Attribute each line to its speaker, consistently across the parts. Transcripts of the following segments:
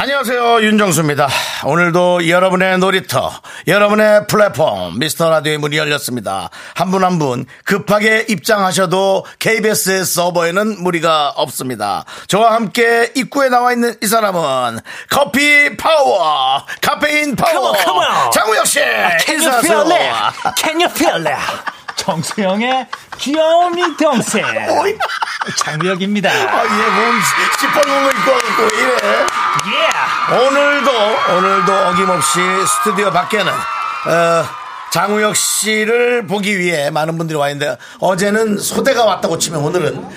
Speaker 1: 안녕하세요 윤정수입니다. 오늘도 여러분의 놀이터, 여러분의 플랫폼 미스터 라디오의 문이 열렸습니다. 한 분 한 분 급하게 입장하셔도 KBS의 서버에는 무리가 없습니다. 저와 함께 입구에 나와 있는 이 사람은 커피 파워, 카페인 파워,
Speaker 2: Come on, come on.
Speaker 1: 장우혁 씨
Speaker 2: Can you
Speaker 1: 인사하세요.
Speaker 2: feel it? Can you feel it? 정수영의 귀여운 민동생 장우혁입니다.
Speaker 1: 아, 얘몸 시뻘건 거 입고 와갖고 이래.
Speaker 2: 예.
Speaker 1: 오늘도 오늘도 어김없이 스튜디오 밖에는 어, 장우혁 씨를 보기 위해 많은 분들이 와 있는데 어제는 소대가 왔다고 치면 오늘은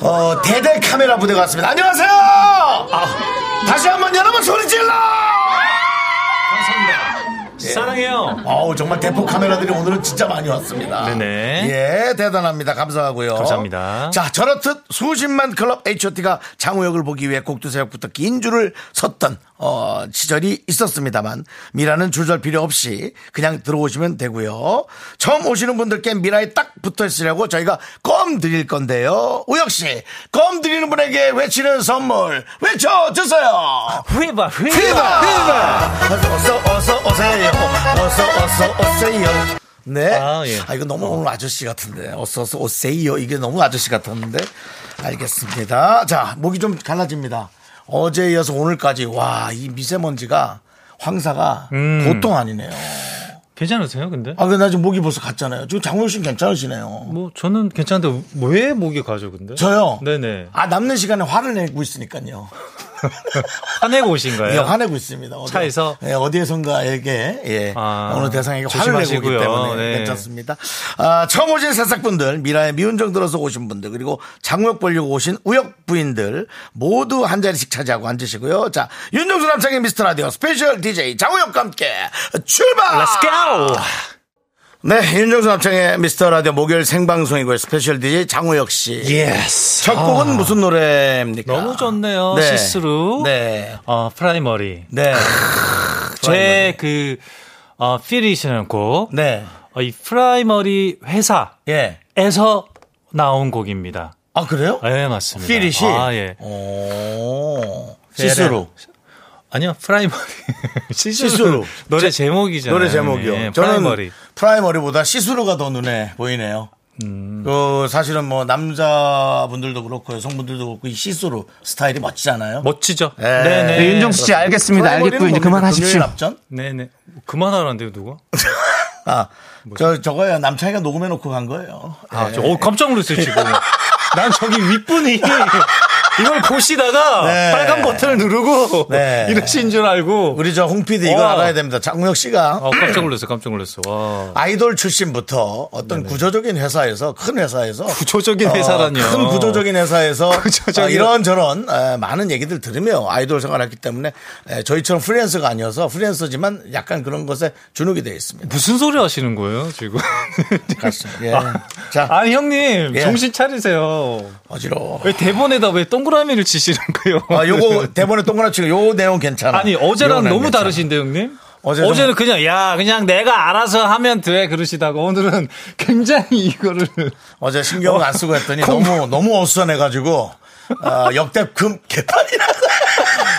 Speaker 1: 어, 대대 카메라 부대 가 왔습니다. 안녕하세요. 아, 다시 한번 여러분 소리 질러. 예.
Speaker 2: 사랑해요.
Speaker 1: 어우 정말 대폭 카메라들이 오늘은 진짜 많이 왔습니다.
Speaker 2: 네네.
Speaker 1: 예 대단합니다. 감사하고요.
Speaker 2: 감사합니다.
Speaker 1: 자 저렇듯 수십만 클럽 H.O.T가 장우혁을 보기 위해 곡두새벽부터 긴 줄을 섰던 어, 시절이 있었습니다만 미라는 줄절 필요 없이 그냥 들어오시면 되고요. 처음 오시는 분들께 미라에 딱 붙어 있으려고 저희가 껌 드릴 건데요. 우혁 씨 껌 드리는 분에게 외치는 선물 외쳐 주세요.
Speaker 2: 휘바
Speaker 1: 휘바!
Speaker 2: 휘바.
Speaker 1: 아, 어서 어서 어서 오세요. 어서 어서 오세요. 네. 아,
Speaker 2: 아, 예.
Speaker 1: 이거 너무 오늘 아저씨 같은데. 어서 어서 오세요. 이게 너무 아저씨 같았는데. 알겠습니다. 자, 목이 좀 갈라집니다. 어제 이어서 오늘까지 와, 이 미세먼지가 황사가
Speaker 2: 음.
Speaker 1: 보통 아니네요.
Speaker 2: 괜찮으세요? 근데
Speaker 1: 아, 근데 나 지금 목이 벌써 갔잖아요. 지금 장호영 씨는 괜찮으시네요.
Speaker 2: 뭐 저는 괜찮은데 왜 목이 가죠? 근데
Speaker 1: 저요?
Speaker 2: 네네.
Speaker 1: 아, 남는 시간에 화를 내고 있으니까요.
Speaker 2: 화내고
Speaker 1: 예,
Speaker 2: 오신가요?
Speaker 1: 화내고 있습니다.
Speaker 2: 네.
Speaker 1: 어디,
Speaker 2: 차에서?
Speaker 1: 예, 어디에선가에게 예,
Speaker 2: 아,
Speaker 1: 어느 대상에게 화를 내고 있기
Speaker 2: 조심하시고요.
Speaker 1: 때문에
Speaker 2: 네.
Speaker 1: 괜찮습니다. 아, 처음 오신 새싹분들, 미라의 미운정 들어서 오신 분들, 그리고 장우혁 벌려고 오신 우혁 부인들 모두 한 자리씩 차지하고 앉으시고요. 자, 윤정수 남창의 미스터 라디오 스페셜 DJ 장우혁과 함께 출발!
Speaker 2: Let's go.
Speaker 1: 네, 윤정수 남창의 미스터 라디오 목요일 생방송이고요. 스페셜 DJ 장우혁 씨.
Speaker 2: Yes. 아.
Speaker 1: 첫 곡은 무슨 노래입니까?
Speaker 2: 너무 좋네요. 시스루.
Speaker 1: 네.
Speaker 2: 어 프라이머리.
Speaker 1: 네.
Speaker 2: 제그 어, 필이시는 곡.
Speaker 1: 네.
Speaker 2: 어, 이 프라이머리 회사에서
Speaker 1: 예.
Speaker 2: 나온 곡입니다.
Speaker 1: 아 그래요?
Speaker 2: 예, 맞습니다.
Speaker 1: 필이시?
Speaker 2: 아, 예.
Speaker 1: 오. 시스루.
Speaker 2: 아니요, 프라이머리. 시스루.
Speaker 1: 시스루.
Speaker 2: 노래 제목이잖아요.
Speaker 1: 노래 제목이요. 예,
Speaker 2: 네,
Speaker 1: 저는
Speaker 2: 프라이머리.
Speaker 1: 프라이머리보다 시스루가 더 눈에 보이네요. 그 사실은 뭐 남자분들도 그렇고 여성분들도 그렇고 이 시스루 스타일이 멋지잖아요.
Speaker 2: 멋지죠?
Speaker 1: 예.
Speaker 2: 네네.
Speaker 1: 네,
Speaker 3: 윤정수 씨 알겠습니다.
Speaker 1: 프라이머리는
Speaker 3: 알겠고 이제
Speaker 1: 뭡니까? 금요일
Speaker 3: 그만하십시오.
Speaker 1: 앞전?
Speaker 2: 네네. 그만하라는데요, 누가?
Speaker 1: 아, 저 저거요. 남창이가 녹음해 놓고 간 거예요.
Speaker 2: 아,
Speaker 1: 네.
Speaker 2: 저, 어, 깜짝 놀랐어요, 지금. 난 저기 윗분이 이걸 보시다가
Speaker 1: 네.
Speaker 2: 빨간 버튼을 누르고
Speaker 1: 네.
Speaker 2: 이러신 줄 알고.
Speaker 1: 우리 저 홍 PD 이거
Speaker 2: 와.
Speaker 1: 알아야 됩니다. 장우혁 씨가
Speaker 2: 어, 깜짝 놀랐어, 깜짝 놀랐어. 와.
Speaker 1: 아이돌 출신부터 어떤 구조적인 회사에서 큰 회사에서
Speaker 2: 구조적인
Speaker 1: 어,
Speaker 2: 회사라뇨.
Speaker 1: 큰 구조적인 회사에서
Speaker 2: 구조적인-
Speaker 1: 어, 이런저런 에, 많은 얘기들 들으며 아이돌 생활했기 때문에 에, 저희처럼 프리랜서가 아니어서 프리랜서지만 약간 그런 것에 주눅이 되어 있습니다.
Speaker 2: 무슨 소리 하시는 거예요, 지금?
Speaker 1: 그렇습니다. 예.
Speaker 2: 아,
Speaker 1: 자.
Speaker 2: 아니, 형님,
Speaker 1: 예.
Speaker 2: 정신 차리세요.
Speaker 1: 어지러워.
Speaker 2: 왜 대본에다 왜 동그라미를 치시는 거예요?
Speaker 1: 아, 요거 대본에 동그랗게 치고 요 내용 괜찮아.
Speaker 2: 아니
Speaker 1: 요
Speaker 2: 어제랑
Speaker 1: 내용
Speaker 2: 너무
Speaker 1: 괜찮아.
Speaker 2: 다르신데 형님?
Speaker 1: 어제
Speaker 2: 어제
Speaker 1: 좀-
Speaker 2: 는 그냥 야 그냥 내가 알아서 하면 돼 그러시다가 오늘은 굉장히 이거를
Speaker 1: 어제 신경을 안 쓰고 했더니 너무 너무 어수선해가지고 어, 역대급 개판이라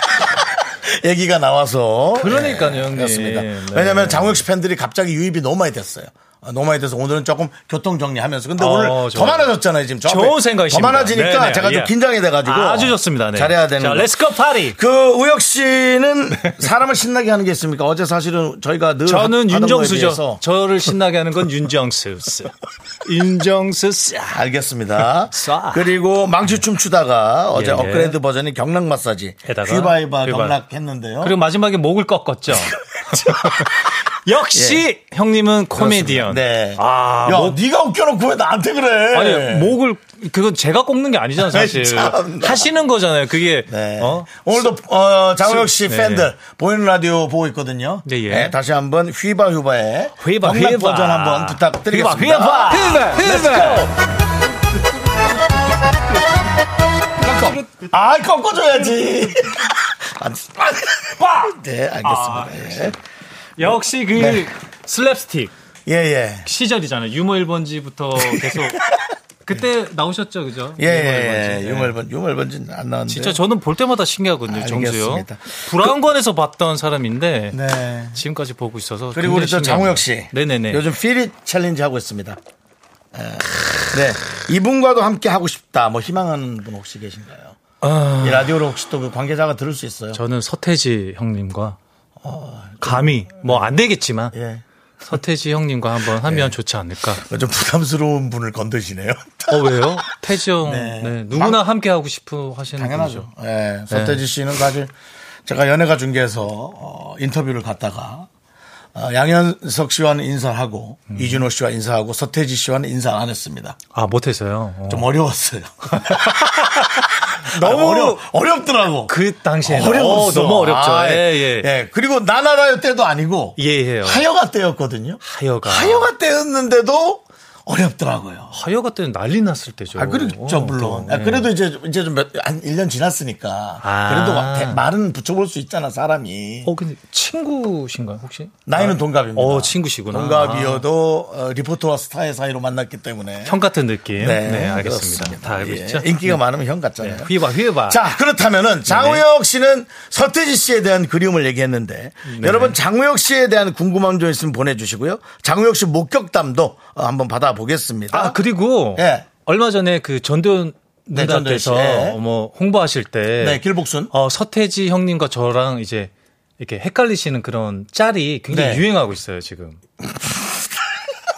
Speaker 1: 얘기가 나와서 예,
Speaker 2: 그러니까요, 형님.
Speaker 1: 그렇습니다.
Speaker 2: 네.
Speaker 1: 왜냐하면 장우혁 씨 팬들이 갑자기 유입이 너무 많이 됐어요. 아, 너무 많이 돼서 오늘은 조금 교통 정리하면서 근데
Speaker 2: 어,
Speaker 1: 오늘 더
Speaker 2: 좋아요.
Speaker 1: 많아졌잖아요 지금 저 앞에.
Speaker 2: 좋은 생각이십니다.
Speaker 1: 더 많아지니까
Speaker 2: 네네,
Speaker 1: 제가 좀
Speaker 2: 예.
Speaker 1: 긴장이 돼가지고
Speaker 2: 아주 좋습니다. 네.
Speaker 1: 잘해야 되는
Speaker 2: 자
Speaker 1: 거.
Speaker 2: 렛츠고 파리.
Speaker 1: 그 우혁 씨는 사람을 신나게 하는 게 있습니까? 어제 사실은 저희가 늘
Speaker 2: 저는
Speaker 1: 하- 하던 거에
Speaker 2: 윤정수죠.
Speaker 1: 비해서.
Speaker 2: 저를 신나게 하는 건 윤정수. 씨. 윤정수 씨.
Speaker 1: 알겠습니다.
Speaker 2: 쏴.
Speaker 1: 그리고 망치춤 추다가 어제
Speaker 2: 예.
Speaker 1: 업그레이드 버전인 경락 마사지
Speaker 2: 에다가
Speaker 1: 휘바이바
Speaker 2: 휘바.
Speaker 1: 경락 했는데요.
Speaker 2: 그리고 마지막에 목을 꺾었죠. 역시 형님은 코미디언.
Speaker 1: 예. 네.
Speaker 2: 아,
Speaker 1: 야,
Speaker 2: 목,
Speaker 1: 네가 웃겨놓고 왜 나한테 그래?
Speaker 2: 아니 뭐- 목을 그건 제가 꼽는 게 아니잖아 사실.
Speaker 1: 네. 참.
Speaker 2: 하시는 거잖아요. 그게
Speaker 1: 네.
Speaker 2: 어?
Speaker 1: 오늘도 어, 장우혁 씨
Speaker 2: 네.
Speaker 1: 팬들 보이는 라디오 보고 있거든요.
Speaker 2: 네, 예.
Speaker 1: 네, 다시 한번 휘바 휘바의
Speaker 2: 회바
Speaker 1: 경락
Speaker 2: 회바
Speaker 1: 버전 한번 부탁드리겠습니다. 네.
Speaker 2: 회바 회바 회바.
Speaker 1: 아, 꺾어줘야지. 안- 네,
Speaker 2: 아,
Speaker 1: 알겠습니다. 예.
Speaker 2: 역시 그
Speaker 1: 네.
Speaker 2: 슬랩스틱
Speaker 1: 예, 예.
Speaker 2: 시절이잖아요. 유머 1번지부터 계속 그때 나오셨죠, 그죠?
Speaker 1: 예, 예, 예.
Speaker 2: 네.
Speaker 1: 유물번, 유물번지는 안 나왔는데.
Speaker 2: 진짜 저는 볼 때마다 신기하거든요, 정수요.
Speaker 1: 알겠습니다.
Speaker 2: 브라운관에서 봤던 사람인데
Speaker 1: 네.
Speaker 2: 지금까지 보고 있어서
Speaker 1: 그리고 우리 저
Speaker 2: 굉장히
Speaker 1: 장우혁
Speaker 2: 신기합니다.
Speaker 1: 씨.
Speaker 2: 네네네.
Speaker 1: 요즘 피리 챌린지 하고 있습니다. 에, 네. 이분과도 함께 하고 싶다. 뭐 희망하는 분 혹시 계신가요?
Speaker 2: 아,
Speaker 1: 이 라디오를 혹시 또 그 관계자가 들을 수 있어요?
Speaker 2: 저는 서태지 형님과 감히 뭐 안 되겠지만
Speaker 1: 어, 예.
Speaker 2: 서태지 형님과 한번 하면 좋지 않을까.
Speaker 1: 어, 좀 부담스러운 분을 건드시네요.
Speaker 2: 어 왜요? 태지 형
Speaker 1: 네.
Speaker 2: 네, 누구나 함께 하고 싶어 하시는
Speaker 1: 당연하죠.
Speaker 2: 분이죠.
Speaker 1: 예. 서태지 씨는 사실 제가 연예가 중계에서 어, 인터뷰를 갔다가 어, 양현석 씨와는 인사하고 이준호 씨와 인사하고 서태지 씨와는 인사 안 했습니다.
Speaker 2: 아 못해서요. 어.
Speaker 1: 좀 어려웠어요. 너무 어려, 어렵더라고.
Speaker 2: 그 당시에
Speaker 1: 어려웠어.
Speaker 2: 어, 너무 어렵죠.
Speaker 1: 아,
Speaker 2: 예, 예.
Speaker 1: 그리고 나나라요 때도 아니고
Speaker 2: 예, 예요.
Speaker 1: 하여가 때였거든요.
Speaker 2: 하여가.
Speaker 1: 하여가 때였는데도 어렵더라고요.
Speaker 2: 하여 같은 난리 났을 때죠.
Speaker 1: 아, 그렇죠,
Speaker 2: 어, 또,
Speaker 1: 물론. 아,
Speaker 2: 예.
Speaker 1: 그래도 이제, 이제 좀 몇, 한 1년 지났으니까.
Speaker 2: 아.
Speaker 1: 그래도 와- 대- 말은 붙여볼 수 있잖아, 사람이.
Speaker 2: 어, 근데 친구신가요, 혹시?
Speaker 1: 나이는 동갑입니다.
Speaker 2: 어, 친구시구나.
Speaker 1: 동갑이어도 어, 리포터와 스타의 사이로 만났기 때문에.
Speaker 2: 형 같은 느낌. 네, 알겠습니다.
Speaker 1: 그렇습니다.
Speaker 2: 다 알고
Speaker 1: 예,
Speaker 2: 있죠?
Speaker 1: 인기가 많으면 형
Speaker 2: 네,
Speaker 1: 같잖아요.
Speaker 2: 휘바, 휘바.
Speaker 1: 자, 그렇다면은 장우혁 씨는 서태지 씨에 대한 그리움을 얘기했는데
Speaker 2: 네.
Speaker 1: 여러분 장우혁 씨에 대한 궁금한 점 있으면 보내주시고요. 장우혁 씨 목격담도 어, 한번 받아보겠습니다.
Speaker 2: 아, 그리고
Speaker 1: 예.
Speaker 2: 얼마 전에 그 전도연
Speaker 1: 네, 전도연 씨.
Speaker 2: 누나께서
Speaker 1: 예.
Speaker 2: 뭐 홍보하실 때
Speaker 1: 네, 길복순.
Speaker 2: 어, 서태지 형님과 저랑 이제 이렇게 헷갈리시는 그런 짤이 굉장히
Speaker 1: 네.
Speaker 2: 유행하고 있어요, 지금.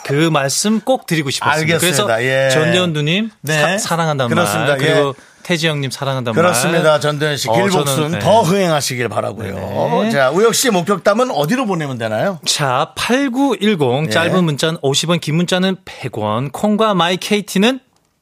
Speaker 2: 그 말씀 꼭 드리고 싶었습니다.
Speaker 1: 알겠습니다.
Speaker 2: 그래서
Speaker 1: 예.
Speaker 2: 전대현 누님
Speaker 1: 네.
Speaker 2: 사, 랑한다는
Speaker 1: 그렇습니다.
Speaker 2: 말 그리고
Speaker 1: 예.
Speaker 2: 태지 형님 사랑한다는 말
Speaker 1: 그렇습니다. 전도현 씨,
Speaker 2: 어,
Speaker 1: 길복순
Speaker 2: 저는, 네.
Speaker 1: 더 흥행하시길 바라고요.
Speaker 2: 네.
Speaker 1: 자, 우혁 씨의 목격담은 어디로 보내면 되나요?
Speaker 2: 자,
Speaker 1: 예.
Speaker 2: 8910 짧은 문자는 50원, 긴 문자는 100원. 콩과 마이 KT는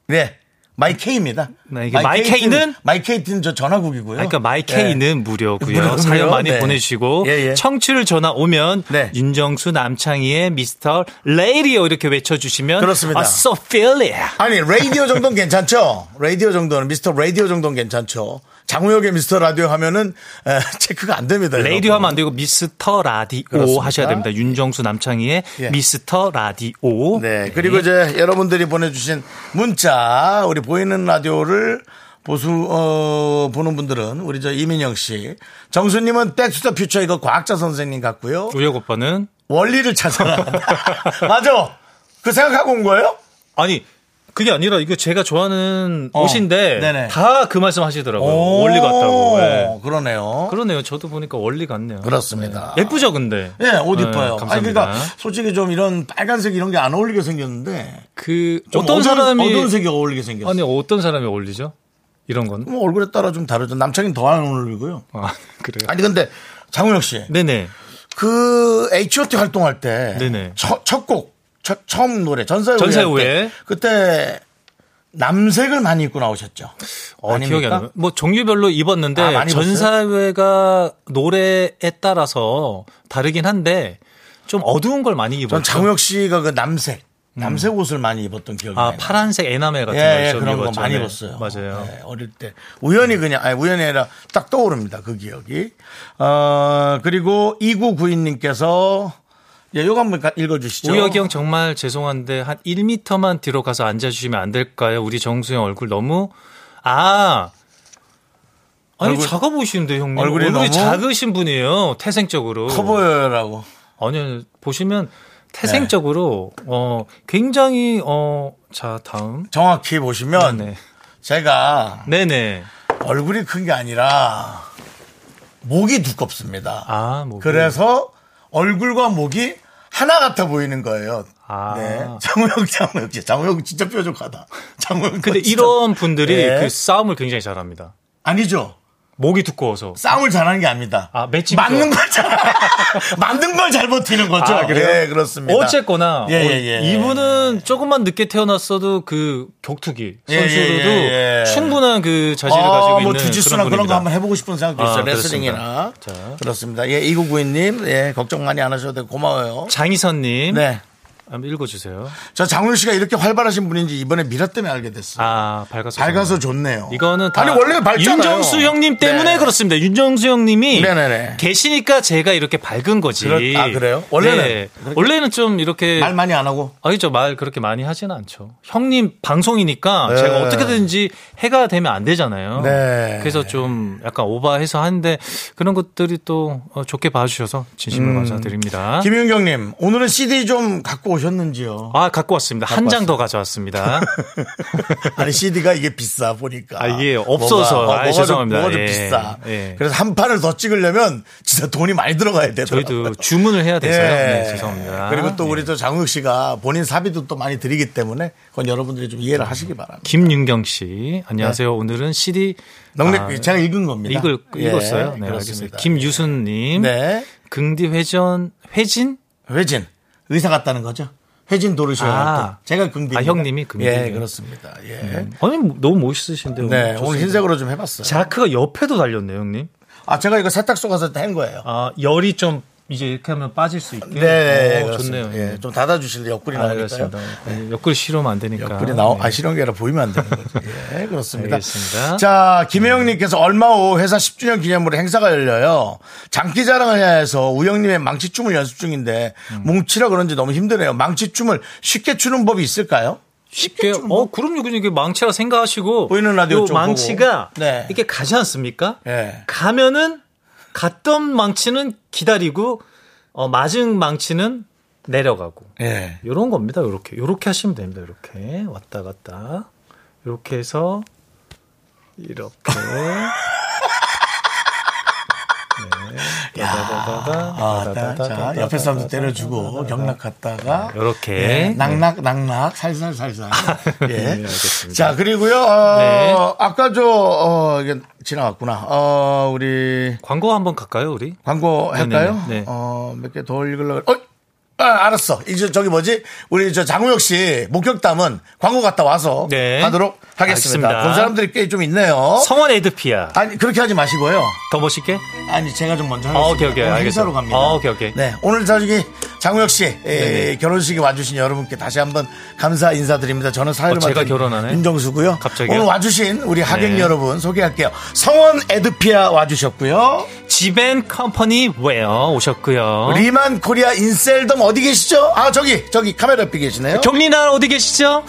Speaker 1: 네, 마이 K입니다.
Speaker 2: 네, 이게 마이 K는?
Speaker 1: 마이 K는 저 전화국이고요.
Speaker 2: 그러니까 마이
Speaker 1: 예.
Speaker 2: K는 무료고요.
Speaker 1: 무료고요.
Speaker 2: 사연 많이
Speaker 1: 네.
Speaker 2: 보내주시고
Speaker 1: 예, 예.
Speaker 2: 청취를 전화 오면
Speaker 1: 네.
Speaker 2: 윤정수 남창희의 미스터 레이디오 이렇게 외쳐주시면
Speaker 1: 그렇습니다.
Speaker 2: 아, so feel it.
Speaker 1: 아니 라디오 정도는 괜찮죠? 라디오 정도는 미스터 라디오 정도는 괜찮죠? 장우혁의 미스터 라디오 하면은 에, 체크가 안 됩니다. 여러분.
Speaker 2: 레이디오 하면 안 되고 미스터 라디오
Speaker 1: 네, 그렇습니까?
Speaker 2: 하셔야 됩니다. 윤정수 남창희의
Speaker 1: 예.
Speaker 2: 미스터 라디오.
Speaker 1: 네 그리고 이제 여러분들이 보내주신 문자 우리 보이는 라디오를 보수 어, 보는 분들은 우리 저 이민영 씨, 정수님은 백투더 퓨처 이거 과학자 선생님 같고요.
Speaker 2: 예. 우혁 오빠는
Speaker 1: 원리를 찾아라. 맞아. 그 생각하고 온 거예요?
Speaker 2: 아니 그게 아니라 이거 제가 좋아하는
Speaker 1: 어. 네네.
Speaker 2: 옷인데 다 그 말씀 하시더라고요.
Speaker 1: 오,
Speaker 2: 원리 같다고. 예.
Speaker 1: 그러네요.
Speaker 2: 그러네요. 저도 보니까 원리 같네요.
Speaker 1: 그렇습니다.
Speaker 2: 네. 예쁘죠, 근데.
Speaker 1: 예, 옷
Speaker 2: 네,
Speaker 1: 이뻐요. 아니,
Speaker 2: 감사합니다.
Speaker 1: 그러니까 솔직히 좀 이런 빨간색 이런 게 안 어울리게 생겼는데
Speaker 2: 그
Speaker 1: 좀
Speaker 2: 어떤
Speaker 1: 어두운-
Speaker 2: 사람이
Speaker 1: 어두운 색이 어울리게 생겼어.
Speaker 2: 아니
Speaker 1: 요
Speaker 2: 어떤 사람이 어울리죠? 이런 건?
Speaker 1: 뭐 얼굴에 따라 좀 다르죠. 남창이 더 안 어울리고요.
Speaker 2: 아 그래요.
Speaker 1: 아니 근데 장우혁 씨,
Speaker 2: 네네.
Speaker 1: 그 H.O.T 활동할 때
Speaker 2: 네네.
Speaker 1: 첫, 첫 곡, 첫, 처음 노래 전사의
Speaker 2: 전사의
Speaker 1: 후예 할
Speaker 2: 후예.
Speaker 1: 때, 그때 남색을 많이 입고 나오셨죠.
Speaker 2: 어,
Speaker 1: 아닙니까?
Speaker 2: 기억이 안 나요. 뭐 종류별로 입었는데
Speaker 1: 아, 많이
Speaker 2: 전 사회가 노래에 따라서 다르긴 한데 좀 어두운 걸 많이 입었죠.
Speaker 1: 전 장우혁 씨가 그 남색, 남색 옷을 많이 입었던 기억이
Speaker 2: 음. 아
Speaker 1: 나요.
Speaker 2: 파란색 에나멜 같은
Speaker 1: 예, 예,
Speaker 2: 걸좀
Speaker 1: 그런
Speaker 2: 입었죠.
Speaker 1: 거 많이
Speaker 2: 네.
Speaker 1: 입었어요.
Speaker 2: 맞아요. 음.
Speaker 1: 네, 어릴 때 우연히 그냥 아니 우연이 아니라 딱 떠오릅니다. 그 기억이. 어 그리고 2992님께서 예, 요거 한번 가- 읽어주시죠.
Speaker 2: 우혁이 형 정말 죄송한데 한 1미터만 뒤로 가서 앉아주시면 안 될까요? 우리 정수 형 얼굴 너무 아 아니
Speaker 1: 얼굴-
Speaker 2: 작아 보이시는데 형님
Speaker 1: 얼굴이
Speaker 2: 얼굴이,
Speaker 1: 너무-
Speaker 2: 작으신 분이에요 태생적으로
Speaker 1: 커버요라고.
Speaker 2: 아니요 보시면 태생적으로 어 굉장히 어 자 다음
Speaker 1: 정확히 보시면
Speaker 2: 네네
Speaker 1: 제가
Speaker 2: 네네
Speaker 1: 얼굴이 큰 게 아니라 목이 두껍습니다.
Speaker 2: 아, 목이.
Speaker 1: 그래서 얼굴과 목이 하나 같아 보이는 거예요.
Speaker 2: 아.
Speaker 1: 네. 장우혁, 장우혁, 씨. 장우혁 진짜 뾰족하다. 장우혁.
Speaker 2: 근데
Speaker 1: 진짜-
Speaker 2: 이런 분들이
Speaker 1: 예.
Speaker 2: 그 싸움을 굉장히 잘합니다
Speaker 1: 아니죠.
Speaker 2: 목이 두꺼워서.
Speaker 1: 싸움을 잘하는 게 아닙니다.
Speaker 2: 아, 맷집.
Speaker 1: 맞는 걸 잘, 만든 걸 잘 버티는 거죠.
Speaker 2: 아, 그래요?
Speaker 1: 예, 그렇습니다.
Speaker 2: 어쨌거나
Speaker 1: 예, 예, 예.
Speaker 2: 이분은 조금만 늦게 태어났어도 그 격투기
Speaker 1: 예,
Speaker 2: 선수로도
Speaker 1: 예, 예.
Speaker 2: 충분한 그 자질을 가지고 있는
Speaker 1: 뭐 주짓수나 그런 거
Speaker 2: 분입니다.
Speaker 1: 한번 해보고 싶은 생각도
Speaker 2: 아,
Speaker 1: 있어요.
Speaker 2: 그렇습니다.
Speaker 1: 레슬링이나. 그렇습니다. 예, 이구구이님, 예, 걱정 많이 안 하셔도 되고 고마워요.
Speaker 2: 장희선님
Speaker 1: 네.
Speaker 2: 한번 읽어주세요.
Speaker 1: 저 장훈 씨가 이렇게 활발하신 분인지 이번에 미라 때문에 알게 됐어요.
Speaker 2: 아 밝아서
Speaker 1: 밝아서 좋네요.
Speaker 2: 이거는 다
Speaker 1: 아니, 원래 밝잖아요.
Speaker 2: 윤정수 형님 때문에
Speaker 1: 네.
Speaker 2: 그렇습니다. 윤정수 형님이
Speaker 1: 네네네.
Speaker 2: 계시니까 제가 이렇게 밝은 거지. 네.
Speaker 1: 그렇- 아, 그래요? 원래는?
Speaker 2: 원래는 좀 이렇게
Speaker 1: 말 많이 안 하고.
Speaker 2: 아니죠 말 그렇게 많이 하지는 않죠. 형님 방송이니까
Speaker 1: 네.
Speaker 2: 제가 어떻게든지 해가 되면 안 되잖아요.
Speaker 1: 네.
Speaker 2: 그래서 좀 약간 오버해서 하는데 그런 것들이 또 어, 좋게 봐주셔서 진심으로 감사드립니다.
Speaker 1: 음. 김윤경님, 오늘은 CD 좀 갖고 오셨는지요?
Speaker 2: 아 갖고 왔습니다. 한 장 더 가져왔습니다.
Speaker 1: 아니 CD가 이게 비싸 보니까
Speaker 2: 아, 이게 없어서.
Speaker 1: 뭐가, 어,
Speaker 2: 아,
Speaker 1: 뭐가
Speaker 2: 죄송합니다.
Speaker 1: 좀, 뭐가 좀
Speaker 2: 예,
Speaker 1: 비싸
Speaker 2: 예.
Speaker 1: 그래서 한 판을 더 찍으려면 진짜 돈이 많이 들어가야 돼요 예.
Speaker 2: 저희도 주문을 해야 돼서요. 네, 죄송합니다.
Speaker 1: 그리고 또
Speaker 2: 예.
Speaker 1: 우리 또 장욱 씨가 본인 사비도 또 많이 드리기 때문에 그건 여러분들이 좀 이해를 하시기 바랍니다.
Speaker 2: 김윤경 씨, 안녕하세요. 오늘은 CD
Speaker 1: 네. 넉넉
Speaker 2: 아,
Speaker 1: 제가 읽은 겁니다.
Speaker 2: 읽을
Speaker 1: 예,
Speaker 2: 읽었어요. 네,
Speaker 1: 그렇습니다.
Speaker 2: 알겠습니다. 김유순님,
Speaker 1: 네.
Speaker 2: 긍디 회전 회진
Speaker 1: 회진 의사 같다는 거죠. 회진 도르시오.
Speaker 2: 아.
Speaker 1: 제가 금비.
Speaker 2: 아, 형님이 금디.
Speaker 1: 예, 그렇습니다. 예.
Speaker 2: 아니 너무 멋있으신데
Speaker 1: 네,
Speaker 2: 음, 좋습니다.
Speaker 1: 오늘 흰색으로 좀 해봤어요.
Speaker 2: 자크가 옆에도 달렸네요 형님
Speaker 1: 아, 제가 이거 세탁소 가서 한 거예요.
Speaker 2: 아 열이 좀 이제 이렇게 하면 빠질 수 있게
Speaker 1: 네,
Speaker 2: 어,
Speaker 1: 그렇습니다.
Speaker 2: 좋네요
Speaker 1: 예, 좀 닫아주실래요? 옆구리
Speaker 2: 아,
Speaker 1: 나오니까요.
Speaker 2: 알겠습니다 네, 옆구리 싫으면 안 되니까
Speaker 1: 옆구리 나오,
Speaker 2: 네.
Speaker 1: 아, 싫은 게 아니라 보이면 안 되는 거죠. 예, 그렇습니다.
Speaker 2: 알겠습니다.
Speaker 1: 자, 김혜영님께서 얼마 후 회사 10주년 기념으로 행사가 열려요. 장기 자랑을 해야 해서 우영님의 망치춤을 연습 중인데
Speaker 2: 음.
Speaker 1: 뭉치라 그런지 너무 힘드네요. 망치춤을 쉽게 추는 법이 있을까요?
Speaker 2: 쉽게 어 그럼요 그냥 이게 망치라 생각하시고
Speaker 1: 보이는 라디오
Speaker 2: 요
Speaker 1: 좀
Speaker 2: 망치가
Speaker 1: 보고. 네.
Speaker 2: 이렇게 가지 않습니까
Speaker 1: 예.
Speaker 2: 가면은 갔던 망치는 기다리고 어, 맞은 망치는 내려가고
Speaker 1: 예.
Speaker 2: 요런 겁니다. 요렇게. 요렇게 하시면 됩니다. 요렇게. 왔다 갔다. 요렇게 해서 이렇게. 네.
Speaker 1: 아, 자,
Speaker 2: 따다다다.
Speaker 1: 옆에 사람도 때려주고 경락 갔다가
Speaker 2: 요렇게. 아,
Speaker 1: 예, 낙낙 낙낙 살살 살살. 예.
Speaker 2: 네, 알겠습니다.
Speaker 1: 자 그리고요. 어,
Speaker 2: 네.
Speaker 1: 아까 저 어, 이게 지나갔구나. 어, 우리
Speaker 2: 광고 한번 갈까요, 우리?
Speaker 1: 광고 할까요?
Speaker 2: 네네네. 네.
Speaker 1: 어, 몇 개 더 읽으려고. 그래. 어? 아, 알았어. 이제 저기 뭐지? 우리 저 장우혁 씨 목격담은 광고 갔다 와서
Speaker 2: 네.
Speaker 1: 하도록 하겠습니다.
Speaker 2: 알겠습니다.
Speaker 1: 본 사람들이 꽤 좀 있네요.
Speaker 2: 성원 에드피아.
Speaker 1: 아니 그렇게 하지 마시고요.
Speaker 2: 더 멋있게?
Speaker 1: 아니 제가 좀 먼저
Speaker 2: 아,
Speaker 1: 하겠습니다.
Speaker 2: 오케이, 오케이.
Speaker 1: 오늘
Speaker 2: 알겠습니다.
Speaker 1: 어, 행사로 갑니다.
Speaker 2: 아, 오케이, 오케이.
Speaker 1: 네, 오늘 저기 장우혁 씨 에, 결혼식에 와주신 여러분께 다시 한번 감사 인사드립니다. 저는 사회를
Speaker 2: 어, 제가
Speaker 1: 맡은
Speaker 2: 결혼하네.
Speaker 1: 윤정수고요.
Speaker 2: 갑자기요?
Speaker 1: 오늘 와주신 우리 하객
Speaker 2: 네.
Speaker 1: 여러분 소개할게요. 성원 에드피아 와주셨고요.
Speaker 2: 지벤 컴퍼니 웨어 오셨고요.
Speaker 1: 리만 코리아 인셀덤 어디 계시죠? 아 저기 저기 카메라 옆에 계시네요.
Speaker 2: 경리나 어디 계시죠?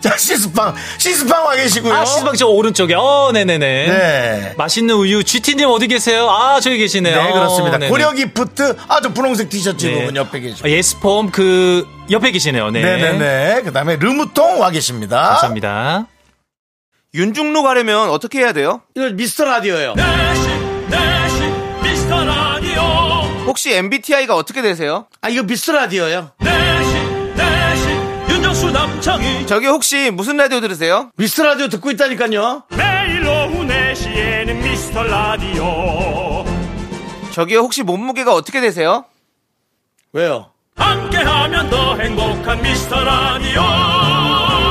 Speaker 1: 자 시스팡 시스팡 와 계시고요.
Speaker 2: 아, 시방 저 오른쪽에. 어, 네네네.
Speaker 1: 네.
Speaker 2: 맛있는 우유. GT님 어디 계세요? 아, 저기 계시네요.
Speaker 1: 네 그렇습니다.
Speaker 2: 어, 네네.
Speaker 1: 고려기프트 아 저 분홍색 티셔츠
Speaker 2: 네.
Speaker 1: 입은 옆에 계시고.
Speaker 2: 아, 예스폼 그 옆에 계시네요. 네.
Speaker 1: 네네네. 그다음에 르무통 와 계십니다.
Speaker 2: 감사합니다.
Speaker 3: 윤중로 가려면 어떻게 해야 돼요?
Speaker 1: 이거 미스터 라디오예요.
Speaker 4: 내시 내시 미스터 라디오
Speaker 3: 혹시 MBTI가 어떻게 되세요?
Speaker 1: 아 이거 미스터 라디오예요.
Speaker 4: 내시 내시 윤정수 남창희
Speaker 3: 저기 혹시 무슨 라디오 들으세요?
Speaker 1: 미스터 라디오 듣고 있다니까요.
Speaker 4: 매일 오후 4시에는 미스터 라디오
Speaker 3: 저기 혹시 몸무게가 어떻게 되세요?
Speaker 1: 왜요?
Speaker 4: 함께하면 더 행복한 미스터 라디오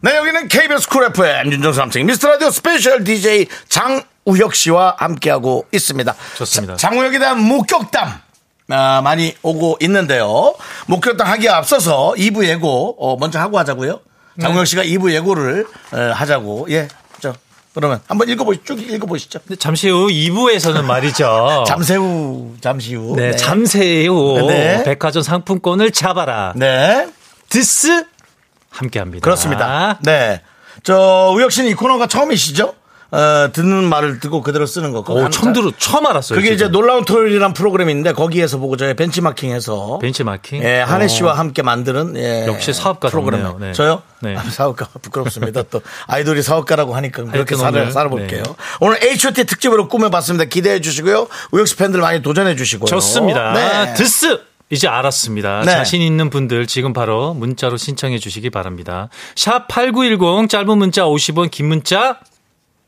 Speaker 1: 네 여기는 KBS 쿨 FM 윤정수 남창 미스터 라디오 스페셜 DJ 장우혁 씨와 함께하고 있습니다.
Speaker 2: 좋습니다.
Speaker 1: 자, 장우혁에 대한 목격담. 아, 많이 오고 있는데요. 목격담 하기에 앞서서 2부 예고 어, 먼저 하고 하자고요.
Speaker 2: 네.
Speaker 1: 장우혁 씨가 2부 예고를 어, 하자고. 예. 저 그러면 한번 읽어보시 쭉 읽어보시죠.
Speaker 2: 근데 잠시 후 2부에서는 말이죠.
Speaker 1: 잠새우 잠시 후.
Speaker 2: 어. 네, 잠세 후
Speaker 1: 네.
Speaker 2: 백화점 상품권을 잡아라.
Speaker 1: 네.
Speaker 2: 드스 함께 합니다. 아.
Speaker 1: 그렇습니다. 네. 저, 우혁 씨는 이 코너가 처음이시죠? 어, 듣는 말을 듣고 그대로 쓰는 거. 그거
Speaker 2: 오,
Speaker 1: 한-
Speaker 2: 처음 들어 처음 알았어요.
Speaker 1: 그게 이제
Speaker 2: 지금.
Speaker 1: 놀라운 토요일이란 프로그램이 있는데 거기에서 보고 저희 벤치마킹해서
Speaker 2: 벤치마킹.
Speaker 1: 예, 한혜
Speaker 2: 어.
Speaker 1: 씨와 함께 만드는 예,
Speaker 2: 역시 사업가답네요.
Speaker 1: 프로그램.
Speaker 2: 네.
Speaker 1: 저요?
Speaker 2: 네.
Speaker 1: 아, 사업가 부끄럽습니다. 또 아이돌이 사업가라고 하니까 그렇게
Speaker 2: 하여튼
Speaker 1: 살아
Speaker 2: 오늘,
Speaker 1: 살아볼게요.
Speaker 2: 네.
Speaker 1: 오늘 H.O.T 특집으로 꾸며봤습니다. 기대해 주시고요. 우혁 씨 팬들 많이 도전해 주시고요.
Speaker 2: 좋습니다.
Speaker 1: 네.
Speaker 2: 드스 이제 알았습니다.
Speaker 1: 네.
Speaker 2: 자신 있는 분들 지금 바로 문자로 신청해 주시기 바랍니다. 샵 8910 짧은 문자 50원 긴 문자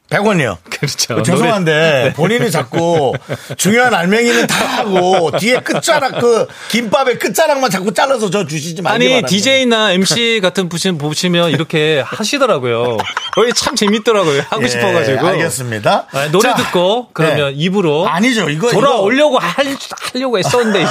Speaker 1: 100원이요.
Speaker 2: 그렇죠.
Speaker 1: 죄송한데 본인이 자꾸 중요한 알맹이는 다 하고 뒤에 끝자락 그 김밥의 끝자락만 자꾸 잘라서 저 주시지 말기
Speaker 2: 아니
Speaker 1: 바랍니다.
Speaker 2: DJ나 MC 같은 분신 보시면 이렇게 하시더라고요. 여기 참 재밌더라고요. 하고
Speaker 1: 예,
Speaker 2: 싶어가지고.
Speaker 1: 알겠습니다.
Speaker 2: 아, 노래
Speaker 1: 자,
Speaker 2: 듣고 그러면
Speaker 1: 네.
Speaker 2: 입으로
Speaker 1: 아니죠 이거 이거
Speaker 2: 돌아오려고 할, 하려고 했었는데 이제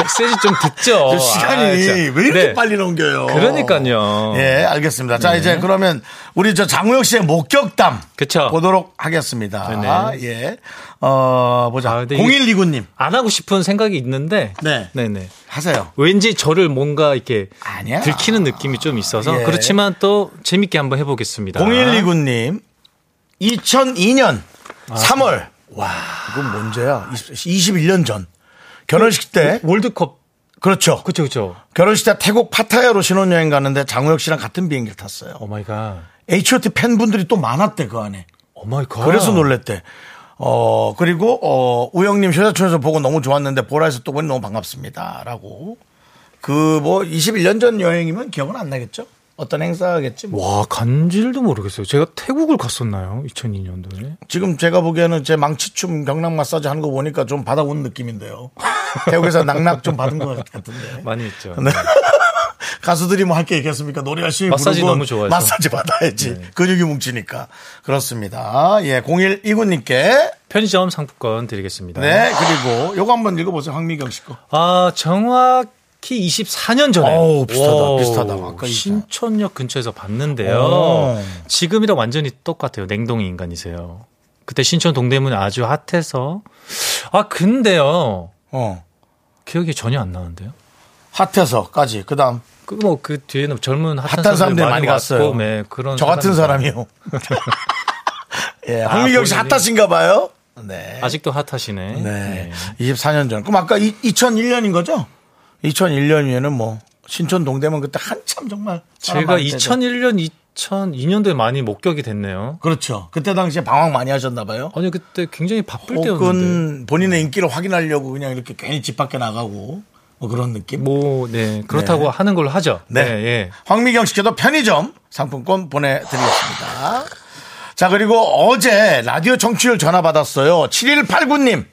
Speaker 2: 메시지 좀 듣죠.
Speaker 1: 저그 시간이
Speaker 2: 아, 진짜.
Speaker 1: 왜 이렇게
Speaker 2: 네.
Speaker 1: 빨리 넘겨요?
Speaker 2: 그러니까요. 네.
Speaker 1: 예, 알겠습니다. 자, 이제 그러면 우리 저 장우혁 씨의 목격담
Speaker 2: 그쵸.
Speaker 1: 보도록 하겠습니다.
Speaker 2: 네네.
Speaker 1: 아, 예. 어, 보자.
Speaker 2: 아, 근데
Speaker 1: 0129 님.
Speaker 2: 안 하고 싶은 생각이 있는데.
Speaker 1: 네.
Speaker 2: 네네.
Speaker 1: 하세요.
Speaker 2: 왠지 저를 뭔가 이렇게
Speaker 1: 아니야.
Speaker 2: 들키는 느낌이 좀 있어서
Speaker 1: 예.
Speaker 2: 그렇지만 또 재밌게 한번 해보겠습니다.
Speaker 1: 0129 님. 2002년
Speaker 2: 아,
Speaker 1: 3월.
Speaker 2: 그-
Speaker 1: 와, 이건 문제야. 21년 전. 결혼식 때
Speaker 2: 월드컵
Speaker 1: 그렇죠.
Speaker 2: 그쵸 그쵸.
Speaker 1: 결혼식 때 태국 파타야로 신혼여행 갔는데 장우혁 씨랑 같은 비행기를 탔어요.
Speaker 2: 오마이갓.
Speaker 1: H.O.T 팬분들이 또 많았대 그 안에.
Speaker 2: 오마이갓.
Speaker 1: 그래서 놀랬대. 어, 그리고, 어, 우영님 효자촌에서 보고 너무 좋았는데 보라에서 또 보니 너무 반갑습니다. 라고. 그 뭐 21년 전 여행이면 기억은 안 나겠죠? 어떤 행사겠지? 뭐.
Speaker 2: 와 간질도 모르겠어요. 제가 태국을 갔었나요? 2002년도에.
Speaker 1: 지금 제가 보기에는 제 망치춤 경락 마사지 하는 거 보니까 좀 받아온 느낌인데요. 태국에서 낙낙 좀 받은 것 같은데.
Speaker 2: 많이 했죠.
Speaker 1: 네. 가수들이 뭐 할 게 있겠습니까? 노래 열심히
Speaker 2: 마사지
Speaker 1: 부르고
Speaker 2: 너무 좋아해서. 네.
Speaker 1: 마사지 받아야지. 근육이 뭉치니까. 그렇습니다. 예, 0129님께
Speaker 2: 편의점 상품권 드리겠습니다.
Speaker 1: 네, 그리고 요거 한번 읽어보세요. 황미경 씨 거.
Speaker 2: 아 정확히 24년 전에.
Speaker 1: 어우, 비슷하다,
Speaker 2: 와우,
Speaker 1: 비슷하다. 아까 어.
Speaker 2: 신촌역 근처에서
Speaker 1: 오.
Speaker 2: 봤는데요. 지금이랑 완전히 똑같아요. 냉동이 인간이세요. 그때 신촌 동대문 아주 핫해서 아 근데요
Speaker 1: 어.
Speaker 2: 기억이 전혀 안 나는데요.
Speaker 1: 핫해서까지. 그 다음.
Speaker 2: 그 뭐 그 뒤에는 젊은 핫한,
Speaker 1: 핫한 사람들이
Speaker 2: 왔고,
Speaker 1: 많이 갔어요.
Speaker 2: 네, 그런
Speaker 1: 저 같은
Speaker 2: 사람들.
Speaker 1: 사람이요. 예, 황미경 씨
Speaker 2: 아, 본인이-
Speaker 1: 핫하신가 봐요. 네.
Speaker 2: 아직도 핫하시네.
Speaker 1: 네. 24년 전. 그럼 아까 2001년인 거죠? 2001년이에는 뭐, 신촌 동대문 그때 한참 정말. 사람
Speaker 2: 제가
Speaker 1: 많을 때죠.
Speaker 2: 2001년, 2002년도에 많이 목격이 됐네요.
Speaker 1: 그렇죠. 그때 당시에 방황 많이 하셨나 봐요.
Speaker 2: 아니 어, 그때 굉장히 바쁠 때였는데. 음.
Speaker 1: 혹은 본인의 인기를 확인하려고 그냥 이렇게 괜히 집 밖에 나가고 뭐 그런 느낌?
Speaker 2: 뭐, 네. 그렇다고 하는 걸로 하죠.
Speaker 1: 네.
Speaker 2: 예.
Speaker 1: 황미경 씨께도 편의점 상품권 보내드리겠습니다. 자, 그리고 어제 라디오 청취율 전화 받았어요. 7189님.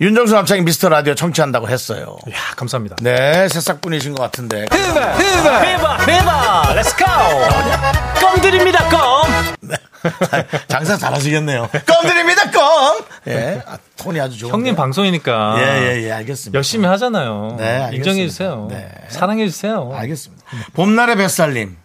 Speaker 1: 윤정수 남창이 미스터 라디오 청취한다고 했어요.
Speaker 2: 야, 감사합니다.
Speaker 1: 네, 새싹분이신 것 같은데.
Speaker 2: 대박, 대박, 렛츠고! 아, 껌 드립니다, 껌!
Speaker 1: 장사 잘하시겠네요. 껌 드립니다, 껌! 예, 아, 톤이 아주 좋은데.
Speaker 2: 형님 방송이니까.
Speaker 1: 예, 예, 예, 알겠습니다.
Speaker 2: 열심히 하잖아요.
Speaker 1: 네, 알겠습니다.
Speaker 2: 인정해주세요.
Speaker 1: 네. 아,
Speaker 2: 사랑해주세요.
Speaker 1: 알겠습니다. 봄날의 뱃살님.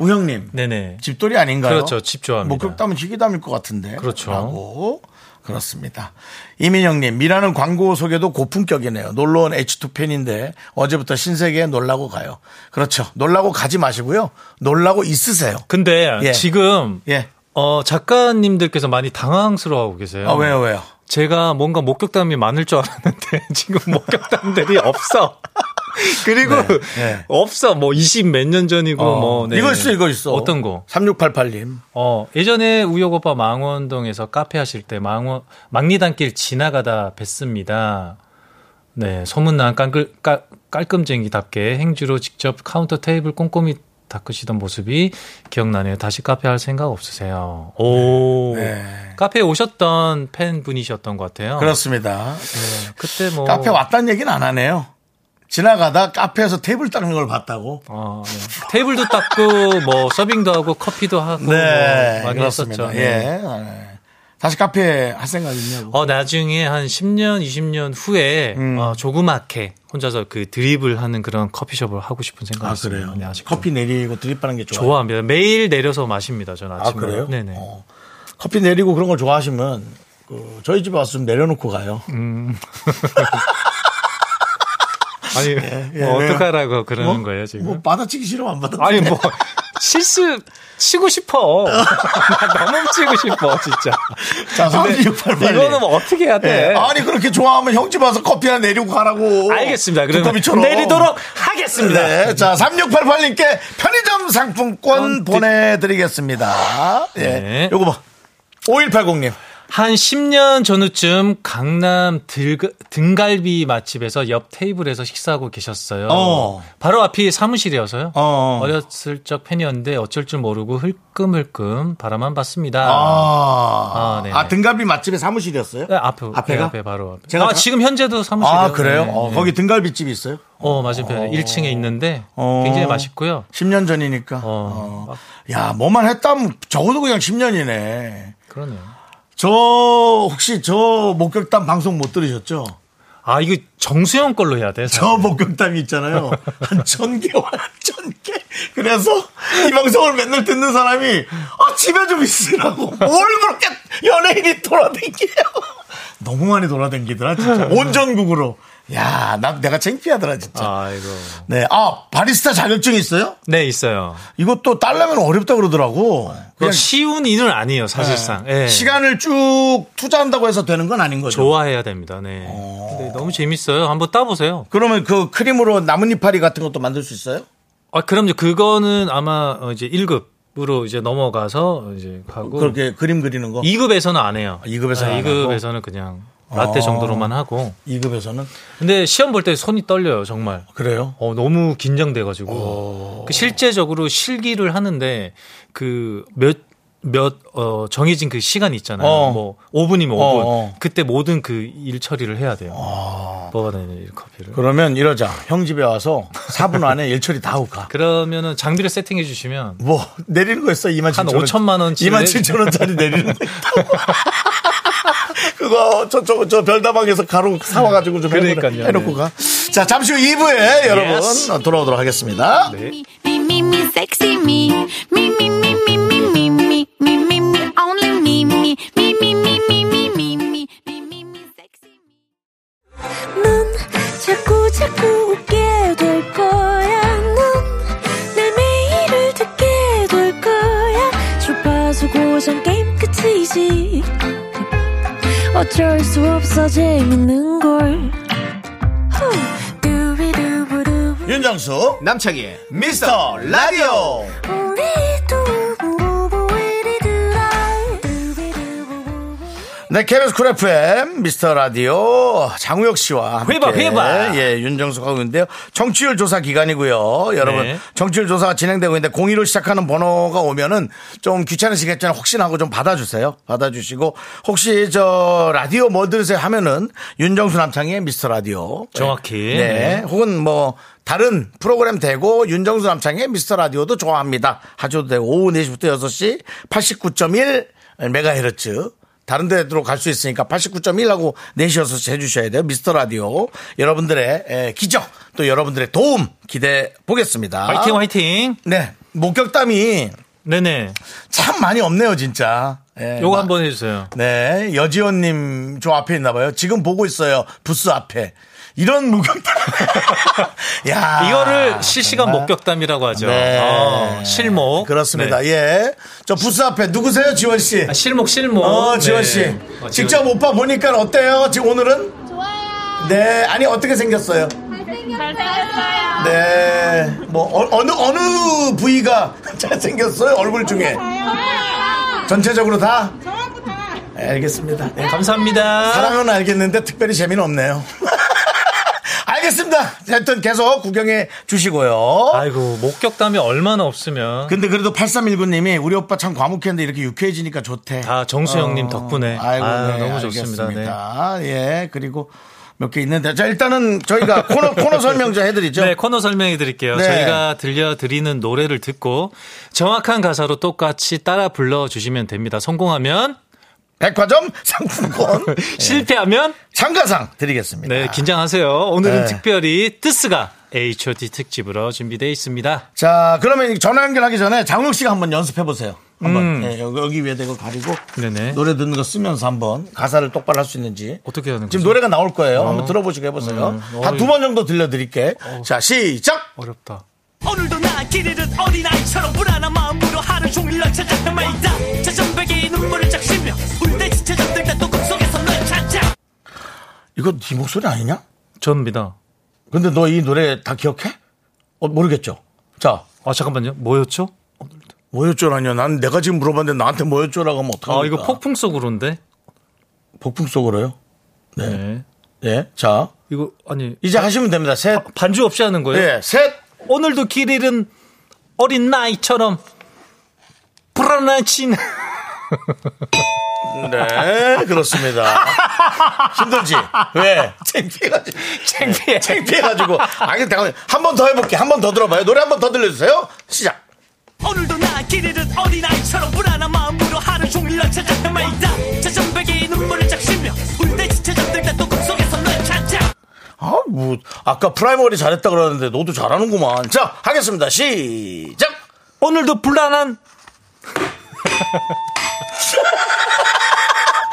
Speaker 1: 우형님.
Speaker 2: 네네.
Speaker 1: 집돌이 아닌가요? 뭐
Speaker 2: 그렇죠. 집 좋아합니다.
Speaker 1: 목격담은 희귀담일 것 같은데.
Speaker 2: 그렇죠.
Speaker 1: 라고. 그렇습니다. 이민영님, 미라는 광고 소개도 고품격이네요. 놀러 온 H2 팬인데 어제부터 신세계에 놀라고 가요. 그렇죠. 놀라고 가지 마시고요. 놀라고 있으세요.
Speaker 2: 근데
Speaker 1: 예.
Speaker 2: 지금,
Speaker 1: 예.
Speaker 2: 어, 작가님들께서 많이 당황스러워하고 계세요.
Speaker 1: 아, 왜요, 왜요?
Speaker 2: 제가 뭔가 목격담이 많을 줄 알았는데 지금 목격담들이 없어. 그리고
Speaker 1: 네, 네.
Speaker 2: 없어. 뭐 20 몇 년 전이고 뭐 네.
Speaker 1: 이거 있어, 이거 있어.
Speaker 2: 어떤 거?
Speaker 1: 3688님.
Speaker 2: 어, 예전에 우혁 오빠 망원동에서 카페 하실 때 망원 막리단길 지나가다 뵀습니다. 네, 소문난 깔끔, 깔, 깔끔쟁이답게 행주로 직접 카운터 테이블 꼼꼼히 닦으시던 모습이 기억나네요. 다시 카페 할 생각 없으세요? 오, 카페에 오셨던 팬분이셨던 것 같아요.
Speaker 1: 그렇습니다.
Speaker 2: 그때 뭐
Speaker 1: 네. 카페 왔다는 얘기는 안 하네요. 지나가다 카페에서 테이블 따는 걸 봤다고.
Speaker 2: 어, 네. 테이블도 닦고 뭐 서빙도 하고 커피도 하고
Speaker 1: 네,
Speaker 2: 뭐 많이
Speaker 1: 그렇습니다.
Speaker 2: 했었죠. 네.
Speaker 1: 예. 아, 네. 다시 카페 할 생각 있냐고.
Speaker 2: 어 나중에 한 10년 20년 후에
Speaker 1: 음.
Speaker 2: 어, 조그맣게 혼자서 그 드립을 하는 그런 커피숍을 하고 싶은 생각이
Speaker 1: 아
Speaker 2: 있어요.
Speaker 1: 그래요.
Speaker 2: 네, 아직
Speaker 1: 커피 내리고 드립하는 게 좋아요.
Speaker 2: 좋아합니다. 매일 내려서 마십니다. 저는
Speaker 1: 아
Speaker 2: 아침에.
Speaker 1: 그래요?
Speaker 2: 네네.
Speaker 1: 어. 커피 내리고 그런 걸 좋아하시면 그 저희 집에 와서 좀 내려놓고 가요.
Speaker 2: 음. 아니
Speaker 1: 예,
Speaker 2: 뭐
Speaker 1: 왜요?
Speaker 2: 어떡하라고 그러는
Speaker 1: 뭐?
Speaker 2: 거예요 지금?
Speaker 1: 뭐 받아치기 싫으면 안 받아.
Speaker 2: 아니 뭐 실수 치고 싶어. 나 너무 치고 싶어 진짜.
Speaker 1: 자,
Speaker 2: 근데
Speaker 1: 3688.
Speaker 2: 이거는 뭐 어떻게 해야 돼?
Speaker 1: 예. 아니 그렇게 좋아하면 형 집 와서 커피 하나 내리고 가라고.
Speaker 2: 알겠습니다. 그러면
Speaker 1: 두꺼비처럼.
Speaker 2: 내리도록 하겠습니다.
Speaker 1: 네. 자, 3688님께 편의점 상품권 보내드리겠습니다. 예.
Speaker 2: 네.
Speaker 1: 요거 봐. 5180님.
Speaker 2: 한 10년 전후쯤 강남 들, 등갈비 맛집에서 옆 테이블에서 식사하고 계셨어요.
Speaker 1: 어.
Speaker 2: 바로 앞이 사무실이어서요.
Speaker 1: 어.
Speaker 2: 어렸을 적 팬이었는데 어쩔 줄 모르고 흘끔흘끔 바라만 봤습니다.
Speaker 1: 아,
Speaker 2: 아, 네.
Speaker 1: 아 등갈비 맛집의 사무실이었어요?
Speaker 2: 네, 앞에,
Speaker 1: 앞에가?
Speaker 2: 네, 앞에 바로 앞에.
Speaker 1: 제가
Speaker 2: 아,
Speaker 1: 가-
Speaker 2: 지금 현재도 사무실이에요.
Speaker 1: 아, 그래요?
Speaker 2: 네,
Speaker 1: 어,
Speaker 2: 네.
Speaker 1: 거기 등갈비집이 있어요?
Speaker 2: 어, 맞은편에 1층에 있는데
Speaker 1: 어.
Speaker 2: 굉장히 맛있고요.
Speaker 1: 10년 전이니까.
Speaker 2: 어.
Speaker 1: 어. 야, 뭐만 했다면 적어도 그냥 10년이네.
Speaker 2: 그러네요.
Speaker 1: 저, 혹시 저 목격담 방송 못 들으셨죠?
Speaker 2: 아, 이거 정수영 걸로 해야 돼.
Speaker 1: 저 목격담이 있잖아요. 한 천 개, 한천 개. 그래서 이 방송을 맨날 듣는 사람이 아, 집에 좀 있으라고. 뭘 그렇게 연예인이 돌아댕기냐. 너무 많이 돌아댕기더라, 진짜. 온 전국으로. 야, 나, 내가 창피하더라, 진짜.
Speaker 2: 네. 아이고.
Speaker 1: 네. 아, 바리스타 자격증 있어요?
Speaker 2: 네, 있어요.
Speaker 1: 이것도 딸려면 어렵다 그러더라고.
Speaker 2: 그거 쉬운 일은 아니에요, 사실상. 예.
Speaker 1: 네. 시간을 쭉 투자한다고 해서 되는 건 아닌 거죠.
Speaker 2: 좋아해야 됩니다. 네.
Speaker 1: 어.
Speaker 2: 근데 너무 재밌어요. 한번 따보세요.
Speaker 1: 그러면 그 크림으로 나뭇잎파리 같은 것도 만들 수 있어요?
Speaker 2: 아, 그럼요. 그거는 아마 어, 이제 1급으로 이제 넘어가서 이제 하고
Speaker 1: 그렇게 그림 그리는 거?
Speaker 2: 2급에서는 안 해요. 네,
Speaker 1: 아, 2급에서는 안 하고? 아.
Speaker 2: 2급에서는 그냥 라떼 정도로만 하고.
Speaker 1: 2급에서는?
Speaker 2: 근데 시험 볼 때 손이 떨려요, 정말.
Speaker 1: 그래요?
Speaker 2: 어, 너무
Speaker 1: 어.
Speaker 2: 긴장돼가지고. 그 실제적으로 실기를 하는데 그 몇, 몇, 어, 정해진 그 시간이 있잖아요.
Speaker 1: 어.
Speaker 2: 뭐, 5분이면 5분.
Speaker 1: 어, 어.
Speaker 2: 그때 모든 그 일 처리를 해야 돼요. 뽑아내는 일 커피를.
Speaker 1: 그러면 이러자. 형 집에 와서 4분 안에 일처리 다 하고 가.
Speaker 2: 그러면은 장비를 세팅해 주시면
Speaker 1: 뭐, 내리는 거 있어? 2만 7천
Speaker 2: 한
Speaker 1: 원.
Speaker 2: 5천만 원치
Speaker 1: 2만 7천 원짜리 내리는 거 있다고. 그거 저, 저, 저 별다방에서 가루 사와가지고 좀 해놓고 가.
Speaker 2: 그러니까요.
Speaker 1: 해놓고 가. 자, 잠시 후 2부에 여러분 돌아오도록 하겠습니다.
Speaker 5: me, me, me, me, sexy me, me, me, me, me, me, me, me, me, me, me, only me, me, me, me, me, me, me, me, me, me, me, me, sexy me.
Speaker 6: 넌 자꾸 자꾸 웃게 될 거야. 넌내 매일을 듣게 될 거야. 주파수 고정 게임 끝이지. 어쩔 수 없어 재밌는 걸. 후. 두비두부두.
Speaker 1: 윤정수
Speaker 3: 남창희의
Speaker 1: 네. 미스터 라디오
Speaker 6: 우리 두부부부리두라. 두비두부부부.
Speaker 1: 네 KBS 쿨 FM 미스터 라디오 장우혁 씨와 함께
Speaker 2: 회바, 회바.
Speaker 1: 예 윤정수가 오는데요 정치율 조사 기간이고요 여러분
Speaker 2: 네.
Speaker 1: 정치율 조사가 진행되고 있는데 02로 시작하는 번호가 오면은 좀 귀찮으시겠지만 혹시나 하고 좀 받아주세요 받아주시고 혹시 저 라디오 뭐 들으세요 하면은 윤정수 남창의 미스터 라디오
Speaker 2: 정확히.
Speaker 1: 네. 혹은 뭐 다른 프로그램 되고 윤정수 남창의 미스터 라디오도 좋아합니다. 하셔도 되고 오후 4시부터 6시 89.1 메가헤르츠 다른 데로 갈 수 있으니까 89.1하고 4시 6시 해주셔야 돼요. 미스터 라디오 여러분들의 에, 기적 또 여러분들의 도움 기대 보겠습니다.
Speaker 2: 화이팅, 화이팅.
Speaker 1: 네 목격담이
Speaker 2: 네네.
Speaker 1: 참 많이 없네요 진짜. 예,
Speaker 2: 요거
Speaker 1: 마-
Speaker 2: 한번 해주세요.
Speaker 1: 네, 여지원님 저 앞에 있나 봐요. 지금 보고 있어요. 부스 앞에. 이런 목격담. 야.
Speaker 2: 이거를 실시간
Speaker 1: 아, 정말.
Speaker 2: 목격담이라고 하죠.
Speaker 1: 네.
Speaker 2: 어, 실목.
Speaker 1: 그렇습니다.
Speaker 2: 네.
Speaker 1: 예. 저 부스 앞에 누구세요, 지원 씨?
Speaker 2: 아, 실목, 실목.
Speaker 1: 어, 지원
Speaker 2: 네.
Speaker 1: 씨.
Speaker 2: 어, 지원
Speaker 1: 직접 오빠 보니까 어때요? 지금 오늘은? 좋아요. 네, 아니 어떻게 생겼어요?
Speaker 5: 잘생겼어요.
Speaker 1: 네. 뭐 어, 느 어느 부위가 잘 생겼어요? 얼굴 중에. 전체적으로 다? 알겠습니다. 네.
Speaker 2: 감사합니다.
Speaker 1: 사랑은 알겠는데 특별히 재미는 없네요. 알겠습니다. 하여튼 계속 구경해 주시고요.
Speaker 2: 아이고, 목격담이 얼마나 없으면.
Speaker 1: 근데 그래도 8319님이 우리 오빠 참 과묵했는데 이렇게 유쾌해지니까 좋대.
Speaker 2: 다 아, 정수영님
Speaker 1: 어,
Speaker 2: 덕분에.
Speaker 1: 아이고,
Speaker 2: 아유,
Speaker 1: 네,
Speaker 2: 너무 좋습니다. 네.
Speaker 1: 알겠습니다. 예, 그리고 몇 개 있는데. 자, 일단은 저희가 코너, 코너 설명 좀 해드리죠.
Speaker 2: 네, 코너 설명해 드릴게요.
Speaker 1: 네.
Speaker 2: 저희가 들려드리는 노래를 듣고 정확한 가사로 똑같이 따라 불러주시면 됩니다. 성공하면,
Speaker 1: 백화점 상품권
Speaker 2: 네. 실패하면,
Speaker 1: 참가상 드리겠습니다.
Speaker 2: 네, 긴장하세요. 오늘은
Speaker 1: 네.
Speaker 2: 특별히 뜨스가 HOT 특집으로 준비되어 있습니다.
Speaker 1: 자, 그러면 전화 연결하기 전에 장욱 씨가 한번 연습해 보세요. 한번 예, 여기, 여기 위에 대고 가리고
Speaker 2: 음. 네네.
Speaker 1: 노래 듣는 거 쓰면서 한번 가사를 똑바로 할 수 있는지
Speaker 2: 어떻게 하는
Speaker 1: 지금
Speaker 2: 거죠?
Speaker 1: 노래가 나올 거예요. 한번 들어보시고 해보세요.
Speaker 2: 음. 어.
Speaker 1: 한 두 번 정도 들려드릴게. 자, 시작.
Speaker 2: 어렵다.
Speaker 7: 오늘도 나 기르듯 어린아이처럼 불안한 마음으로 하루 종일 널 찾아 헤매있다 저 전백의 눈물을 적시며 울때 지쳐 잠들다 또 꿈속에서 널 찾아
Speaker 1: 이거 네 목소리 아니냐?
Speaker 2: 전입니다.
Speaker 1: 근데 너 이 노래 다 기억해? 어, 모르겠죠. 자,
Speaker 2: 아, 잠깐만요. 뭐였죠?
Speaker 1: 뭐였죠라뇨? 난 내가 지금 물어봤는데 나한테 뭐였죠라고 하면 어떡합니까?
Speaker 2: 그러니까. 아, 이거 폭풍 속으로인데?
Speaker 1: 폭풍 속으로요.
Speaker 2: 네.
Speaker 1: 예. 자,
Speaker 2: 이거 아니 네?
Speaker 1: 이제 하시면 됩니다. 셋.
Speaker 2: 반주 없이 하는 거예요?
Speaker 1: 예, 셋.
Speaker 2: 오늘도 길 잃은 어린 나이처럼 불안한 친.
Speaker 1: 네, 그렇습니다. 힘들지? 왜? 창피해가지고.
Speaker 2: 창피해.
Speaker 1: 창피해가지고. 아니, 잠깐만. 한번 더 해볼게. 한 번 더 들어봐요. 노래 한 번 더 들려주세요. 시작.
Speaker 7: 오늘도 나 길이듯 어린아이처럼 불안한 마음으로 하루 종일 널 찾아 헤매이다 저 전백이 눈물을 쫙 쉬며 울때 지쳐 잠들다 또 꿈속에서 널 찾아
Speaker 1: 아, 뭐. 아까 프라이머리 잘했다 그러는데 너도 잘하는구만. 자, 하겠습니다. 시작.
Speaker 2: 오늘도 불안한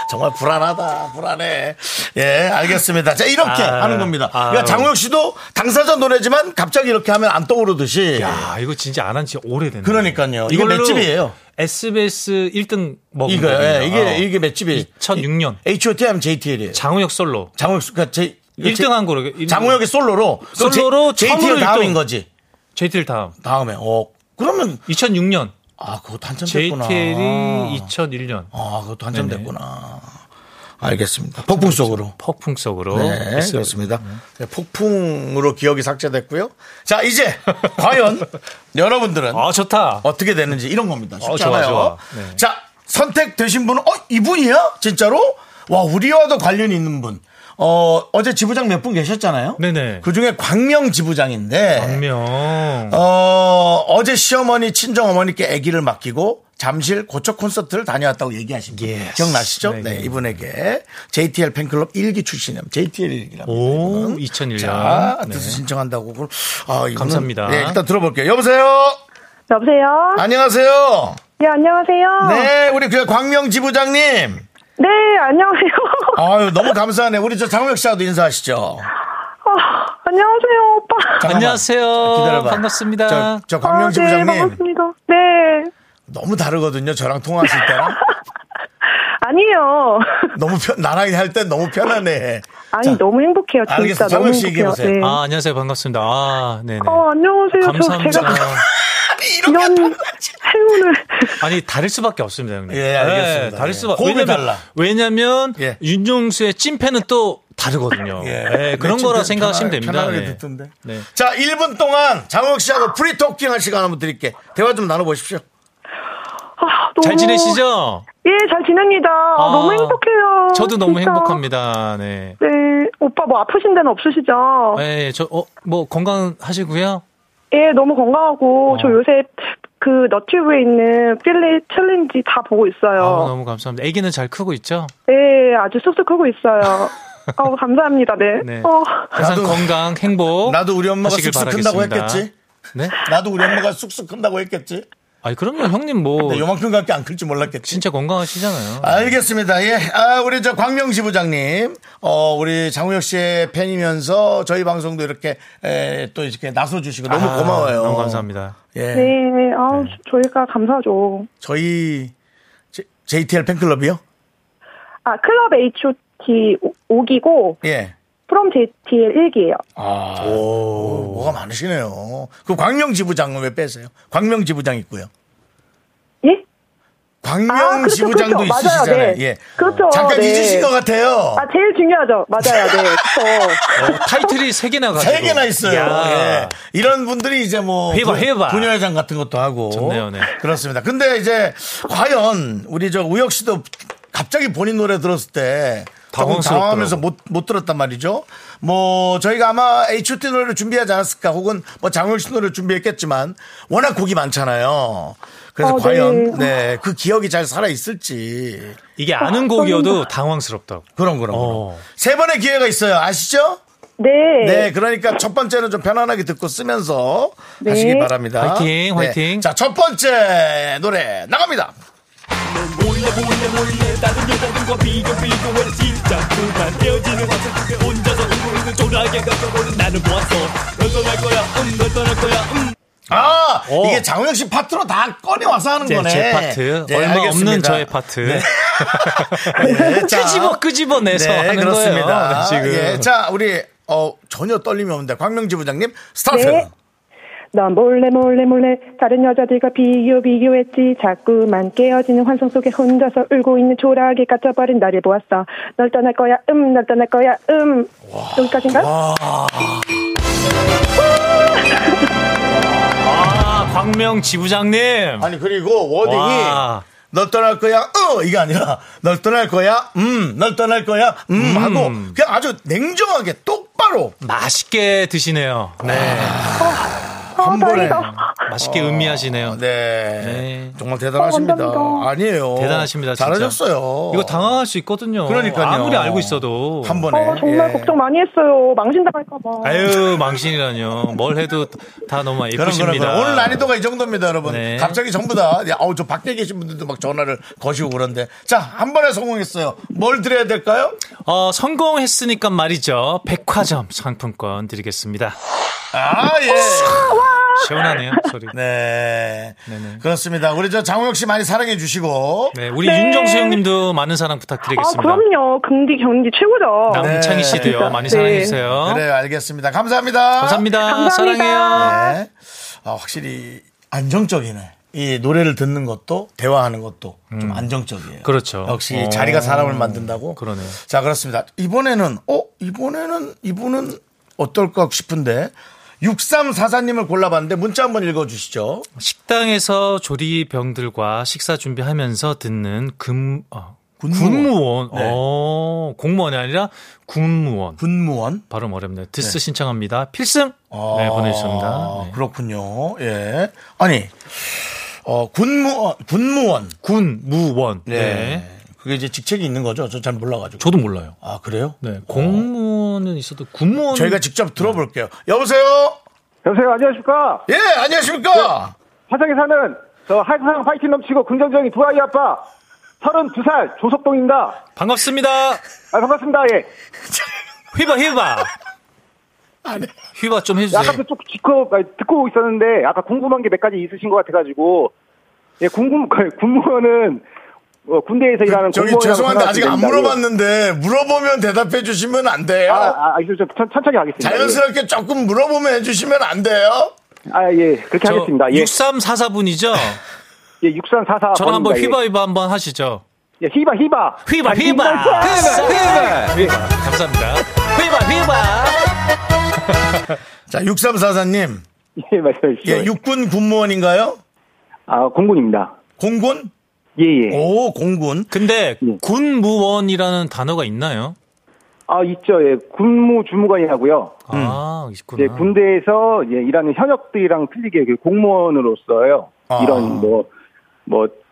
Speaker 1: 정말 불안하다. 불안해. 예, 알겠습니다. 자, 이렇게
Speaker 2: 아,
Speaker 1: 하는 겁니다.
Speaker 2: 아,
Speaker 1: 그러니까 장우혁 씨도 당사자 노래지만 갑자기 이렇게 하면 안 떠오르듯이.
Speaker 2: 야, 아, 이거 진짜 안 한 지 오래됐네.
Speaker 1: 그러니까요. 이게
Speaker 2: 이걸로
Speaker 1: 맷집이에요.
Speaker 2: SBS 1등 먹은
Speaker 1: 이거,
Speaker 2: 거거든요.
Speaker 1: 예, 이게,
Speaker 2: 어.
Speaker 1: 이게 맷집이.
Speaker 2: 2006년
Speaker 1: H.O.T. 하면 JTL이에요.
Speaker 2: 장우혁 솔로.
Speaker 1: 장우혁, 그니까 제.
Speaker 2: 1등 한 거로. 일-
Speaker 1: 장우혁의 솔로로.
Speaker 2: 솔로로
Speaker 1: JTL
Speaker 2: 처음으로
Speaker 1: 다음인
Speaker 2: 일등.
Speaker 1: 거지.
Speaker 2: JTL 다음.
Speaker 1: 다음에. 어. 그러면,
Speaker 2: 2006년
Speaker 1: 아, 그것도 한참 됐구나.
Speaker 2: JTL이 2001년
Speaker 1: 아, 그것도 한참
Speaker 2: 네네. 그렇죠.
Speaker 1: 됐구나. 알겠습니다. 폭풍 속으로.
Speaker 2: 폭풍 속으로.
Speaker 1: 네, 그렇습니다. 네, 폭풍으로 기억이 삭제됐고요. 자, 이제 과연 여러분들은
Speaker 2: 아 좋다.
Speaker 1: 어떻게 되는지 이런 겁니다.
Speaker 2: 어,
Speaker 1: 쉽지
Speaker 2: 좋아,
Speaker 1: 않아요.
Speaker 2: 좋아. 네.
Speaker 1: 자, 선택되신 분은, 어, 이분이야? 진짜로? 와, 우리와도 관련이 있는 분. 어, 어제 지부장 몇 분 계셨잖아요?
Speaker 2: 네네.
Speaker 1: 그 중에 광명 지부장인데.
Speaker 2: 분명.
Speaker 1: 네. 어, 어제 시어머니, 친정어머니께 아기를 맡기고 잠실 고척 콘서트를 다녀왔다고 얘기하신 분.
Speaker 2: Yes.
Speaker 1: 기억나시죠?
Speaker 2: 네,
Speaker 1: 네,
Speaker 2: 네.
Speaker 1: 이분에게 JTL 팬클럽 1기 출신이면 JTL 1기랍니다. 네.
Speaker 2: 오, 2001년.
Speaker 1: 자, 그
Speaker 2: 네.
Speaker 1: 뜻을 신청한다고. 그럼, 아, 이분은-
Speaker 2: 감사합니다.
Speaker 1: 네, 일단 들어볼게요. 여보세요?
Speaker 8: 여보세요?
Speaker 2: 아.
Speaker 1: 안녕하세요?
Speaker 8: 예, 안녕하세요.
Speaker 1: 네, 우리 그 광명 지부장님.
Speaker 8: 네, 안녕하세요.
Speaker 1: 아유, 너무 감사하네. 우리 저 장우혁 씨하고도 인사하시죠.
Speaker 8: 아, 안녕하세요, 오빠.
Speaker 1: 잠깐만.
Speaker 2: 안녕하세요.
Speaker 1: 기다려봐.
Speaker 2: 반갑습니다.
Speaker 1: 저, 저
Speaker 8: 아,
Speaker 1: 광명 지부장님.
Speaker 8: 네, 반갑습니다. 네.
Speaker 1: 너무 다르거든요. 저랑 통화하실 때랑.
Speaker 8: 아니에요.
Speaker 1: 너무 편, 나랑 할 때 너무 편하네.
Speaker 8: 아니,
Speaker 1: 자,
Speaker 8: 너무 행복해요. 진짜
Speaker 1: 알겠어요.
Speaker 8: 너무
Speaker 1: 정혁 씨
Speaker 8: 행복해요.
Speaker 1: 얘기해보세요.
Speaker 8: 네.
Speaker 2: 아 안녕하세요. 반갑습니다. 아 네네.
Speaker 8: 어, 안녕하세요. 저
Speaker 2: 감사합니다.
Speaker 8: 제가 이런 행운을.
Speaker 2: 아니 다를 수밖에 없습니다, 형님.
Speaker 1: 예,
Speaker 2: 네,
Speaker 1: 알겠습니다.
Speaker 2: 다를
Speaker 1: 예.
Speaker 2: 수밖에.
Speaker 1: 호흡이
Speaker 2: 왜냐면
Speaker 1: 달라.
Speaker 2: 왜냐면
Speaker 1: 예.
Speaker 2: 윤종수의 찐팬은 또 다르거든요. 예. 그런
Speaker 1: 네,
Speaker 2: 거라
Speaker 1: 좀
Speaker 2: 생각하시면
Speaker 1: 편하-
Speaker 2: 됩니다.
Speaker 1: 편하게
Speaker 2: 네.
Speaker 1: 듣던데.
Speaker 2: 네.
Speaker 1: 자, 1분 동안 장우혁 씨하고 프리토킹 할 시간 한번 드릴게. 대화 좀 나눠보십시오.
Speaker 8: 아, 너무...
Speaker 2: 잘 지내시죠?
Speaker 8: 예, 잘 지냅니다. 아,
Speaker 2: 아,
Speaker 8: 너무 행복해요.
Speaker 2: 저도 너무
Speaker 8: 진짜.
Speaker 2: 행복합니다. 네.
Speaker 8: 네, 오빠 뭐 아프신 데는 없으시죠?
Speaker 2: 예, 저, 어, 뭐, 건강하시고요.
Speaker 8: 예, 너무 건강하고, 저 요새 그 너튜브에 있는 필리 챌린지 다 보고 있어요.
Speaker 2: 아우, 너무 감사합니다. 아기는 잘 크고 있죠?
Speaker 8: 네, 아주 쑥쑥 크고 있어요. 어, 감사합니다. 네.
Speaker 2: 네.
Speaker 8: 어,
Speaker 2: 항상
Speaker 1: 나도-
Speaker 2: 건강, 행복.
Speaker 1: 나도 우리 엄마가
Speaker 2: 하시길
Speaker 1: 쑥쑥 큰다고
Speaker 2: 바라겠습니다.
Speaker 1: 했겠지?
Speaker 2: 네?
Speaker 1: 나도 우리 엄마가 쑥쑥 큰다고 했겠지?
Speaker 2: 아니, 그럼요. 형님 뭐,
Speaker 1: 근데 요만큼 밖에 안 클 줄 몰랐겠지?
Speaker 2: 진짜 건강하시잖아요.
Speaker 1: 알겠습니다. 예. 아, 우리 저 광명시 부장님. 어, 우리 장우혁 씨의 팬이면서 저희 방송도 이렇게 에, 또 이렇게 나서 주시고 너무
Speaker 2: 아,
Speaker 1: 고마워요.
Speaker 2: 너무 감사합니다.
Speaker 1: 예.
Speaker 8: 네. 아우, 저희가 감사하죠.
Speaker 1: 저희 J- JTL 팬클럽이요?
Speaker 8: 아, 클럽 HOT 5기고,
Speaker 1: 예.
Speaker 8: 프롬 JTL 1기예요
Speaker 1: 오, 뭐가 많으시네요. 그 광명 지부장은 왜 빼세요? 광명 지부장 있고요.
Speaker 8: 예?
Speaker 1: 광명
Speaker 8: 아, 그렇죠,
Speaker 1: 지부장도
Speaker 8: 그렇죠. 맞아요,
Speaker 1: 있으시잖아요.
Speaker 8: 네.
Speaker 1: 예.
Speaker 8: 그렇죠,
Speaker 1: 잠깐
Speaker 8: 네.
Speaker 1: 잊으신 것 같아요.
Speaker 8: 아, 제일 중요하죠. 맞아요. 네. 그쵸.
Speaker 2: 어, 타이틀이 세개나 가지고.
Speaker 1: 세 개나 있어요.
Speaker 2: 야.
Speaker 1: 예. 이런 분들이 이제 뭐
Speaker 2: 해봐, 해봐.
Speaker 1: 분야회장 같은 것도 하고
Speaker 2: 좋네요, 네.
Speaker 1: 그렇습니다. 근데 이제 과연 우리 저 우혁 씨도 갑자기 본인 노래 들었을 때 조금
Speaker 2: 당황스럽더라고.
Speaker 1: 당황하면서 못, 못 들었단 말이죠. 뭐 저희가 아마 H.O.T 노래를 준비하지 않았을까 혹은 뭐 장우혁 씨 노래를 준비했겠지만 워낙 곡이 많잖아요. 그래서
Speaker 8: 어, 네.
Speaker 1: 과연 네 그 기억이 잘 살아 있을지
Speaker 2: 이게 아는 곡이어도 당황스럽다고.
Speaker 1: 그런 그런
Speaker 2: 어.
Speaker 1: 그런. 세 번의 기회가 있어요. 아시죠?
Speaker 8: 네.
Speaker 1: 네, 그러니까 첫 번째는 좀 편안하게 듣고 쓰면서
Speaker 8: 네.
Speaker 1: 하시기 바랍니다. 네.
Speaker 2: 화이팅, 화이팅.
Speaker 1: 자, 첫 번째 노래 나갑니다.
Speaker 7: 몰래 몰래 몰래 다른 여자들과 비교 비교해 진짜 그만 헤어지는 것 혼자서 울고 있는 졸하게 가져보는 나는 보았어 널 떠날 거야 음널 떠날 거야 음
Speaker 1: 아,
Speaker 2: 오.
Speaker 1: 이게 장우혁 씨 파트로 다 꺼내 와서 하는
Speaker 2: 제-
Speaker 1: 거네.
Speaker 2: 제 파트.
Speaker 1: 네,
Speaker 2: 얼마 없는
Speaker 1: 알겠습니다.
Speaker 2: 저의 파트.
Speaker 1: 네, 자.
Speaker 2: 끄집어 끄집어내서
Speaker 1: 네,
Speaker 2: 하는
Speaker 1: 그렇습니다.
Speaker 2: 거예요. 지금.
Speaker 1: 예, 자, 우리 어, 전혀 떨림이 없는데 광명지 부장님 스타트.
Speaker 8: 네. 넌 몰래 몰래 몰래 다른 여자들과 비교 비교했지 자꾸만 깨어지는 환상 속에 혼자서 울고 있는 초라하게 갇혀버린 나를 보았어 널 떠날 거야 음 널 떠날 거야 음 여기까지인가?
Speaker 2: 아, 광명 지부장님.
Speaker 1: 아니 그리고 워딩이
Speaker 2: 와.
Speaker 1: 널 떠날 거야 어 이게 아니라 널 떠날 거야 음 널 떠날 거야 음, 하고 그냥 아주 냉정하게 똑바로
Speaker 2: 맛있게 드시네요.
Speaker 8: 아
Speaker 1: 번에.
Speaker 8: 다행이다
Speaker 2: 맛있게 음미하시네요.
Speaker 1: 어, 네.
Speaker 2: 네.
Speaker 1: 정말 대단하십니다
Speaker 8: 어, 감사합니다.
Speaker 1: 아니에요
Speaker 2: 대단하십니다. 진짜.
Speaker 1: 잘하셨어요
Speaker 2: 이거 당황할 수 있거든요.
Speaker 1: 그러니까요
Speaker 2: 아무리 알고 있어도.
Speaker 1: 한 번에
Speaker 8: 어, 정말
Speaker 1: 예.
Speaker 8: 걱정 많이 했어요 망신당할까봐
Speaker 2: 아유, 망신이라뇨. 뭘 해도 다 너무
Speaker 1: 그런 거는
Speaker 2: 예쁘십니다.
Speaker 1: 그런 오늘 난이도가 이 정도입니다, 여러분.
Speaker 2: 네.
Speaker 1: 갑자기 전부 다, 야, 어우, 저 밖에 계신 분들도 막 전화를 거시고 그런데. 자, 한 번에 성공했어요. 뭘 드려야 될까요?
Speaker 2: 어, 성공했으니까 말이죠. 백화점 상품권 드리겠습니다.
Speaker 1: 아, 예.
Speaker 2: 시원하네요, 소리.
Speaker 1: 네.
Speaker 2: 네네.
Speaker 1: 그렇습니다. 우리 저 장우혁 씨 많이 사랑해 주시고.
Speaker 2: 네, 우리
Speaker 8: 네.
Speaker 2: 윤정수 형님도 많은 사랑
Speaker 8: 아
Speaker 2: 부탁드리겠습니다.
Speaker 8: 그럼요 금디 견디 최고죠
Speaker 2: 남창희 씨도요.
Speaker 8: 진짜.
Speaker 2: 많이
Speaker 8: 네.
Speaker 2: 사랑해주세요.
Speaker 1: 그래요, 알겠습니다. 감사합니다.
Speaker 2: 감사합니다.
Speaker 8: 감사합니다.
Speaker 2: 사랑해요.
Speaker 1: 네. 아, 확실히 안정적이네. 이 노래를 듣는 것도 대화하는 것도 좀 안정적이에요.
Speaker 2: 음. 그렇죠.
Speaker 1: 역시
Speaker 2: 어.
Speaker 1: 자리가 사람을 만든다고.
Speaker 2: 그러네요.
Speaker 1: 자 그렇습니다. 이번에는 어 이번에는 이분은 어떨까 싶은데 6344님을 골라봤는데 문자 한번 읽어주시죠.
Speaker 2: 식당에서 조리병들과 식사 준비하면서 듣는 금, 어,
Speaker 1: 군무원.
Speaker 2: 군무원.
Speaker 1: 네.
Speaker 2: 어, 공무원이 아니라 군무원.
Speaker 1: 군무원.
Speaker 2: 발음 어렵네요. 드스 신청합니다. 필승!
Speaker 1: 아,
Speaker 2: 네, 보내주셨습니다. 네.
Speaker 1: 그렇군요. 예. 아니 어 군무원 군무원.
Speaker 2: 군무원. 네.
Speaker 1: 그게 이제 직책이 있는 거죠. 저 잘 몰라가지고.
Speaker 2: 저도 몰라요.
Speaker 1: 아 그래요?
Speaker 2: 네. 공무원은 있어도 군무원.
Speaker 1: 저희가 직접 들어볼게요. 여보세요.
Speaker 9: 여보세요, 안녕하십니까?
Speaker 1: 예 안녕하십니까.
Speaker 9: 네. 화성에 사는 저 항상 화이팅 넘치고 긍정적인 두 아이 아빠 32살 조석동입니다. 아,
Speaker 2: 반갑습니다.
Speaker 9: 반갑습니다. 예.
Speaker 2: 휘바, 휘바. 휘바 좀
Speaker 1: 네.
Speaker 2: 해주세요.
Speaker 9: 약간 좀 듣고, 아니, 듣고 있었는데 아까 궁금한 게 몇 가지 있으신 것 같아가지고 예, 궁금, 군무원은 어, 군대에서 일하는
Speaker 1: 그, 저기
Speaker 9: 공무원이라고
Speaker 1: 죄송한데 아직 안
Speaker 9: 생각하시면 됩니다. 예.
Speaker 1: 물어봤는데 물어보면 대답해 주시면 안 돼요.
Speaker 9: 아, 네. 아, 이제 좀 천- 천천히 하겠습니다.
Speaker 1: 자연스럽게 조금 물어보면 해주시면 안 돼요?
Speaker 9: 예. 아, 예. 그렇게 하겠습니다. 예.
Speaker 2: 6344분이죠?
Speaker 9: 예, 6344.
Speaker 2: 저랑 한번 휘바, 휘바 한번 하시죠.
Speaker 9: 예, 휘바, 아, 휘바.
Speaker 2: 휘바, 휘바. 휘바, 휘바. 감사합니다. 휘바, 휘바.
Speaker 1: 자, 6344님.
Speaker 9: 예, 말씀해 주시죠.
Speaker 1: 예, 육군 군무원인가요?
Speaker 9: 아, 공군입니다.
Speaker 1: 공군?
Speaker 9: 예, 예.
Speaker 1: 오, 공군.
Speaker 2: 근데
Speaker 9: 예.
Speaker 2: 군무원이라는 단어가 있나요?
Speaker 9: 아, 있죠. 예, 군무 주무관이라고요.
Speaker 2: 아,
Speaker 9: 예,
Speaker 2: 있구나.
Speaker 9: 군대에서 예, 일하는 현역들이랑 틀리게 그 공무원으로서요.
Speaker 1: 아.
Speaker 9: 이런 뭐, 뭐, 특,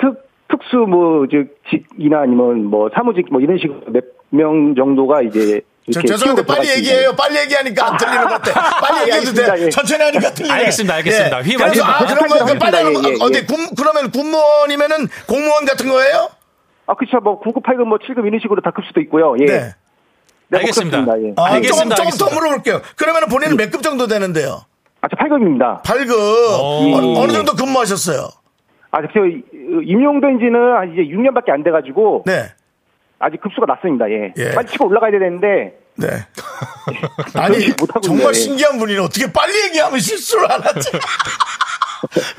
Speaker 9: 특, 특수 뭐, 즉, 직이나 아니면 뭐, 사무직 뭐 이런 식으로 몇 명 정도가 이제.
Speaker 1: 저,
Speaker 9: 이렇게
Speaker 1: 죄송한데
Speaker 9: 키우고
Speaker 1: 빨리
Speaker 9: 들어갔습니다.
Speaker 1: 얘기해요. 빨리 얘기하니까 안 들리는 것 같아. 빨리 얘기해도 돼.
Speaker 9: 알겠습니다, 예.
Speaker 1: 천천히 하니까 들리네.
Speaker 2: 알겠습니다, 알겠습니다.
Speaker 1: 예.
Speaker 2: 휘발,
Speaker 1: 그래서
Speaker 2: 휘발.
Speaker 1: 아, 그런 거니까 빨리 하는 거.
Speaker 9: 예, 예,
Speaker 1: 어디
Speaker 9: 예.
Speaker 1: 군, 그러면 군무원이면은 공무원 같은 거예요?
Speaker 9: 아, 그쵸. 뭐, 9급, 8급, 뭐, 7급 이런 식으로 다 급수도 있고요. 예.
Speaker 1: 네.
Speaker 9: 네,
Speaker 2: 알겠습니다.
Speaker 9: 그렇습니다. 예.
Speaker 1: 아,
Speaker 2: 알겠습니다,
Speaker 1: 조금, 조금 더
Speaker 2: 알겠습니다.
Speaker 1: 물어볼게요. 그러면 본인은 몇 급 정도 되는데요?
Speaker 9: 아, 저 8급입니다.
Speaker 1: 8급.
Speaker 2: 오.
Speaker 1: 어, 느 정도 근무하셨어요?
Speaker 9: 아, 저, 임용된 지는 한 이제 6년밖에 안 돼가지고.
Speaker 1: 네.
Speaker 9: 아직 급수가 낮습니다. 예.
Speaker 1: 예.
Speaker 9: 빨리 치고 올라가야 되는데.
Speaker 1: 네. 아니
Speaker 9: 못하고
Speaker 1: 정말
Speaker 9: 있네.
Speaker 1: 신기한 분이네. 어떻게 빨리 얘기하면 실수를 안 하지?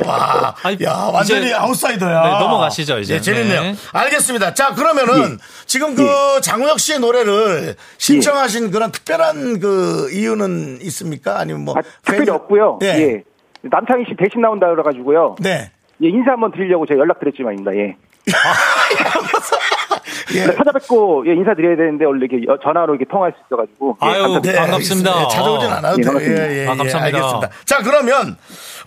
Speaker 1: 와,
Speaker 2: 아니,
Speaker 1: 야 완전히
Speaker 2: 이제-
Speaker 1: 아웃사이더야.
Speaker 2: 네, 넘어가시죠, 이제.
Speaker 1: 예, 재밌네요.
Speaker 2: 네. 예.
Speaker 1: 알겠습니다. 자 그러면은 지금 그
Speaker 9: 예.
Speaker 1: 장우혁 씨의 노래를 신청하신 그런 특별한 그 이유는 있습니까? 아니면 뭐
Speaker 9: 아, 특별히
Speaker 1: 팬-
Speaker 9: 없고요.
Speaker 1: 예.
Speaker 9: 예. 남창희 씨 대신 나온다 그래가지고요.
Speaker 1: 네.
Speaker 9: 예, 인사 한번 드리려고 제가 연락드렸지만입니다. 예.
Speaker 1: 예.
Speaker 9: 찾아뵙고 예, 인사드려야 되는데 원래 이렇게 여- 전화로 이렇게 통화할 수 있어가지고. 예,
Speaker 2: 아유,
Speaker 9: 감사합니다.
Speaker 2: 네. 반갑습니다.
Speaker 1: 알겠습니다. 예, 찾아오진 않아도
Speaker 9: 예,
Speaker 1: 돼요.
Speaker 9: 반갑습니다. 예.
Speaker 1: 예, 예,
Speaker 2: 아,
Speaker 1: 예,
Speaker 2: 감사합니다.
Speaker 1: 알겠습니다. 자, 그러면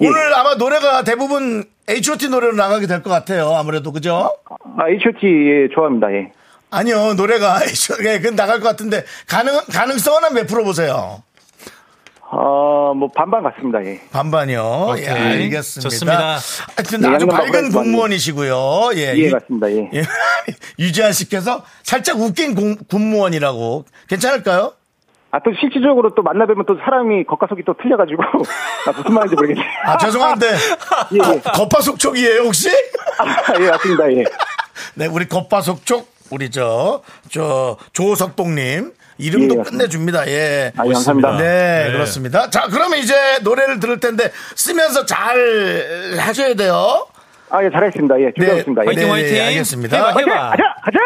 Speaker 1: 오늘 아마 노래가 대부분 H.O.T 노래로 나가게 될 것 같아요. 아무래도 그죠?
Speaker 9: 아, H.O.T 예, 좋아합니다. 예.
Speaker 1: 아니요 노래가 예, 그 나갈 것 같은데 가능 가능성은 한 몇 프로 보세요?
Speaker 9: 아, 뭐 반반 같습니다. 예.
Speaker 1: 반반이요. 예,
Speaker 2: 오케이.
Speaker 1: 알겠습니다.
Speaker 2: 좋습니다.
Speaker 1: 하여튼
Speaker 9: 네,
Speaker 1: 아주
Speaker 9: 양념
Speaker 1: 밝은
Speaker 9: 먹어야지,
Speaker 1: 공무원이시고요. 예,
Speaker 9: 예,
Speaker 1: 유-
Speaker 9: 맞습니다. 예.
Speaker 1: 예, 유지한 씨께서 살짝 웃긴 공- 군무원이라고 괜찮을까요?
Speaker 9: 아, 또 실질적으로 또 만나뵈면 또 사람이 겉과속이 또 틀려가지고. 나 무슨 말인지 모르겠네.
Speaker 1: 아 죄송한데
Speaker 9: 예, 예.
Speaker 1: 겉바속촉이에요 혹시?
Speaker 9: 아, 예, 맞습니다. 예.
Speaker 1: 네, 우리 겉바속촉 우리 저 저 조석동님 이름도
Speaker 9: 예,
Speaker 1: 끝내줍니다. 예.
Speaker 9: 아유, 감사합니다.
Speaker 1: 네,
Speaker 2: 네.
Speaker 1: 그렇습니다. 자, 그러면 이제 노래를 들을 텐데 쓰면서 잘 하셔야 돼요.
Speaker 9: 아, 예, 잘하겠습니다. 예, 준비하겠습니다. 예.
Speaker 2: 화이팅,
Speaker 1: 네,
Speaker 2: 화이팅.
Speaker 1: 네, 알겠습니다.
Speaker 2: 해봐, 해봐.
Speaker 9: 가자! 가자!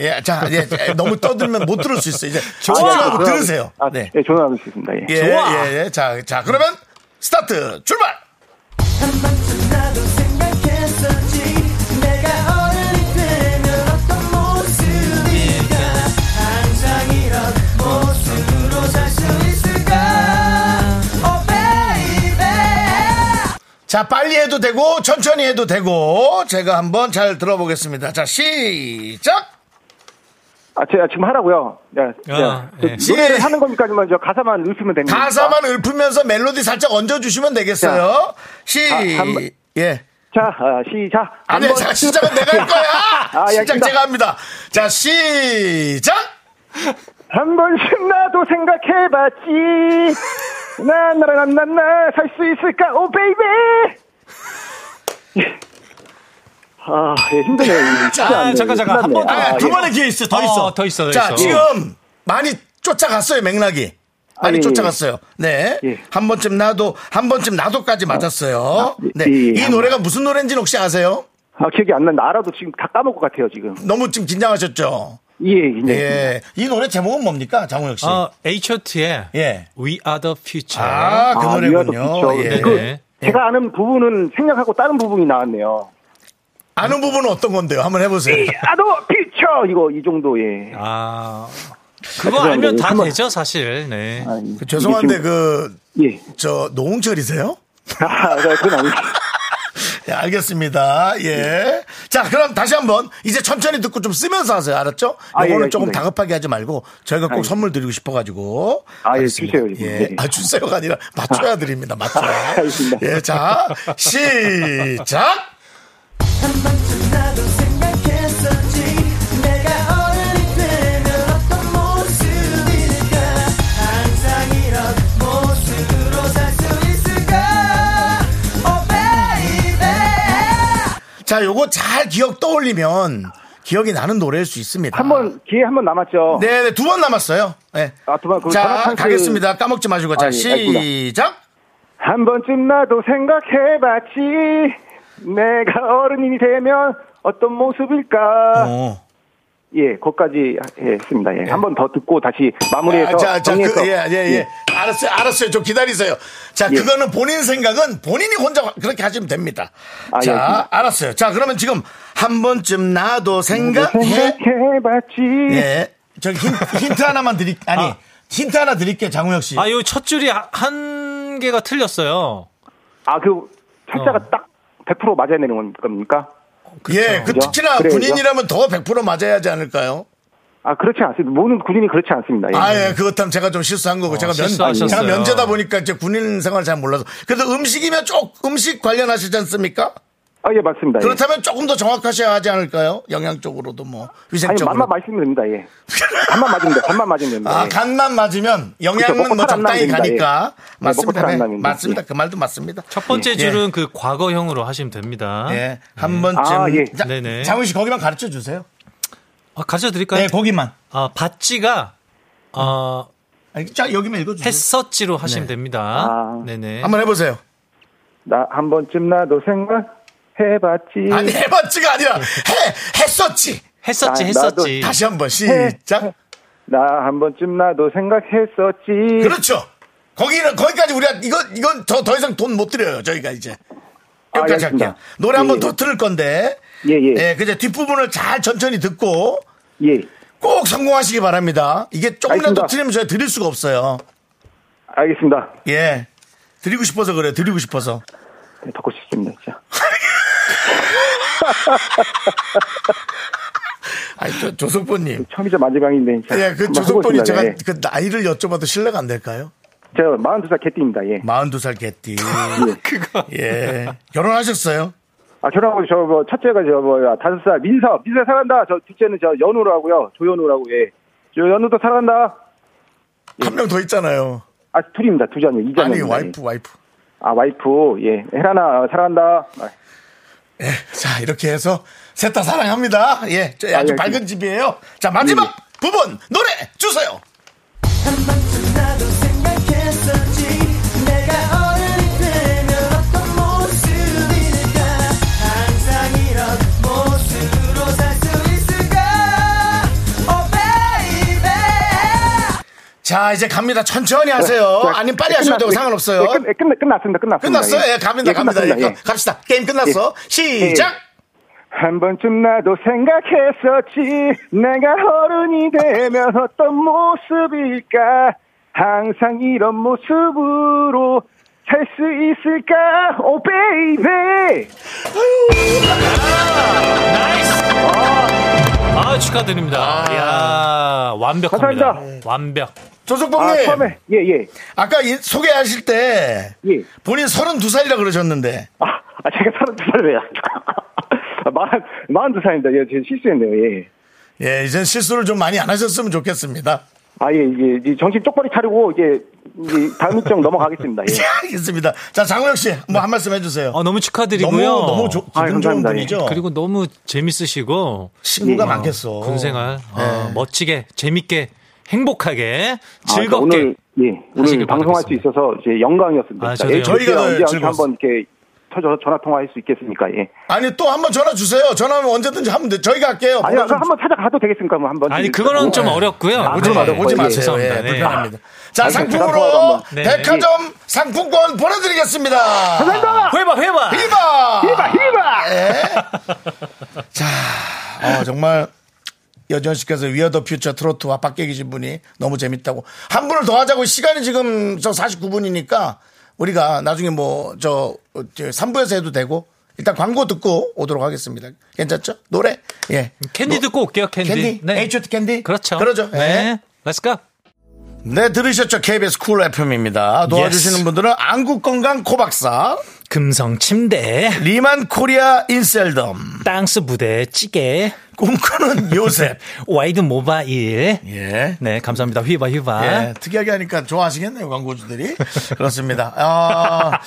Speaker 1: 예, 자, 예, 자, 너무 떠들면 못 들을 수 있어요. 이제 집중하고 들으세요.
Speaker 9: 예, 아,
Speaker 1: 네.
Speaker 9: 예, 전화 나눌 수 있습니다. 예.
Speaker 1: 예, 예, 예. 자, 자, 그러면 스타트 출발.
Speaker 10: 어,
Speaker 1: 자, 빨리 해도 되고, 천천히 해도 되고, 제가 한번 잘 들어보겠습니다. 자, 시작!
Speaker 9: 아, 제가 지금 하라고요. 예.
Speaker 2: 아,
Speaker 9: 예.
Speaker 2: 예.
Speaker 1: 예.
Speaker 9: 노래를 하는 거니까만 저 가사만 넣으면 됩니다.
Speaker 1: 가사만
Speaker 9: 그러니까.
Speaker 1: 읊으면서 멜로디 살짝 얹어주시면 되겠어요. 시,
Speaker 9: 아, 한 번.
Speaker 1: 예.
Speaker 9: 자, 아, 시작.
Speaker 1: 아니, 네,
Speaker 9: 한번
Speaker 1: 자, 시작은 내가 할 거야!
Speaker 9: 아, 예,
Speaker 1: 시작
Speaker 9: 알겠습니다.
Speaker 1: 제가 합니다. 자, 시작!
Speaker 9: 한 번씩 나도 생각해봤지. 나, 나, 나, 나, 나, 살 수 있을까, 오, 베이비! 아, 예, 힘드네요. 이거. 쉽지
Speaker 2: 아,
Speaker 9: 않네요.
Speaker 2: 잠깐, 잠깐. 한
Speaker 9: 끝났네.
Speaker 2: 번 더.
Speaker 9: 아,
Speaker 1: 아, 두
Speaker 9: 예.
Speaker 1: 번의 기회 있어. 더
Speaker 2: 어,
Speaker 1: 있어.
Speaker 2: 더 있어, 더
Speaker 1: 자,
Speaker 2: 있어.
Speaker 1: 지금 많이 쫓아갔어요, 맥락이. 많이
Speaker 9: 아니,
Speaker 1: 쫓아갔어요. 네.
Speaker 9: 예.
Speaker 1: 한 번쯤 나도, 한 번쯤 나도까지 맞았어요.
Speaker 9: 예,
Speaker 1: 네.
Speaker 9: 예, 예,
Speaker 1: 이
Speaker 9: 한
Speaker 1: 노래가 무슨 노래인지 혹시 아세요?
Speaker 9: 아, 기억이 안 난다. 알아도 지금 다 까먹을 것 같아요, 지금.
Speaker 1: 너무 지금 긴장하셨죠?
Speaker 9: 예, 예.
Speaker 1: 예. 이 노래 제목은 뭡니까? 장우혁 씨.
Speaker 2: 어, H.O.T.의
Speaker 1: 예.
Speaker 2: We Are the Future.
Speaker 1: 아, 그
Speaker 9: 아,
Speaker 1: 노래군요.
Speaker 9: 미워도
Speaker 1: 예.
Speaker 9: 그쵸.
Speaker 2: 네.
Speaker 9: 제가 아는 부분은 생략하고 다른 부분이 나왔네요.
Speaker 1: 아는 부분은 어떤 건데요? 한번 해보세요.
Speaker 9: 나도 피쳐! 이거, 이 정도, 예.
Speaker 2: 아, 그거
Speaker 9: 죄송합니다.
Speaker 2: 알면 다
Speaker 9: 한번-
Speaker 2: 되죠, 사실. 네.
Speaker 9: 아, 이-
Speaker 1: 그 죄송한데
Speaker 9: 이게
Speaker 1: 그,
Speaker 9: 지금- 예.
Speaker 1: 저, 노홍철이세요?
Speaker 9: 아, 그건 아니죠.
Speaker 1: 예, 알겠습니다. 예. 자, 그럼 다시 한번 이제 천천히 듣고 좀 쓰면서 하세요. 알았죠?
Speaker 9: 아, 예,
Speaker 1: 이거는
Speaker 9: 예,
Speaker 1: 조금
Speaker 9: 알겠습니다.
Speaker 1: 다급하게 하지 말고 저희가 꼭
Speaker 9: 아, 예.
Speaker 1: 선물 드리고 싶어가지고.
Speaker 9: 아, 예,
Speaker 1: 알겠습니다.
Speaker 9: 주세요, 이제.
Speaker 1: 예.
Speaker 9: 네. 아,
Speaker 1: 아, 주세요가 아니라 맞춰야 드립니다. 맞춰야.
Speaker 9: 알겠습니다.
Speaker 1: 예, 자, 시작!
Speaker 10: 어,
Speaker 1: 자, 요거 잘 기억 떠올리면 기억이 나는 노래일 수 있습니다.
Speaker 9: 한 번, 기회 한 번 남았죠.
Speaker 1: 아. 네, 네, 두 번 남았어요. 네.
Speaker 9: 아, 두 번, 그럼 전화
Speaker 1: 자,
Speaker 9: 찬스-
Speaker 1: 가겠습니다. 까먹지 마시고. 자,
Speaker 9: 아, 예,
Speaker 1: 시작!
Speaker 9: 한 번쯤 나도 생각해봤지. 내가 어른이 되면 어떤 모습일까?
Speaker 1: 어.
Speaker 9: 예, 거기까지 예, 했습니다. 예. 한 번 더 듣고 다시 마무리해서
Speaker 1: 아, 자, 자,
Speaker 9: 정리해서
Speaker 1: 그, 예, 예, 예, 알았어요, 알았어요. 좀 기다리세요. 자,
Speaker 9: 예.
Speaker 1: 그거는 본인 생각은 본인이 혼자 그렇게 하시면 됩니다.
Speaker 9: 아, 예,
Speaker 1: 자,
Speaker 9: 알겠습니다.
Speaker 1: 알았어요. 자, 그러면 지금 한 번쯤 나도
Speaker 9: 뭐,
Speaker 1: 생각해.
Speaker 9: 생각해봤지.
Speaker 1: 예. 저기 힌, 트 하나만 드릴, 아니,
Speaker 2: 아.
Speaker 1: 힌트 하나 드릴게요, 장우혁 씨.
Speaker 2: 아, 요 첫 줄이 하- 한 개가 틀렸어요.
Speaker 9: 아, 그 철자가
Speaker 1: 어.
Speaker 9: 딱 100% 맞아야 되는 건- 겁니까?
Speaker 1: 예, 그
Speaker 9: 그죠?
Speaker 1: 특히나
Speaker 9: 그래요,
Speaker 1: 군인이라면 더 100% 맞아야 하지 않을까요?
Speaker 9: 아, 그렇지 않습니다. 모든 군인이 그렇지 않습니다. 예.
Speaker 1: 아, 예, 그렇다면 제가 좀 실수한 거고, 제가, 면,
Speaker 2: 실수하셨어요.
Speaker 1: 제가 면제다 보니까 이제 군인 생활 잘 몰라서. 그래도 음식이면 쪽, 음식 관련하시지 않습니까?
Speaker 9: 아, 예, 맞습니다. 예.
Speaker 1: 그렇다면 조금 더 정확하셔야 하지 않을까요? 영양 쪽으로도 뭐 위생
Speaker 9: 아니,
Speaker 1: 쪽으로.
Speaker 9: 맛만 맛있으면 됩니다. 예. 간만 맞으면 됩니다. 간만 맞으면 됩니다.
Speaker 1: 아
Speaker 9: 예.
Speaker 1: 간만 맞으면 영양은
Speaker 9: 그렇죠. 먹고
Speaker 1: 뭐
Speaker 9: 살 안 나면
Speaker 1: 적당히
Speaker 9: 됩니다.
Speaker 1: 가니까
Speaker 9: 예. 네, 먹고
Speaker 1: 맞습니다.
Speaker 9: 살안
Speaker 1: 네,
Speaker 9: 나면
Speaker 1: 맞습니다.
Speaker 9: 예.
Speaker 1: 그 말도 맞습니다.
Speaker 2: 첫 번째
Speaker 1: 예.
Speaker 2: 줄은 그 과거형으로 하시면 됩니다.
Speaker 1: 예, 한 번쯤.
Speaker 9: 아, 예.
Speaker 1: 자,
Speaker 2: 네네.
Speaker 1: 장훈 씨 거기만 가르쳐 주세요.
Speaker 2: 아, 가져 드릴까요?
Speaker 1: 네, 음. 거기만.
Speaker 2: 아, 받지가 어,
Speaker 1: 아니, 자, 여기만 읽어주세요.
Speaker 2: 했었지로 하시면 됩니다.
Speaker 9: 아.
Speaker 2: 네네.
Speaker 1: 한번 해보세요.
Speaker 9: 나 한 번쯤 나도 생각해봤지.
Speaker 1: 아니 해봤지가 아니라 해 했었지.
Speaker 2: 했었지,
Speaker 9: 나-
Speaker 2: 했었지.
Speaker 1: 다시 한번 시작.
Speaker 9: 나 한 번쯤 나도 생각했었지.
Speaker 1: 그렇죠. 거기는 거기까지 우리가 이거 이건 더 더 이상 돈 못 드려요 저희가 이제
Speaker 9: 아,
Speaker 1: 여기까지
Speaker 9: 알겠습니다.
Speaker 1: 할게요. 노래 한 번
Speaker 9: 예,
Speaker 1: 더
Speaker 9: 예.
Speaker 1: 들을 건데
Speaker 9: 예, 예.
Speaker 1: 예, 그제 뒷부분을 잘 천천히 듣고
Speaker 9: 예.
Speaker 1: 꼭 성공하시기 바랍니다. 이게 조금이라도
Speaker 9: 알겠습니다.
Speaker 1: 틀리면 저희 드릴 수가 없어요.
Speaker 9: 알겠습니다.
Speaker 1: 예. 드리고 싶어서 그래요. 드리고 싶어서.
Speaker 9: 네, 덮고 싶습니다, 진짜.
Speaker 1: 아니, 저, 조석보님.
Speaker 9: 처음이자 마지막인데, 진짜.
Speaker 1: 예, 그
Speaker 9: 한번
Speaker 1: 조석보님
Speaker 9: 해보겠습니다.
Speaker 1: 제가
Speaker 9: 예.
Speaker 1: 그 나이를 여쭤봐도 신뢰가 안 될까요?
Speaker 9: 제가 42살 개띠입니다, 예.
Speaker 1: 42살 개띠. 예. 결혼하셨어요?
Speaker 9: 아, 결혼하고 저, 뭐, 첫째가 저, 뭐, 야, 다섯 살, 민서, 민서 사랑한다. 저, 둘째는 저, 연우라고요. 조연우라고, 예. 저, 연우도 사랑한다. 예.
Speaker 1: 한 명 더 있잖아요.
Speaker 9: 아, 둘입니다. 두 자녀, 이 자녀.
Speaker 1: 아니, 와이프, 와이프.
Speaker 9: 아, 와이프, 예. 혜란아, 사랑한다. 아,
Speaker 1: 예, 자, 이렇게 해서 셋 다 사랑합니다. 예. 저
Speaker 9: 아,
Speaker 1: 아주
Speaker 9: 예,
Speaker 1: 밝은 집이에요. 자, 마지막 부분 노래 주세요.
Speaker 6: 한 번쯤 나도 생각했었지 내가 어른이 되면 어떤 모습일까 항상 이런 모습으로 살 수 있을까 Oh baby
Speaker 1: 자, 이제 갑니다. 천천히 하세요.
Speaker 9: 자,
Speaker 1: 아니면 빨리
Speaker 9: 예,
Speaker 1: 하셔도 되고
Speaker 9: 끝났-
Speaker 1: 상관없어요.
Speaker 9: 예, 끝, 예, 끝, 끝났습니다. 끝났습니다.
Speaker 1: 끝났어? 예, 갑니다.
Speaker 9: 예,
Speaker 1: 갑니다.
Speaker 9: 끝났습니다. 예.
Speaker 1: 예, 갑시다. 게임 끝났어. 시작!
Speaker 9: 한 번쯤 나도 생각했었지 내가 어른이 되면 어떤 모습일까 항상 이런 모습으로 살 수 있을까 오 베이베 예.
Speaker 2: 아 축하드립니다. 이야 완벽합니다.
Speaker 9: 감사합니다.
Speaker 2: 완벽.
Speaker 9: 아
Speaker 1: 조석봉님,
Speaker 9: 처음에 예예
Speaker 1: 아, 까 소개하실 때
Speaker 9: 예.
Speaker 1: 본인 32살이라 그러셨는데
Speaker 9: 아, 아, 제가 32살이에요 아, 마흔 42살입니다 예, 제가 실수했네요 예.
Speaker 1: 예, 이젠 실수를 좀 많이 안 하셨으면 좋겠습니다.
Speaker 9: 아, 예, 이제, 이제 정신 똑바로 차리고, 이제, 이제 다음 일정 넘어가겠습니다. 예.
Speaker 1: 알겠습니다. 자, 장우혁 씨, 뭐 한 말씀 해주세요.
Speaker 2: 아, 너무 축하드리고요.
Speaker 1: 너무, 너무 조,
Speaker 9: 아,
Speaker 1: 기분 좋은 어.
Speaker 9: 감사합니다.
Speaker 1: 분이죠?
Speaker 2: 그리고 너무 재밌으시고
Speaker 1: 친구가
Speaker 9: 예.
Speaker 1: 많겠어.
Speaker 2: 군생활 어,
Speaker 1: 예.
Speaker 2: 멋지게 재밌게 행복하게
Speaker 9: 아,
Speaker 2: 즐겁게
Speaker 9: 오늘, 예, 오늘
Speaker 2: 하시길
Speaker 9: 방송할
Speaker 2: 바라겠습니다.
Speaker 9: 수 있어서 이제 영광이었습니다.
Speaker 2: 아, 저도요.
Speaker 9: 예,
Speaker 1: 저희가 더
Speaker 9: 언제
Speaker 1: 즐거웠-
Speaker 9: 한번 이렇게 터져 전화 통화할 수 있겠습니까? 예.
Speaker 1: 아니, 또 한번 전화 주세요. 전화하면 언제든지 하면 돼. 저희가 할게요.
Speaker 9: 아니,
Speaker 1: 번호 좀
Speaker 9: 한번 찾아가도 되겠습니까? 뭐 한번.
Speaker 2: 아니 그거는 좀 어렵고요.
Speaker 9: 아,
Speaker 1: 오지
Speaker 9: 오지
Speaker 1: 마,
Speaker 9: 마세요.
Speaker 1: 오지
Speaker 9: 예,
Speaker 1: 마세요.
Speaker 2: 죄송합니다.
Speaker 1: 네. 예,
Speaker 2: 네.
Speaker 1: 불편합니다. 자,
Speaker 9: 아니, 죄송합니다.
Speaker 1: 상품으로
Speaker 9: 한번.
Speaker 2: 네.
Speaker 1: 백화점 상품권 보내드리겠습니다. 감사합니다.
Speaker 2: 회바 회바.
Speaker 1: 히바! 히바, 히바! 자, 어, 정말 여전 씨께서 위어더 퓨처 트로트와 밖에 계신 분이 너무 재밌다고. 한 분을 더 하자고 시간이 지금 저 49분이니까 우리가 나중에 뭐, 저, 어, 저 3부에서 해도 되고 일단 광고 듣고 오도록 하겠습니다. 괜찮죠? 노래? 예.
Speaker 2: 캔디
Speaker 1: 노-
Speaker 2: 듣고 올게요. 캔디.
Speaker 1: 캔디? H.O.T. 캔디?
Speaker 2: 그렇죠.
Speaker 1: 그러죠. 예.
Speaker 2: 네. Let's go.
Speaker 1: 네, 들으셨죠? KBS 쿨 FM입니다. 도와주시는
Speaker 2: Yes.
Speaker 1: 분들은 안국건강 코박사,
Speaker 2: 금성 침대,
Speaker 1: 리만 코리아 인셀덤,
Speaker 2: 땅스 부대, 찌개,
Speaker 1: 꿈꾸는 요셉.
Speaker 2: 와이드 모바일.
Speaker 1: 예.
Speaker 2: 네, 감사합니다. 휘바 휘바.
Speaker 1: 예, 특이하게 하니까 좋아하시겠네요, 광고주들이. 그렇습니다. 아,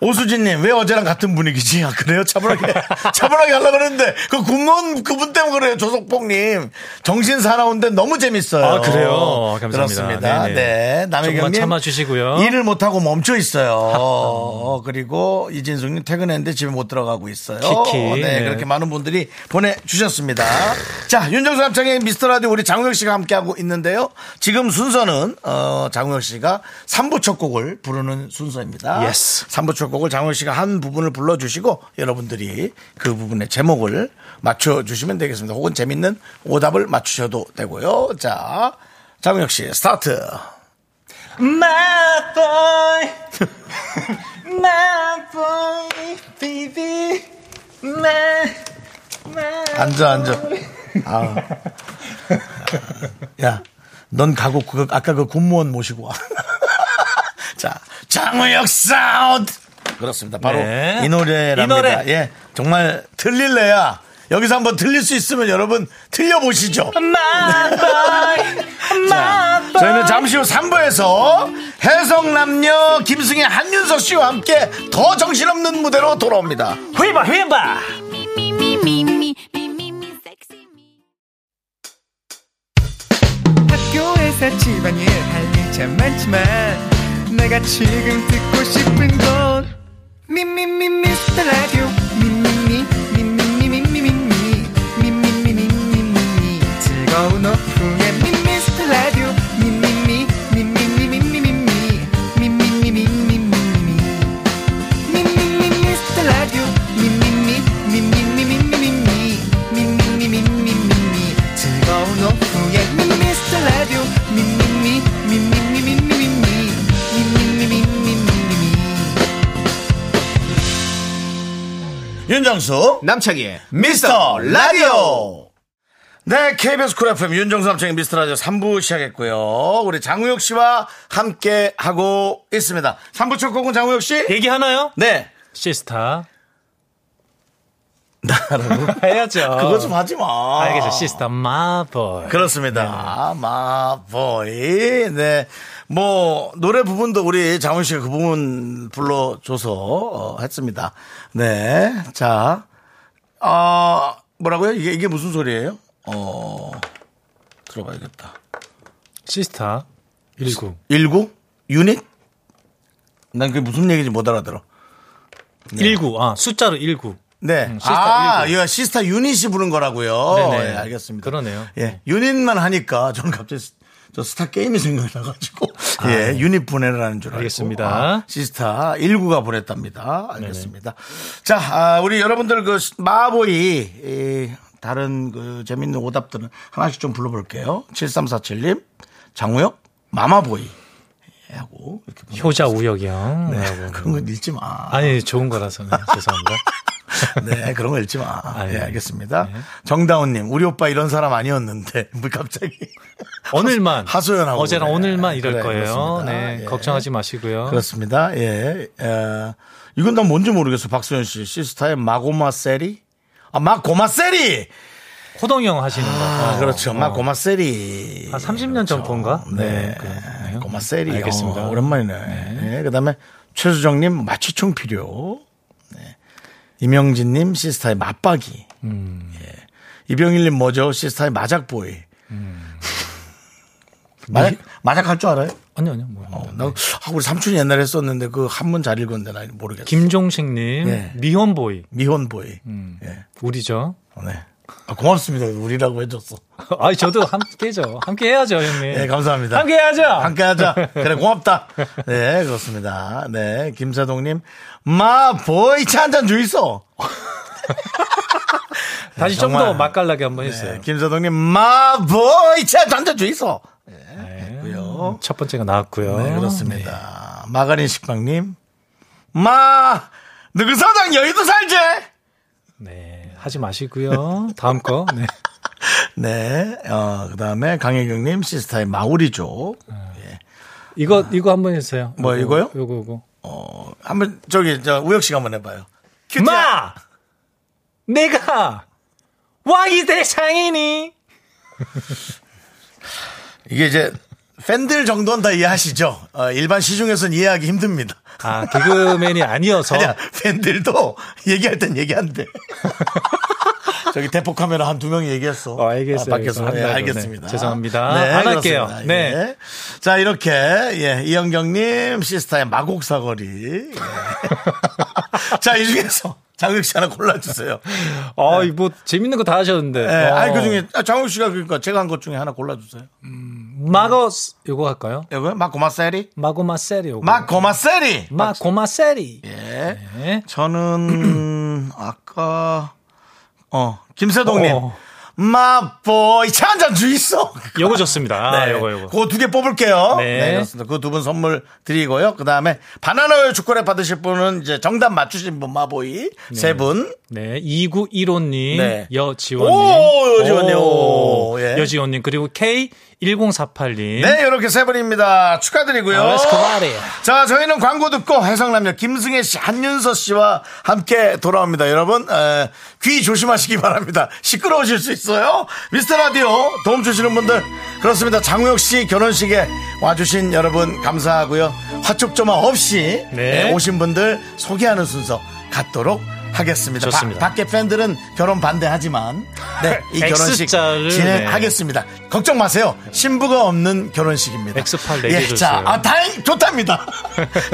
Speaker 1: 오수진님, 왜 어제랑 같은 분위기지? 아, 그래요? 차분하게, 차분하게 하려고 그랬는데, 그 군무원 그분 때문에 그래요, 조석봉님. 정신 사나운데 너무 재밌어요.
Speaker 2: 아, 그래요? 감사합니다.
Speaker 1: 그렇습니다.
Speaker 2: 네네.
Speaker 1: 네. 남혜경님.
Speaker 2: 조금만 참아주시고요.
Speaker 1: 일을 못하고 멈춰 있어요. 어, 그리고 이진숙님 퇴근했는데 집에 못 들어가고 있어요.
Speaker 2: 키키.
Speaker 1: 네,
Speaker 2: 네.
Speaker 1: 그렇게 많은 분들이 보내주셨습니다. 자, 윤정수 남창의 미스터 라디오 우리 장우혁 씨가 함께하고 있는데요. 지금 순서는, 어, 장우혁 씨가 3부 첫 곡을 부르는 순서입니다.
Speaker 2: Yes.
Speaker 1: 3부 첫 곡을 장우혁 씨가 한 부분을 불러주시고 여러분들이 그 부분의 제목을 맞춰주시면 되겠습니다. 혹은 재밌는 오답을 맞추셔도 되고요. 자, 장우혁 씨, 스타트.
Speaker 2: My boy, my boy, baby, my, my.
Speaker 1: 앉아, 앉아. 아. 야, 넌 가고, 그, 아까 그 군무원 모시고 와. 자, 장우혁 사운드! 그렇습니다. 바로
Speaker 2: 네.
Speaker 1: 이 노래랍니다.
Speaker 2: 이 노래.
Speaker 1: 예. 정말 들릴래야. 여기서 한번 들릴 수 있으면 여러분 들려보시죠.
Speaker 2: My boy,
Speaker 1: 자,
Speaker 2: my boy.
Speaker 1: 저희는 잠시 후 3부에서 해성남녀 김승희 한윤석 씨와 함께 더 정신없는 무대로 돌아옵니다.
Speaker 2: 휘바 휘바.
Speaker 5: me, me, me, me, me, me, me, sexy me.
Speaker 6: 학교에서 집안일 할 일 참 많지만 내가 지금 듣고 싶은 건 미미미 미스터 라디오 미미미 미미미 미미미 미미미 미미미 즐거운 오후에 미스터 라디오 미미미 미미미 미미미 미미미 미미미
Speaker 1: 윤정수
Speaker 3: 남창희의
Speaker 1: 미스터 라디오. 네, KBS 쿨 FM 윤정수 남창의 미스터 라디오 3부 시작했고요. 우리 장우혁 씨와 함께 하고 있습니다. 3부 첫 곡은 장우혁 씨?
Speaker 2: 얘기 하나요?
Speaker 1: 네.
Speaker 2: 시스타.
Speaker 1: 나라고?
Speaker 2: 해야죠. 아,
Speaker 1: 그거 좀 하지 마.
Speaker 2: 알겠죠. 시스타 마보이.
Speaker 1: 그렇습니다. 마보이. 네. 뭐, 노래 부분도 우리 장훈 씨가 그 부분 불러줘서, 어, 했습니다. 네. 자, 아, 뭐라고요? 이게, 이게 무슨 소리예요? 어, 들어봐야겠다.
Speaker 2: 시스타. 19.
Speaker 1: 19? 유닛? 난 그게 무슨 얘기인지 못 알아들어.
Speaker 2: 19. 아, 숫자로 19.
Speaker 1: 네.
Speaker 2: 음, 시스타
Speaker 1: 아, 예, 시스타 유닛이 부른 거라고요.
Speaker 2: 네네.
Speaker 1: 예, 알겠습니다.
Speaker 2: 그러네요. 음.
Speaker 1: 예, 유닛만 하니까 저는 갑자기 스- 저 스타 게임이 생각나가지고 예, 유닛 보내라는 줄 알고
Speaker 2: 아, 네. 알겠습니다.
Speaker 1: 아, 시스타 19가 보냈답니다. 알겠습니다. 자, 아, 우리 여러분들 그 시- 마보이 이, 다른 그 재밌는 오답들은 하나씩 좀 불러볼게요. 7347님, 장우혁, 마마보이 예, 하고 이렇게 보내-
Speaker 2: 효자 우혁이요.
Speaker 1: 네, 그런
Speaker 2: 음.
Speaker 1: 건 읽지 마.
Speaker 2: 아니, 좋은 거라서는 죄송합니다.
Speaker 1: 네, 그런 거 읽지 마.
Speaker 2: 아,
Speaker 1: 예,
Speaker 2: 예.
Speaker 1: 알겠습니다. 정다운님, 우리 오빠 이런 사람 아니었는데, 뭐 갑자기.
Speaker 2: 오늘만
Speaker 1: 하소연하고
Speaker 2: 어제랑
Speaker 1: 그래.
Speaker 2: 오늘만 이럴
Speaker 1: 그래,
Speaker 2: 거예요.
Speaker 1: 그렇습니다.
Speaker 2: 네,
Speaker 1: 예.
Speaker 2: 걱정하지 마시고요.
Speaker 1: 그렇습니다. 예. 에, 이건 난 뭔지 모르겠어, 박소연 씨. 시스타의 마고마 세리? 아, 마고마 세리!
Speaker 2: 호동이 형 하시는 거.
Speaker 1: 아,
Speaker 2: 어,
Speaker 1: 그렇죠.
Speaker 2: 어.
Speaker 1: 마고마 세리.
Speaker 2: 한 30년 전 본가?
Speaker 1: 네.
Speaker 2: 네, 그렇네요.
Speaker 1: 고마 세리.
Speaker 2: 알겠습니다.
Speaker 1: 어, 오랜만이네. 네, 그 다음에 최수정님, 마취총 필요. 네. 임영진님, 시스타의 맞박이.
Speaker 2: 음.
Speaker 1: 예. 이병일님 뭐죠? 시스타의 마작보이.
Speaker 2: 음.
Speaker 1: 마작,
Speaker 2: 네.
Speaker 1: 마작할 줄 알아요?
Speaker 2: 아니요, 아니요. 뭐.
Speaker 1: 어, 나, 아, 우리 삼촌이 옛날에 썼는데 그 한문 잘 읽었는데 나 모르겠어.
Speaker 2: 김종식님, 음.
Speaker 1: 네.
Speaker 2: 미혼보이.
Speaker 1: 미혼보이.
Speaker 2: 우리죠.
Speaker 1: 네. 아, 고맙습니다. 우리라고 해줬어.
Speaker 2: 아니, 저도 함께죠. 함께 해야죠, 형님.
Speaker 1: 네, 감사합니다.
Speaker 2: 함께 해야죠.
Speaker 1: 아. 함께 하자. 그래, 고맙다. 네, 그렇습니다. 네, 김사동님. 마, 보이, 차 한잔 주이소.
Speaker 2: 네, 다시 좀
Speaker 1: 정말.
Speaker 2: 더 맛깔나게 한번
Speaker 1: 네,
Speaker 2: 해주세요.
Speaker 1: 김사동님. 마, 보이, 차 한잔 주이소.
Speaker 2: 네.
Speaker 1: 고요.
Speaker 2: 첫 번째가 나왔고요.
Speaker 1: 네, 그렇습니다. 마가린 식빵님. 마, 너그 사장 여의도 살지?
Speaker 2: 네, 하지 마시고요. 다음 거. 네.
Speaker 1: 네, 어, 그 다음에 강혜경님, 시스타의 마우리죠.
Speaker 2: 이거 이거 한번 해주세요.
Speaker 1: 아. 뭐, 이거요?
Speaker 2: 요거 요거.
Speaker 1: 어, 한번, 저기, 저, 우혁 씨가 한번 해봐요. 큐티야.
Speaker 2: 마, 내가 왕이 대상이니.
Speaker 1: 이게 이제 팬들 정도는 다 이해하시죠. 어, 일반 시중에서는 이해하기 힘듭니다.
Speaker 2: 아 개그맨이 아니어서
Speaker 1: 아니야 팬들도 얘기할 땐 얘기한대. 저기 대포 카메라 한 두 명이 얘기했어.
Speaker 2: 어, 알겠어요.
Speaker 1: 아, 밖에서
Speaker 2: 알겠어요.
Speaker 1: 예,
Speaker 2: 네,
Speaker 1: 알겠습니다.
Speaker 2: 죄송합니다. 안 할게요.
Speaker 1: 그렇습니다.
Speaker 2: 네.
Speaker 1: 예. 자 이렇게 예, 이영경님 시스타의 마곡 사거리. 예. 자 이 중에서 장혁 씨 하나 골라주세요.
Speaker 2: 어, 이뭐 재밌는 거 다 하셨는데. 어,
Speaker 1: 예, 네. 아니 그 중에 아, 장혁 씨가 그러니까 제가 한 것 중에 하나 골라주세요.
Speaker 2: 마거스 요거 할까요?
Speaker 1: 이거 마고마세리.
Speaker 2: 마고마세리 요거.
Speaker 1: 마고마세리.
Speaker 2: 마고마세리.
Speaker 1: 예.
Speaker 2: 네.
Speaker 1: 저는 아까 어 김세동님
Speaker 2: 어.
Speaker 1: 마보이 차 한잔 주있어.
Speaker 2: 요거 좋습니다.
Speaker 1: 네.
Speaker 2: 아, 요거 요거.
Speaker 1: 그거 두 개 뽑을게요. 네.
Speaker 2: 네.
Speaker 1: 그렇습니다. 그 두 분 선물 드리고요. 그 다음에 바나나우유 초콜릿 받으실 분은 이제 정답 맞추신 분 마보이 세 분.
Speaker 2: 네, 2915님,
Speaker 1: 네.
Speaker 2: 여지원님,
Speaker 1: 오, 여지원님. 오, 예.
Speaker 2: 여지원님 그리고 K1048님, 아,
Speaker 1: 네, 이렇게 세 분입니다. 축하드리고요.
Speaker 2: 에스코바리.
Speaker 1: 자, 저희는 광고 듣고 해성남녀 김승혜 씨, 한윤서 씨와 함께 돌아옵니다. 여러분, 에, 귀 조심하시기 바랍니다. 시끄러우실 수 있어요. 미스터 라디오 도움 주시는 분들. 그렇습니다. 장우혁 씨 결혼식에 와주신 여러분 감사하고요. 화촉조마 없이
Speaker 2: 네.
Speaker 1: 예, 오신 분들 소개하는 순서 갖도록 하겠습니다.
Speaker 2: 좋습니다.
Speaker 1: 밖에 팬들은 결혼 반대하지만 네, 이 결혼식
Speaker 2: X자를,
Speaker 1: 진행하겠습니다. 있습니다. 걱정 마세요. 신부가 없는 결혼식입니다.
Speaker 2: X8
Speaker 1: 예,
Speaker 2: 내게 줬어요.
Speaker 1: 자, 아, 다행, 좋답니다.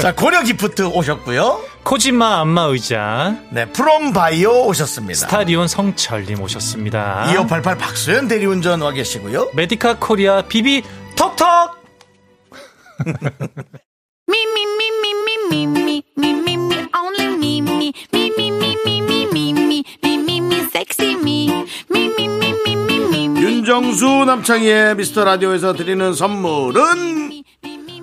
Speaker 1: 자, 고려 기프트 오셨고요.
Speaker 2: 코지마 안마 의자,
Speaker 1: 네, 프롬바이오 오셨습니다.
Speaker 2: 스타리온 성철님
Speaker 1: 아?
Speaker 2: 오셨습니다.
Speaker 1: 2588 박수현 대리운전 와 계시고요.
Speaker 2: 메디카 코리아 비비 톡톡!
Speaker 5: Me, me, me, me, me, me, me, me, me, me, only me, me, me, me, me, me, me, me, me, me, me, me, sexy me, me, me, me, me, me, me, me,
Speaker 1: 네. 윤정수 남창희의 미스터 라디오에서 드리는 선물은
Speaker 5: me, me, me.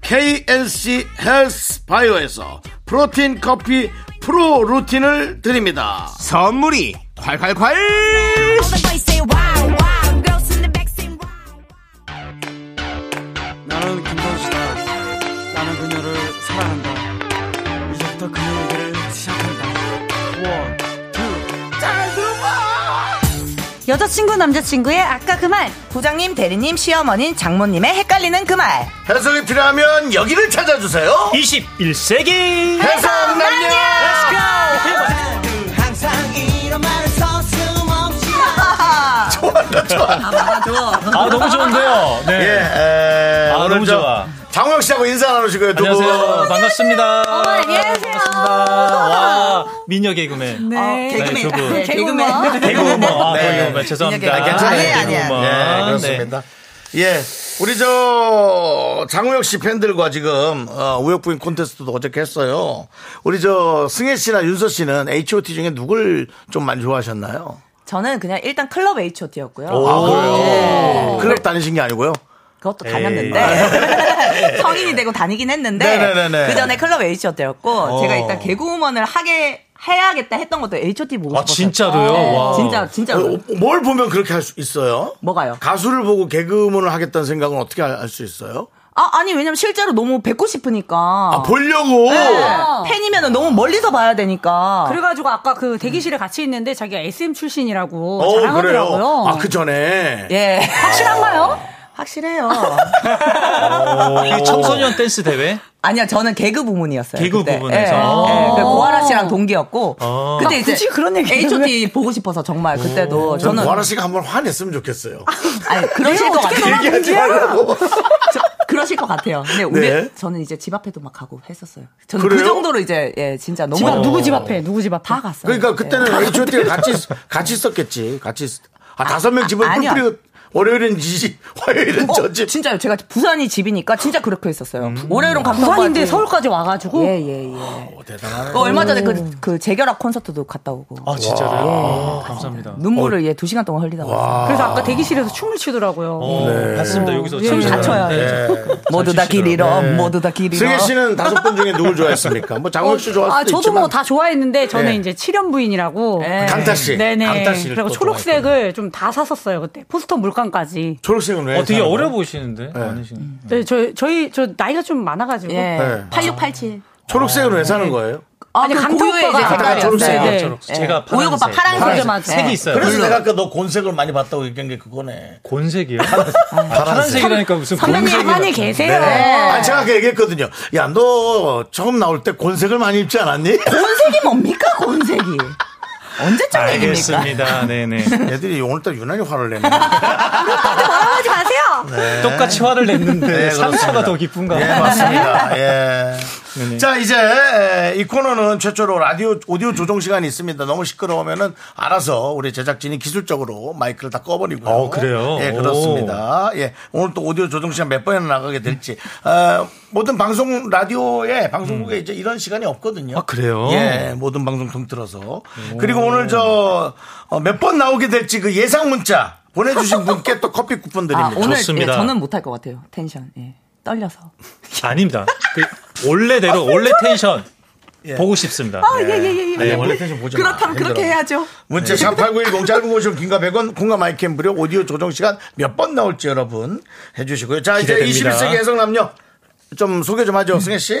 Speaker 1: KNC 헬스 바이오에서 프로틴 커피 프로 루틴을 드립니다.
Speaker 3: 선물이 콸콸콸!
Speaker 5: All the boys say wow, wow, girls in the back say wow.
Speaker 6: 나는 김선수다. 나는 그녀를 사랑한다. 이제부터 부터 금요일을 시작한다. 원, 투.
Speaker 10: 여자친구 남자친구의 아까 그 말 부장님 대리님 시어머니 장모님의 헷갈리는 그 말
Speaker 1: 해석이 필요하면 여기를 찾아주세요.
Speaker 4: 21세기
Speaker 1: 해석 남녀.
Speaker 6: 항상 이런 말을 서슴없이
Speaker 2: 아 너무 좋은데요. 네.
Speaker 1: 예, 에,
Speaker 2: 아,
Speaker 1: 오늘
Speaker 2: 너무
Speaker 1: 저
Speaker 2: 좋아.
Speaker 1: 장우혁 씨하고 인사 나누시고요. 두
Speaker 2: 안녕하세요.
Speaker 1: 분.
Speaker 2: 반갑습니다. 어머,
Speaker 10: 네, 안녕하세요.
Speaker 2: 와, 미녀 개그맨.
Speaker 10: 네.
Speaker 2: 개그맨. 두 분.
Speaker 10: 개그맨
Speaker 2: 개그우먼. 아,
Speaker 1: 네.
Speaker 2: 개그우먼. 죄송합니다.
Speaker 1: 아, 괜찮아요.
Speaker 10: 아니에요, 아니에요.
Speaker 2: 개그우먼.
Speaker 1: 네,
Speaker 2: 네.
Speaker 1: 그렇습니다. 예, 우리 저 장우혁 씨 팬들과 지금 어, 우혁부인 콘테스트도 어저께 했어요. 우리 저 승혜 씨나 윤서 씨는 H.O.T 중에 누굴 좀 많이 좋아하셨나요?
Speaker 10: 저는 그냥 일단 클럽 H.O.T였고요
Speaker 1: 아 그래요. 클럽 다니신 게 아니고요.
Speaker 10: 그것도 다녔는데 성인이 되고 다니긴 했는데
Speaker 1: 네네네네.
Speaker 10: 그 전에 클럽 H.O.T였고 제가 일단 개그우먼을 하게 해야겠다 했던 것도 H.O.T 보고 싶었어요
Speaker 2: 아,
Speaker 10: 네.
Speaker 2: 진짜로요? 와.
Speaker 10: 진짜 진짜
Speaker 1: 어, 뭘 보면 그렇게 할 수 있어요?
Speaker 10: 뭐가요?
Speaker 1: 가수를 보고 개그우먼을 하겠다는 생각은 어떻게 알 수 있어요?
Speaker 10: 아 아니 왜냐면 실제로 너무 뵙고 싶으니까
Speaker 1: 아 보려고.
Speaker 10: 네. 팬이면 너무 멀리서 봐야 되니까
Speaker 11: 그래가지고 아까 그 대기실에 같이 있는데 자기가 SM 출신이라고
Speaker 1: 어,
Speaker 11: 자랑하더라고요.
Speaker 1: 그래요. 아, 그 아. 전에.
Speaker 10: 예
Speaker 11: 확실한가요?
Speaker 10: 확실해요
Speaker 2: 이게 청소년 댄스 대회?
Speaker 10: 아니요, 저는 개그 부문이었어요.
Speaker 2: 개그
Speaker 10: 그때.
Speaker 2: 부문에서.
Speaker 10: 예,
Speaker 2: 아.
Speaker 10: 예, 그 고아라 씨랑 동기였고.
Speaker 1: 아.
Speaker 10: 그때 이제
Speaker 11: 아, 굳이 그런 얘기를
Speaker 10: H.O.T 보고 싶어서 정말 그때도
Speaker 1: 저는
Speaker 10: 저는
Speaker 1: 고아라 씨가 한번 화냈으면 좋겠어요.
Speaker 10: 아니 그러실 것 같아요.
Speaker 1: 얘기하지 말라고.
Speaker 10: 저- 그러실 것 같아요. 근데 우리
Speaker 1: 네.
Speaker 10: 저는 이제 집 앞에도 막 가고 했었어요. 저는 그
Speaker 1: 그래요?
Speaker 10: 정도로 이제 예 진짜 너무
Speaker 11: 집 앞, 누구 집 앞에? 누구 집 앞에?
Speaker 10: 다 갔어요.
Speaker 1: 그러니까
Speaker 10: 예.
Speaker 1: 그때는 H.O.T. 를 같이 있- 같이 있었겠지. 같이 있- 아 다섯 명 집은
Speaker 10: 아, 아니요.
Speaker 1: 뿔뿔이 월요일은 이 집, 화요일은
Speaker 10: 어,
Speaker 1: 저 집.
Speaker 10: 진짜요. 제가 부산이 집이니까 진짜 그렇게 했었어요.
Speaker 11: 부산인데
Speaker 10: 월요일은 감성까지.
Speaker 11: 서울까지 와가지고
Speaker 10: 예예예.
Speaker 1: 대단하네.
Speaker 10: 그 얼마 전에 그, 그 재결합 콘서트도 갔다 오고
Speaker 2: 아, 진짜로요? 감사합니다.
Speaker 10: 눈물을 예 두 시간 동안 흘리다가 왔어요.
Speaker 11: 그래서 아까 대기실에서 춤을 추더라고요. 예.
Speaker 2: 어,
Speaker 1: 네.
Speaker 2: 봤습니다. 여기서
Speaker 11: 춤을
Speaker 2: 잠시
Speaker 10: 예. 다쳐요. 예.
Speaker 2: 네.
Speaker 10: 모두 다
Speaker 2: 잠시
Speaker 10: 길 잃어. 모두 다 길 잃어.
Speaker 1: 승혜 씨는 다섯 분 중에 누굴 좋아했습니까? 뭐 장원 씨 좋아할 수도
Speaker 11: 아, 저도
Speaker 1: 있지만
Speaker 11: 뭐 다 좋아했는데 저는
Speaker 1: 예.
Speaker 11: 이제 7년 부인이라고.
Speaker 10: 예.
Speaker 1: 강타 씨,
Speaker 11: 네네.
Speaker 2: 강타 씨를
Speaker 11: 그리고
Speaker 2: 또
Speaker 11: 초록색을 좀 다 샀었어요 그때 포스터 물감까지.
Speaker 1: 초록색은 왜?
Speaker 2: 어, 되게
Speaker 1: 사는
Speaker 2: 어려
Speaker 1: 거예요?
Speaker 2: 보이시는데? 아니시네.
Speaker 10: 음.
Speaker 11: 네, 저 저희 저 나이가 좀 많아가지고.
Speaker 10: 예.
Speaker 1: 네.
Speaker 10: 8687.
Speaker 1: 초록색은 왜 사는 거예요?
Speaker 10: 아,
Speaker 11: 아니,
Speaker 10: 그
Speaker 11: 강타
Speaker 10: 고유의
Speaker 11: 오빠가
Speaker 10: 이제
Speaker 11: 아까
Speaker 10: 색깔이었어요.
Speaker 1: 초록색,
Speaker 10: 네.
Speaker 2: 초록색.
Speaker 10: 네.
Speaker 2: 제가
Speaker 10: 오유가 오빠
Speaker 2: 파란색.
Speaker 10: 파란색이죠, 네.
Speaker 11: 파란색.
Speaker 10: 맞아.
Speaker 11: 색이
Speaker 2: 있어요.
Speaker 1: 그래서
Speaker 2: 물론.
Speaker 1: 내가 아까 너 곤색을 많이 봤다고 얘기한 게 그거네.
Speaker 2: 곤색이요? 아, 파란색이라니까 무슨 네.
Speaker 11: 선배님
Speaker 2: 곤색이.
Speaker 11: 많이 계세요.
Speaker 10: 네.
Speaker 1: 아, 제가 그 얘기했거든요. 야, 너 처음 나올 때 곤색을 많이 입지 않았니?
Speaker 10: 곤색이 뭡니까, 곤색이?
Speaker 1: 네,
Speaker 10: 언제쯤 얘기입니까?
Speaker 2: 알겠습니다. 네네.
Speaker 1: 애들이 오늘따라 유난히 화를 내네.
Speaker 2: 아,
Speaker 11: 말하지
Speaker 10: 아,
Speaker 11: 마세요.
Speaker 2: 똑같이 화를 냈는데
Speaker 1: 네,
Speaker 2: 상처가
Speaker 1: 그렇습니다.
Speaker 2: 더 깊은가
Speaker 1: 예,
Speaker 2: 봐.
Speaker 1: 맞습니다. 예.
Speaker 2: 네네.
Speaker 1: 자, 이제 에, 이 코너는 최초로 라디오 오디오 조정 시간이 있습니다. 너무 시끄러우면은 알아서 우리 제작진이 기술적으로 마이크를 다 꺼버리고요.
Speaker 2: 어, 그래요?
Speaker 1: 예, 그렇습니다. 예, 오늘 또 오디오 조정 시간 몇 번이나 나가게 될지. 어, 모든 방송 라디오에 방송국에 이제 이런 시간이 없거든요.
Speaker 2: 음. 아, 그래요?
Speaker 1: 예, 모든 방송 통틀어서. 그리고 오늘 저 어, 몇 번 나오게 될지 그 예상 문자 보내주신 분께 또 커피 쿠폰
Speaker 10: 아,
Speaker 1: 드립니다.
Speaker 10: 오늘
Speaker 2: 좋습니다.
Speaker 10: 예, 저는 못할 것 같아요. 텐션. 예. 떨려서.
Speaker 2: 아닙니다. 그 원래대로 원래 텐션
Speaker 1: 예.
Speaker 2: 보고 싶습니다. 네, 원래 텐션 보지 마.
Speaker 10: 뭐,
Speaker 2: 네,
Speaker 10: 그렇다면 그렇게 해야죠.
Speaker 1: 문자 샵8910 짧은 곳이면 긴가 100원 공감 마이캠 무료 오디오 조정 시간 몇 번 나올지 여러분 해주시고요. 자 이제
Speaker 2: 기대됩니다.
Speaker 1: 21세기 해석 남녀 좀 소개 좀 하죠 승혜 씨.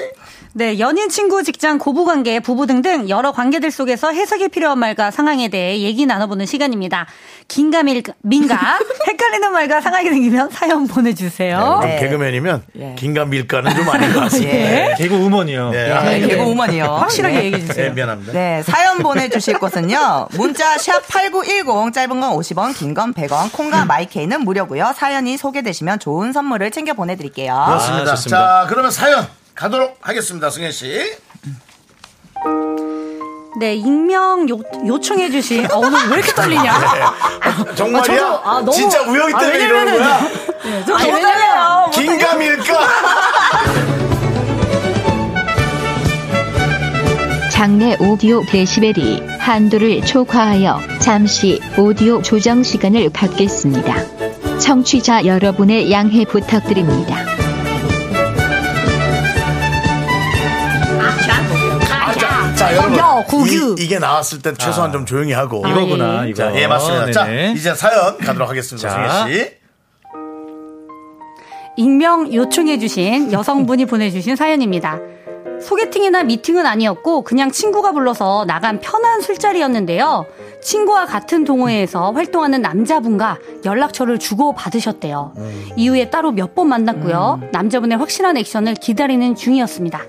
Speaker 11: 네, 연인, 친구, 직장, 고부관계, 부부 등등 여러 관계들 속에서 해석이 필요한 말과 상황에 대해 얘기 나눠보는 시간입니다. 긴가 민가 헷갈리는 말과 상황이 생기면 사연
Speaker 2: 네,
Speaker 11: 보내주세요.
Speaker 1: 좀 개그맨이면
Speaker 11: 예.
Speaker 1: 긴가 밀가는 좀 아닌 것 같습니다.
Speaker 10: 예.
Speaker 2: 네, 개그 우먼이요.
Speaker 1: 예, 아,
Speaker 10: 네, 개그우먼이요.
Speaker 11: 확실하게 얘기해
Speaker 1: 예,
Speaker 11: 주세요.
Speaker 1: 미안합니다.
Speaker 10: 네, 사연 보내주실 곳은요. 문자 샵 8910, 짧은 건 50원, 긴 건 100원, 콩과 마이케이는 무료고요. 사연이 소개되시면 좋은 선물을 챙겨 보내드릴게요.
Speaker 1: 그렇습니다.
Speaker 2: 아, 좋습니다.
Speaker 1: 자 그러면 사연 가도록 하겠습니다 승혜 씨.
Speaker 11: 네, 익명 요, 요청해주신, 어, 오늘 왜 이렇게 떨리냐?
Speaker 1: 정말이야?
Speaker 11: 아, 저도, 아, 너무-
Speaker 1: 네. 진짜 우영이
Speaker 11: 아,
Speaker 1: 때문에
Speaker 11: 왜냐면은-
Speaker 1: 이러는 거야?
Speaker 11: 네, 저
Speaker 10: 아니,
Speaker 11: 너무 떨려요.
Speaker 10: 왜냐면
Speaker 1: 긴가 밀가?
Speaker 5: 장내 오디오 데시벨이 한도를 초과하여 잠시 오디오 조정 시간을 갖겠습니다. 청취자 여러분의 양해 부탁드립니다.
Speaker 1: 아, 자, 자 여러분
Speaker 11: 아, 야, 구규.
Speaker 1: 이, 게 나왔을 땐 최소한 좀 조용히 하고
Speaker 2: 이거구나 이거. 어,
Speaker 1: 자, 예, 맞습니다. 자,
Speaker 2: 네네.
Speaker 1: 아. 이제 사연 가도록 하겠습니다.
Speaker 2: 자.
Speaker 1: 승혜 씨.
Speaker 11: 익명 요청해주신 여성분이 보내주신 사연입니다. 소개팅이나 미팅은 아니었고 그냥 친구가 불러서 나간 편한 술자리였는데요. 친구와 같은 동호회에서 활동하는 남자분과 연락처를 주고 받으셨대요. 이후에 따로 몇 번 만났고요. 남자분의 확실한 액션을 기다리는 중이었습니다.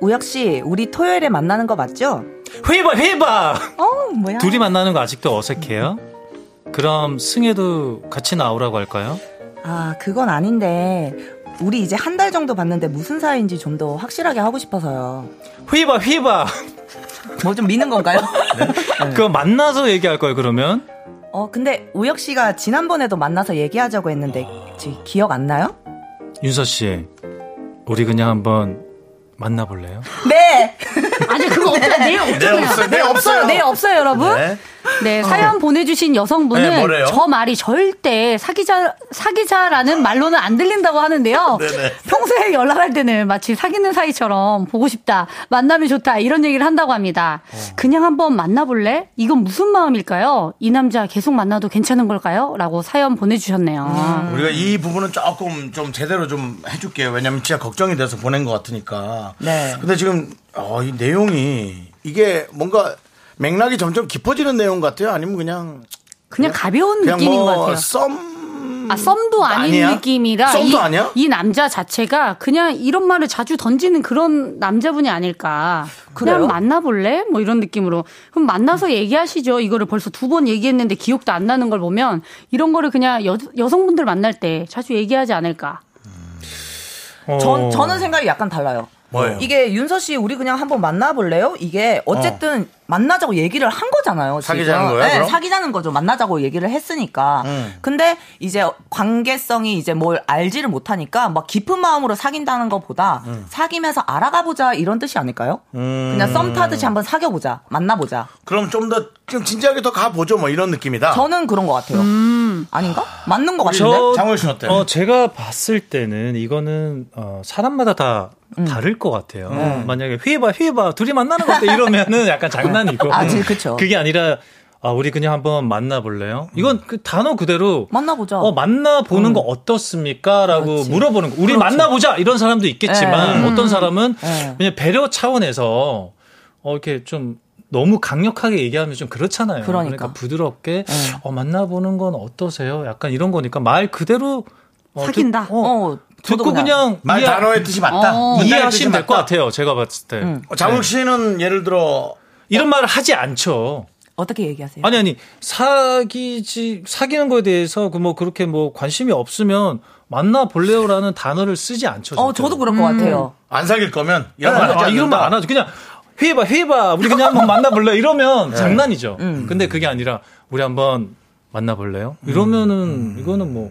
Speaker 10: 우혁 씨, 우리 토요일에 만나는 거 맞죠?
Speaker 2: 휘바 휘바.
Speaker 10: 어, 뭐야?
Speaker 2: 둘이 만나는 거 아직도 어색해요? 그럼 승혜도 같이 나오라고 할까요?
Speaker 10: 아, 그건 아닌데 우리 이제 한 달 정도 봤는데 무슨 사이인지 좀 더 확실하게 하고 싶어서요.
Speaker 2: 휘바 휘바.
Speaker 10: 뭐 좀 미는 건가요?
Speaker 2: 그거 만나서 얘기할 거예요 그러면?
Speaker 10: 어, 근데 우혁 씨가 지난번에도 만나서 얘기하자고 했는데 지- 기억 안 나요?
Speaker 2: 윤서 씨, 우리 그냥 한번 만나볼래요?
Speaker 10: 네.
Speaker 11: 아니 그거 없어요.
Speaker 10: 네.
Speaker 11: 내일 없잖아요.
Speaker 2: 네, 없어요. 네,
Speaker 11: 내일
Speaker 2: 없어요.
Speaker 11: 내일 없어요, 여러분.
Speaker 2: 네.
Speaker 11: 네. 사연 보내주신 여성분은
Speaker 2: 네, 뭐래요?
Speaker 11: 저 말이 절대 사귀자 사귀자라는 말로는 안 들린다고 하는데요.
Speaker 1: 네네.
Speaker 11: 평소에 연락할 때는 마치 사귀는 사이처럼 보고 싶다, 만나면 좋다 이런 얘기를 한다고 합니다. 그냥 한번 만나볼래? 이건 무슨 마음일까요? 이 남자 계속 만나도 괜찮은 걸까요? 라고 사연 보내주셨네요.
Speaker 1: 우리가 이 부분은 조금 좀 제대로 좀 해줄게요. 왜냐면 진짜 걱정이 돼서 보낸 것 같으니까.
Speaker 10: 네.
Speaker 1: 근데 지금 어, 이 내용이 이게 뭔가 맥락이 점점 깊어지는 내용 같아요. 아니면 그냥
Speaker 11: 그냥 가벼운
Speaker 1: 그냥
Speaker 11: 느낌인
Speaker 1: 뭐
Speaker 11: 것 같아요.
Speaker 1: 썸
Speaker 11: 아 썸도 아닌
Speaker 1: 아니야?
Speaker 11: 느낌이라
Speaker 1: 썸도
Speaker 11: 이,
Speaker 1: 아니야?
Speaker 11: 이 남자 자체가 그냥 이런 말을 자주 던지는 그런 남자분이 아닐까
Speaker 10: 그래요?
Speaker 11: 그냥 만나볼래 뭐 이런 느낌으로 그럼 만나서 얘기하시죠 이거를 벌써 두 번 얘기했는데 기억도 안 나는 걸 보면 이런 거를 그냥 여, 여성분들 만날 때 자주 얘기하지 않을까
Speaker 10: 전, 저는 생각이 약간 달라요.
Speaker 1: 어. 뭐예요?
Speaker 10: 이게 윤서 씨 우리 그냥 한번 만나볼래요? 이게 어쨌든 만나자고 얘기를 한 거잖아요. 지금.
Speaker 1: 사귀자는 거예요,
Speaker 10: 네,
Speaker 1: 그럼?
Speaker 10: 사귀자는 거죠. 만나자고 얘기를 했으니까.
Speaker 1: 음.
Speaker 10: 근데 이제 관계성이 이제 뭘 알지를 못하니까 막 깊은 마음으로 사귄다는 것보다
Speaker 1: 음.
Speaker 10: 사귀면서 알아가 보자 이런 뜻이 아닐까요? 그냥 썸 타듯이 한번 사귀어 보자. 만나 보자.
Speaker 1: 그럼 좀 더 좀 진지하게 더 가보죠. 뭐 이런 느낌이다.
Speaker 10: 저는 그런 것 같아요. 아닌가? 맞는 것 같은데.
Speaker 1: 장호연 씨는 어때요?
Speaker 2: 어, 제가 봤을 때는 이거는 어, 사람마다 다
Speaker 10: 음.
Speaker 2: 다를 것 같아요.
Speaker 10: 네.
Speaker 2: 만약에 휘바 휘바 둘이 만나는 것도 이러면은 약간 장난이고.
Speaker 10: 아, 지- 그쵸.
Speaker 2: 그게 아니라 아, 우리 그냥 한번 만나볼래요? 이건 그 단어
Speaker 10: 음.
Speaker 2: 그대로
Speaker 10: 만나보자.
Speaker 2: 어, 만나보는 거 어떻습니까? 라고
Speaker 10: 음. 그렇지. 그렇죠.
Speaker 2: 물어보는 거. 우리 만나보자! 이런 사람도 있겠지만,
Speaker 10: 네.
Speaker 2: 어떤 사람은
Speaker 10: 네.
Speaker 2: 그냥 배려 차원에서, 어, 이렇게 좀 너무 강력하게 얘기하면 좀 그렇잖아요.
Speaker 10: 그러니까.
Speaker 2: 부드럽게, 어, 만나보는 건 어떠세요? 약간 이런 거니까 말 그대로. 어,
Speaker 11: 사귄다.
Speaker 2: 듣, 어,
Speaker 10: 어, 저도
Speaker 2: 듣고 그냥.
Speaker 1: 말
Speaker 2: 이해-
Speaker 1: 단어의 뜻이 맞다.
Speaker 11: 어.
Speaker 1: 문장의 뜻이
Speaker 2: 이해하시면 될
Speaker 1: 맞다.
Speaker 2: 것 같아요. 제가 봤을 때.
Speaker 10: 음.
Speaker 1: 어, 장욱 씨는 예를 들어
Speaker 2: 이런 말을 하지 않죠.
Speaker 10: 어떻게 얘기하세요?
Speaker 2: 아니 아니 사귀지 사귀는 거에 대해서 그 뭐 그렇게 뭐 관심이 없으면 만나 볼래요라는 단어를 쓰지 않죠.
Speaker 10: 어,
Speaker 2: 절대로.
Speaker 10: 저도 그럴 것 같아요.
Speaker 1: 안 사귈 거면 이런 말 하지
Speaker 2: 아, 이런 말
Speaker 1: 않는다.
Speaker 2: 안 하죠. 그냥 회의봐 회의봐 우리 그냥 한번 만나 볼래 요
Speaker 10: 예.
Speaker 2: 이러면 장난이죠.
Speaker 10: 음.
Speaker 2: 근데 그게 아니라 우리 한번 만나 볼래요?
Speaker 10: 음.
Speaker 2: 이러면은 이거는 뭐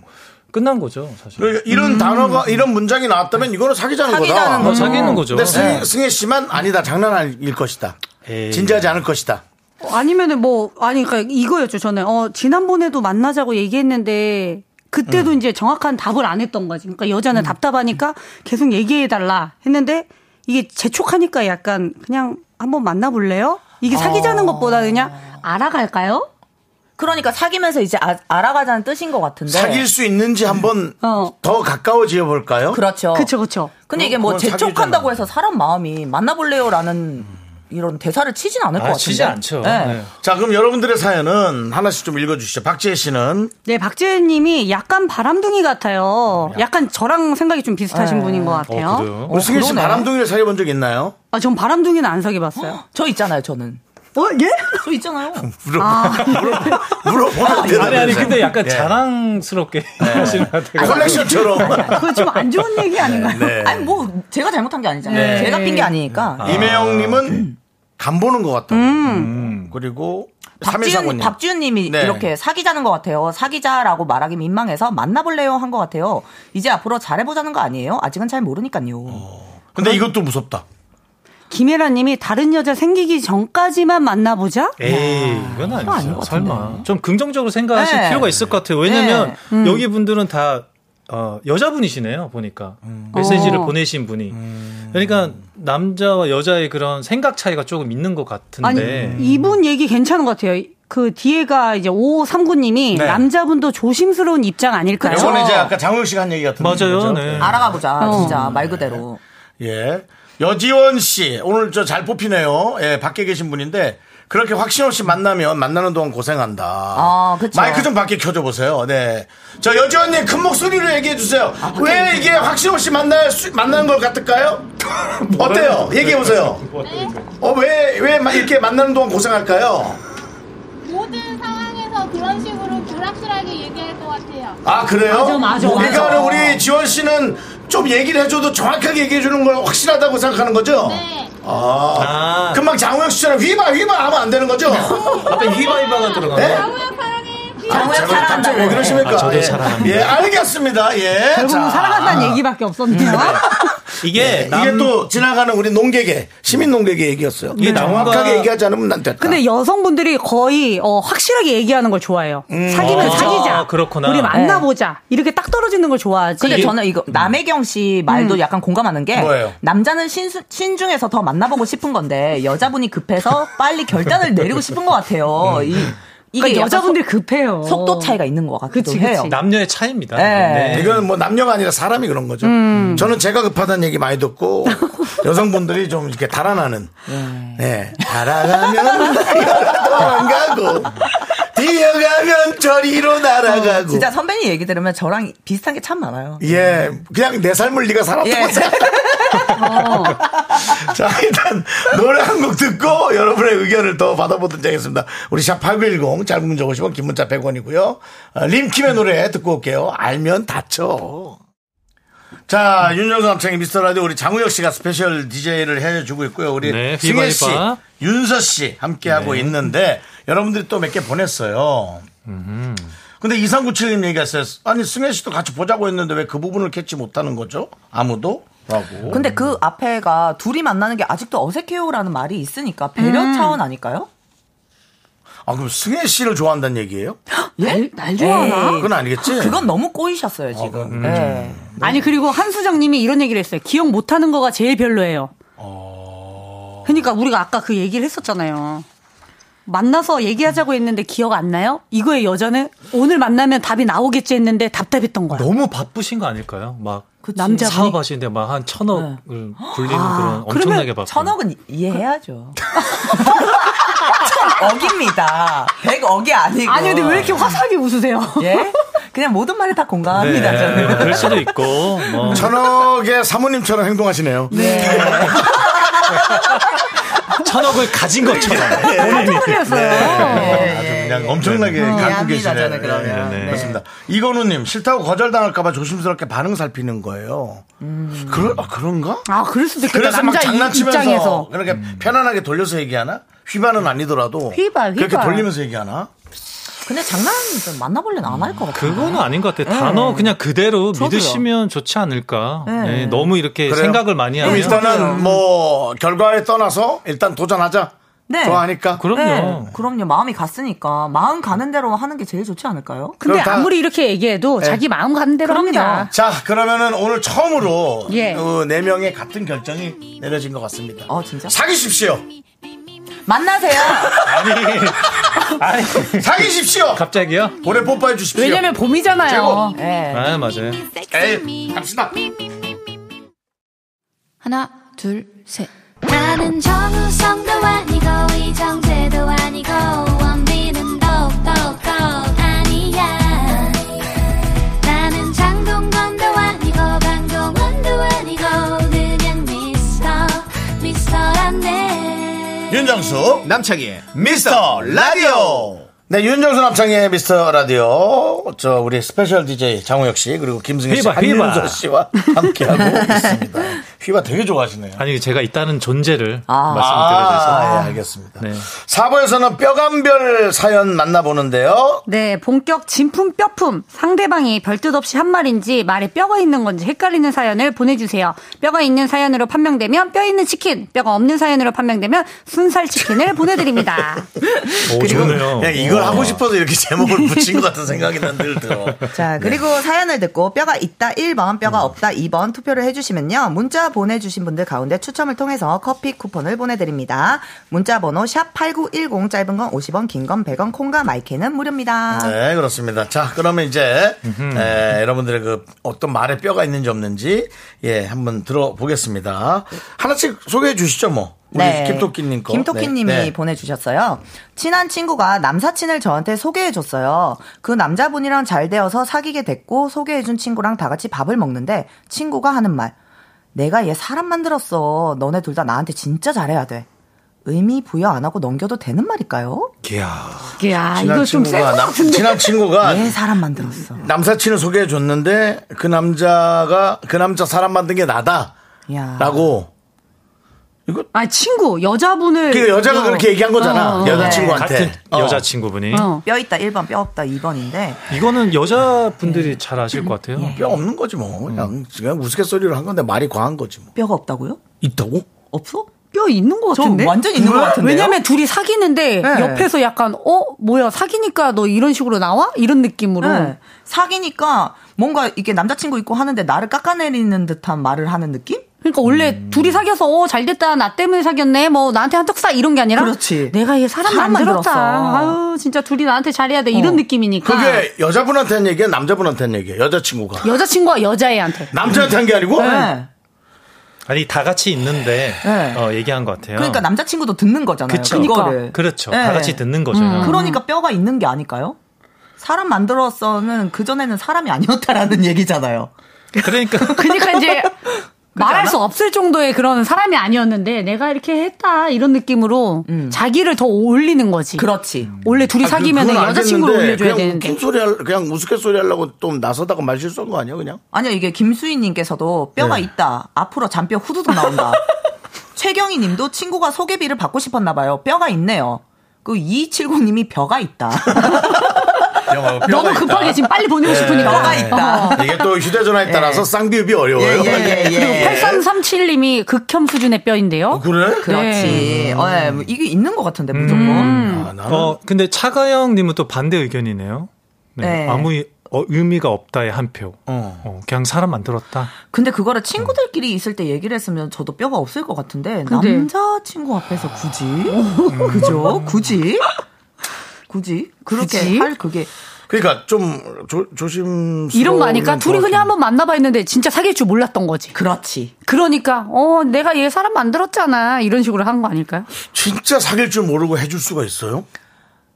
Speaker 2: 끝난 거죠 사실.
Speaker 1: 그러니까 이런 단어가 이런 문장이 나왔다면 이거는 사귀자는,
Speaker 10: 사귀자는
Speaker 1: 거다.
Speaker 2: 뭐 사귀는 거죠.
Speaker 1: 근데 승, 승혜 씨만 아니다 장난 아닐 것이다.
Speaker 2: 에이.
Speaker 1: 진지하지 않을 것이다.
Speaker 11: 아니면은 뭐 아니 그러니까 이거였죠 저는 어 지난번에도 만나자고 얘기했는데 그때도 이제 정확한 답을 안 했던 거지 그러니까 여자는 답답하니까 계속 얘기해 달라 했는데 이게 재촉하니까 약간 그냥 한번 만나볼래요 이게 사귀자는 것보다 그냥 알아갈까요
Speaker 10: 아. 그러니까 사귀면서 이제 아- 알아가자는 뜻인 것
Speaker 2: 네.
Speaker 10: 같은데.
Speaker 1: 사귈 수 있는지 한번
Speaker 11: 어.
Speaker 1: 더 가까워지어 볼까요?
Speaker 10: 그렇죠.
Speaker 11: 그쵸 그쵸
Speaker 10: 근데 이게 뭐
Speaker 1: 그건 사귀잖아.
Speaker 10: 재촉한다고 해서 사람 마음이 만나볼래요라는 이런 대사를 치진 않을 것
Speaker 2: 아,
Speaker 10: 같은데.
Speaker 2: 치지 않죠.
Speaker 10: 네.
Speaker 2: 네.
Speaker 1: 자 그럼 여러분들의 사연은 하나씩 좀 읽어주시죠. 박지혜 씨는
Speaker 11: 네 박재현님이 약간 바람둥이 같아요 어, 약간 저랑 생각이 좀 비슷하신
Speaker 10: 네.
Speaker 11: 분인 것 같아요
Speaker 2: 어, 그래요?
Speaker 1: 우리 승혜 씨
Speaker 10: 그러네.
Speaker 1: 바람둥이를 사귀어본 적 있나요?
Speaker 11: 아 전 바람둥이는 안 사귀어봤어요
Speaker 10: 저 있잖아요, 저는.
Speaker 11: 어 예?
Speaker 10: 저 있잖아요.
Speaker 1: 물어보는 대답.
Speaker 2: 아니 아니
Speaker 10: 네.
Speaker 2: 근데 약간 자랑스럽게 하시는 것 같아요.
Speaker 1: 컬렉션처럼.
Speaker 11: 그거 좀 안 좋은 얘기 아닌가요?
Speaker 1: 네.
Speaker 10: 아니 뭐 제가 잘못한 게 아니잖아요.
Speaker 11: 네.
Speaker 10: 제가 핀 게 아니니까.
Speaker 1: 이매영님은 간 보는 것 같다고. 그리고
Speaker 10: 박지윤,
Speaker 1: 3149님.
Speaker 10: 박지윤님이
Speaker 1: 네.
Speaker 10: 이렇게 사귀자는 것 같아요. 사귀자라고 말하기 민망해서 만나볼래요 한 것 같아요. 이제 앞으로 잘해보자는 거 아니에요? 아직은 잘 모르니까요.
Speaker 1: 근데 이것도 무섭다.
Speaker 11: 어. 김혜라님이 다른 여자 생기기 전까지만 만나보자?
Speaker 1: 네.
Speaker 2: 에이, 이건
Speaker 10: 아닌
Speaker 2: 아니죠.
Speaker 10: 것
Speaker 2: 설마. 좀 긍정적으로 생각하실
Speaker 10: 네.
Speaker 2: 필요가 있을 것 같아요. 왜냐면 여기 분들은 다 어, 여자분이시네요, 보니까. 메시지를
Speaker 11: 어.
Speaker 2: 보내신 분이. 그러니까 남자와 여자의 그런 생각 차이가 조금 있는 것
Speaker 11: 아니
Speaker 1: 네.
Speaker 2: 같은데.
Speaker 11: 이분 얘기 괜찮은 것 같아요. 그 뒤에가 이제 5539님이
Speaker 1: 네.
Speaker 11: 남자분도 조심스러운 입장 아닐까요?
Speaker 1: 요거는 이제 아까 장우혁 씨가 한 얘기 같은데.
Speaker 2: 맞아요.
Speaker 1: 그죠?
Speaker 11: 어.
Speaker 2: 네.
Speaker 10: 알아가보자, 진짜 어. 말 그대로.
Speaker 1: 예. 여지원 씨, 오늘 저 잘 뽑히네요. 예, 밖에 계신 분인데, 그렇게 확신 없이 만나면 만나는 동안 고생한다.
Speaker 10: 아, 그쵸.
Speaker 1: 마이크 좀 밖에 켜줘 보세요. 네. 저 여지원님 큰 목소리로 얘기해 주세요. 왜 이게 확신 없이 만나, 수- 만나는 것 같을까요? 어때요? 얘기해 보세요. 어, 왜, 왜 마- 이렇게 만나는 동안 고생할까요?
Speaker 12: 모든 상황에서 그런 식으로 불확실하게 얘기할 것 같아요.
Speaker 1: 아, 그래요?
Speaker 12: 맞아, 맞아, 맞아.
Speaker 1: 그러니까 우리 지원 씨는 좀 얘기를 해줘도 정확하게 얘기해 주는 걸 확실하다고 생각하는 거죠? 네. 아, 금방 장우혁 씨처럼 휘바, 휘바 하면 안 되는 거죠? 앞에 휘바휘바가 들어가요.
Speaker 2: 네?
Speaker 1: 장우혁 사랑한다. 갑자기 왜 그러십니까?
Speaker 2: 아, 저도
Speaker 1: 예.
Speaker 2: 사랑합니다.
Speaker 1: 예, 알겠습니다. 예.
Speaker 11: 결국은 사랑한다는 얘기밖에 없었네요.
Speaker 1: 음. 이게
Speaker 2: 네.
Speaker 1: 이게 또 지나가는 우리 농객의 시민 농객의 얘기였어요.
Speaker 11: 이게
Speaker 1: 정확하게
Speaker 11: 남과-
Speaker 1: 얘기하지 않으면 안 됐다.
Speaker 11: 네. 근데 여성분들이 거의 어, 확실하게 얘기하는 걸 좋아해요. 사귀면
Speaker 10: 아,
Speaker 11: 사귀자.
Speaker 10: 그렇구나.
Speaker 11: 우리 만나보자.
Speaker 10: 이렇게 딱 떨어지는 걸 좋아하지. 근데 저는 이거 남혜경 씨 말도
Speaker 11: 음.
Speaker 10: 약간 공감하는 게
Speaker 11: 뭐예요?
Speaker 10: 남자는 신수, 신중해서 더 만나보고 싶은 건데 여자분이 급해서 빨리 결단을 내리고 싶은 것 같아요. 이, 이게
Speaker 11: 그러니까 여자분들이
Speaker 10: 급해요. 속도 차이가 있는 것 같기도 해요.
Speaker 1: 남녀의 차이입니다.
Speaker 10: 네. 네.
Speaker 1: 이건 뭐 남녀가 아니라 사람이 그런 거죠.
Speaker 11: 음.
Speaker 1: 저는 제가 급하다는 얘기 많이 듣고 여성분들이 좀 이렇게 달아나는.
Speaker 11: 예.
Speaker 1: 네. 달아가면 도망가고 뛰어가면 저리로
Speaker 11: 어,
Speaker 1: 날아가고.
Speaker 10: 진짜 선배님 얘기 들으면 저랑 비슷한 게 참 많아요.
Speaker 1: 예, 그냥 내 삶을 네가 살았다고 생각. 자, 일단 노래 한 곡 듣고 여러분의 의견을 더 받아보도록 하겠습니다. 우리 샵8910 짧은 문자 50원, 긴 문자 100원이고요. 아, 림킴의 노래 듣고 올게요. 알면 다쳐. 자, 윤정수 남창의 미스터 라디오 우리 장우혁 씨가 스페셜 DJ를 해주고 있고요. 우리
Speaker 2: 네,
Speaker 1: 승혜
Speaker 2: 휘바,
Speaker 1: 씨,
Speaker 2: 휘바.
Speaker 1: 윤서 씨 함께하고
Speaker 2: 네.
Speaker 1: 있는데 여러분들이 또 몇 개 보냈어요. 근데 2397님 얘기했어요. 아니, 승혜 씨도 같이 보자고 했는데 왜 그 부분을 캐치 못하는 거죠? 아무도? 라고.
Speaker 10: 근데 그 앞에가 둘이 만나는 게 아직도 어색해요라는 말이 있으니까 배려
Speaker 11: 음.
Speaker 10: 차원 아닐까요?
Speaker 1: 아, 그럼 승혜 씨를 좋아한다는 얘기예요?
Speaker 10: 날, 날
Speaker 11: 예.
Speaker 1: 좋아하나? 그건 아니겠지?
Speaker 10: 그건 너무 꼬이셨어요,
Speaker 2: 아,
Speaker 10: 지금.
Speaker 2: 음.
Speaker 10: 네.
Speaker 11: 아니 그리고 한수정님이 이런 얘기를 했어요. 기억 못하는 거가 제일 별로예요.
Speaker 2: 어.
Speaker 11: 그러니까 우리가 아까 그 얘기를 했었잖아요. 만나서 얘기하자고 했는데 기억 안 나요? 이거에 여자는 오늘 만나면 답이 나오겠지 했는데 답답했던 거야.
Speaker 2: 너무 바쁘신 거 아닐까요? 막
Speaker 11: 남자분이?
Speaker 2: 사업하시는데 막 한 천억을 굴리는
Speaker 11: 아,
Speaker 2: 그런 엄청나게 바쁜.
Speaker 10: 아, 천억은 이- 이해해야죠. 천억입니다. 백억이 아니고.
Speaker 11: 아니 근데 왜 이렇게 화사하게 웃으세요?
Speaker 10: 예? 그냥 모든 말에 다
Speaker 1: 네.
Speaker 10: 공감합니다. 저는.
Speaker 2: 네, 그럴 수도 있고. 뭐.
Speaker 1: 천억의 사모님처럼 행동하시네요.
Speaker 2: 천억을 가진 것처럼.
Speaker 1: 어, 예, 아주 그냥 엄청나게
Speaker 2: 네.
Speaker 1: 갖고
Speaker 2: 이해합니다,
Speaker 1: 계시네요.
Speaker 2: 저는 그러면.
Speaker 1: 네, 네.
Speaker 2: 네.
Speaker 1: 그렇습니다. 이건우님 싫다고 거절당할까봐 조심스럽게 반응 살피는 거예요. 그러, 아, 그런가?
Speaker 11: 아 그럴 수도 있겠다.
Speaker 1: 그래서 막
Speaker 11: 남자
Speaker 1: 장난치면서
Speaker 11: 입장에서.
Speaker 1: 그렇게 편안하게 돌려서 얘기하나? 휘발은 아니더라도
Speaker 11: 휘발, 휘발.
Speaker 1: 그렇게 돌리면서 얘기하나?
Speaker 10: 근데 장난 만나볼래는 안 할 것 같아요.
Speaker 2: 그거는 아닌 것 같아요.
Speaker 10: 네.
Speaker 2: 단어 그냥 그대로
Speaker 10: 저도요.
Speaker 2: 믿으시면 좋지 않을까.
Speaker 10: 네.
Speaker 2: 네, 너무 이렇게
Speaker 1: 그래요?
Speaker 2: 생각을 많이
Speaker 1: 그럼
Speaker 2: 하면.
Speaker 1: 일단은 뭐 결과에 떠나서 일단 도전하자.
Speaker 10: 네.
Speaker 1: 좋아하니까.
Speaker 10: 네, 그럼요. 마음이 갔으니까. 마음 가는 대로 하는 게 제일 좋지 않을까요?
Speaker 11: 근데
Speaker 1: 그럼 다-
Speaker 11: 아무리 이렇게 얘기해도
Speaker 1: 네.
Speaker 11: 자기 마음 가는 대로 합니다.
Speaker 1: 자, 그러면은 오늘 처음으로
Speaker 11: 예.
Speaker 1: 어, 네 명의 같은 결정이 내려진 것 같습니다.
Speaker 10: 어, 진짜?
Speaker 1: 사귀십시오.
Speaker 10: 만나세요.
Speaker 2: 아니, 아니.
Speaker 1: 사귀십시오.
Speaker 2: 갑자기요?
Speaker 1: 올해 뽀뽀해 주십시오.
Speaker 11: 왜냐면 봄이잖아요.
Speaker 1: 제법.
Speaker 10: 네.
Speaker 2: 아, 맞아요.
Speaker 1: 에이, 갑시다.
Speaker 13: 하나, 둘, 셋.
Speaker 12: 나는 정우성도 아니고 이정재도 아니고 원빈은 더욱더 아니야 나는 장동건도 아니고 강동원도 아니고 그냥 미스터 미스터란데
Speaker 1: 윤정수 남창희의 미스터 라디오 네 윤정수 남창희의 미스터 라디오 저 우리 스페셜 DJ 장우혁 씨 그리고 김승희 씨
Speaker 2: 휘바, 휘바.
Speaker 1: 한윤서 씨와 함께하고 있습니다 휘바 되게 좋아하시네요
Speaker 2: 아니, 제가 있다는 존재를 네. 말씀드려야 돼서.
Speaker 1: 아, 예, 알겠습니다 4부에서는 뼈감별 사연 만나보는데요
Speaker 11: 네, 본격 진품 뼈품. 상대방이 별뜻 없이 한 말인지 말에 뼈가 있는 건지 헷갈리는 사연을 보내주세요. 뼈가 있는 사연으로 판명되면 뼈 있는 치킨, 뼈가 없는 사연으로 판명되면 순살 치킨을 보내드립니다.
Speaker 1: 오,
Speaker 2: 좋네요.
Speaker 1: 그냥 이걸
Speaker 2: 와.
Speaker 1: 하고 싶어서 이렇게 제목을 붙인 것 같은 생각이 난 늘 들어
Speaker 10: 자, 그리고 사연을 듣고 뼈가 있다 1번, 뼈가 없다 2번 투표를 해주시면요. 문자 문자 보내주신 분들 가운데 추첨을 통해서 커피 쿠폰을 보내드립니다. 문자 번호 샵8910 짧은 건 50원, 긴 건 100원, 콩과 마이크는 무료입니다.
Speaker 1: 네, 그렇습니다. 자, 그러면 이제 에, 여러분들의 그 어떤 말에 뼈가 있는지 없는지 예, 한번 들어보겠습니다. 하나씩 소개해 주시죠, 뭐. 우리
Speaker 9: 네.
Speaker 1: 김토끼님 거.
Speaker 10: 네. 김토끼님이
Speaker 1: 네, 네.
Speaker 10: 보내주셨어요. 친한 친구가 남사친을 저한테 소개해줬어요. 그 남자분이랑 잘 되어서 사귀게 됐고 소개해준 친구랑 다 같이 밥을 먹는데 친구가 하는 말. 내가 얘 사람 만들었어. 너네 둘 다 나한테 진짜 잘해야 돼. 의미 부여 안 하고 넘겨도 되는 말일까요?
Speaker 1: 이야.
Speaker 10: 야,
Speaker 1: 친한 친구가 남- 친한 친구가
Speaker 9: 예.
Speaker 10: 얘 사람 만들었어.
Speaker 1: 남사친을 소개해 줬는데 그 남자가 그 남자 사람 만든 게 나다라고
Speaker 11: 아 친구 여자분을
Speaker 1: 그 여자가
Speaker 11: 어.
Speaker 1: 그렇게 얘기한 거잖아.
Speaker 11: 어.
Speaker 1: 여자친구한테.
Speaker 2: 같은 여자친구분이
Speaker 10: 뼈 있다 1번, 뼈 없다 2번인데.
Speaker 2: 이거는 여자분들이
Speaker 10: 네.
Speaker 2: 잘 아실 것 같아요.
Speaker 1: 뼈 없는 거지 뭐. 그냥, 그냥 우스갯소리로 한 건데 말이 과한 거지 뭐.
Speaker 10: 뼈가 없다고요?
Speaker 1: 있다고?
Speaker 10: 없어?
Speaker 11: 뼈 있는 것 같은데?
Speaker 10: 완전 있는 것
Speaker 11: 왜?
Speaker 10: 같은데요?
Speaker 11: 왜냐면 둘이 사귀는데
Speaker 10: 네.
Speaker 11: 옆에서 약간 어 뭐야 사귀니까 너 이런 식으로 나와 이런 느낌으로
Speaker 10: 네. 사귀니까 뭔가 이게 남자친구 있고 하는데 나를 깎아내리는 듯한 말을 하는 느낌?
Speaker 11: 그러니까 원래
Speaker 10: 음.
Speaker 11: 둘이 사귀어서 어, 잘 됐다 나 때문에 사귀었네 뭐 나한테 한턱 쏴 이런 게 아니라
Speaker 10: 그렇지.
Speaker 11: 내가 얘 사람,
Speaker 10: 사람
Speaker 11: 만들었다
Speaker 10: 만들었어.
Speaker 11: 아유 진짜 둘이 나한테 잘해야 돼 이런 느낌이니까
Speaker 1: 어. 그게 여자분한테 한 얘기야? 남자분한테 한 얘기야? 여자친구가.
Speaker 11: 네. 여자친구와 네. 여자애한테
Speaker 1: 남자한테 한 게 아니고?
Speaker 2: 아니 다 같이 있는데 어, 얘기한 것 같아요.
Speaker 10: 네. 그러니까 남자친구도 듣는 거잖아요.
Speaker 2: 그쵸.
Speaker 10: 그거를. 네.
Speaker 2: 그렇죠. 다 같이 듣는 거죠.
Speaker 10: 그러니까 뼈가 있는 게 아닐까요? 사람 만들어서는 그 전에는 사람이 아니었다라는 얘기잖아요.
Speaker 2: 그러니까
Speaker 11: 그러니까 이제 말할 수 없을 정도의 그런 사람이 아니었는데 내가 이렇게 했다 이런 느낌으로 자기를 더 올리는 거지
Speaker 10: 음. 그렇지
Speaker 11: 원래 둘이 사귀면
Speaker 1: 아, 그건
Speaker 11: 여자친구를
Speaker 1: 알겠는데
Speaker 11: 올려줘야
Speaker 1: 그냥
Speaker 11: 되는데
Speaker 1: 웃긴 소리 할- 그냥 우스갯소리 하려고 좀 나서다가 말 실수한 거 아니야 그냥?
Speaker 10: 아니요, 이게 김수희님께서도 뼈가
Speaker 1: 네.
Speaker 10: 있다. 앞으로 잔뼈 후두둑 나온다. 최경희 님도 친구가 소개비를 받고 싶었나 봐요. 뼈가 있네요. 그 2270님이 뼈가 있다.
Speaker 11: 아, 너무 급하게 지금 예. 빨리 보내고
Speaker 1: 네.
Speaker 11: 싶으니까.
Speaker 1: 뼈가
Speaker 11: 있다.
Speaker 1: 아, 이게 또 휴대전화에 따라서 쌍비읍이
Speaker 11: 예,
Speaker 1: 어려워요.
Speaker 10: 예,
Speaker 11: 그리고 8337님이 극혐 수준의 뼈인데요.
Speaker 1: 어,
Speaker 11: 네.
Speaker 1: 그래?
Speaker 10: 그렇지.
Speaker 1: 음.
Speaker 10: 뭐. 어, 예, 뭐 이게 있는 것 같은데 무조건.
Speaker 11: 음.
Speaker 1: 아,
Speaker 2: 어 근데 차가영님은 또 반대 의견이네요. 네.
Speaker 10: 네.
Speaker 2: 아무 이- 어, 의미가 없다에 한 표. 어, 그냥 사람 만들었다.
Speaker 10: 근데 그거를 친구들끼리 있을 때 얘기를 했으면 저도 뼈가 없을 것 같은데
Speaker 2: 근데-
Speaker 10: 남자친구 앞에서 굳이 그죠? 굳이 굳이 그렇게
Speaker 11: 굳이?
Speaker 10: 할 그게
Speaker 1: 그러니까 좀 조, 조심.
Speaker 11: 이런 거 아니까 둘이 그냥 한번 만나봐 했는데 진짜 사귈 줄 몰랐던 거지.
Speaker 10: 그렇지.
Speaker 11: 그러니까 어 내가 얘 사람 만들었잖아 이런 식으로 한 거 아닐까요?
Speaker 1: 진짜 사귈 줄 모르고 해줄 수가 있어요?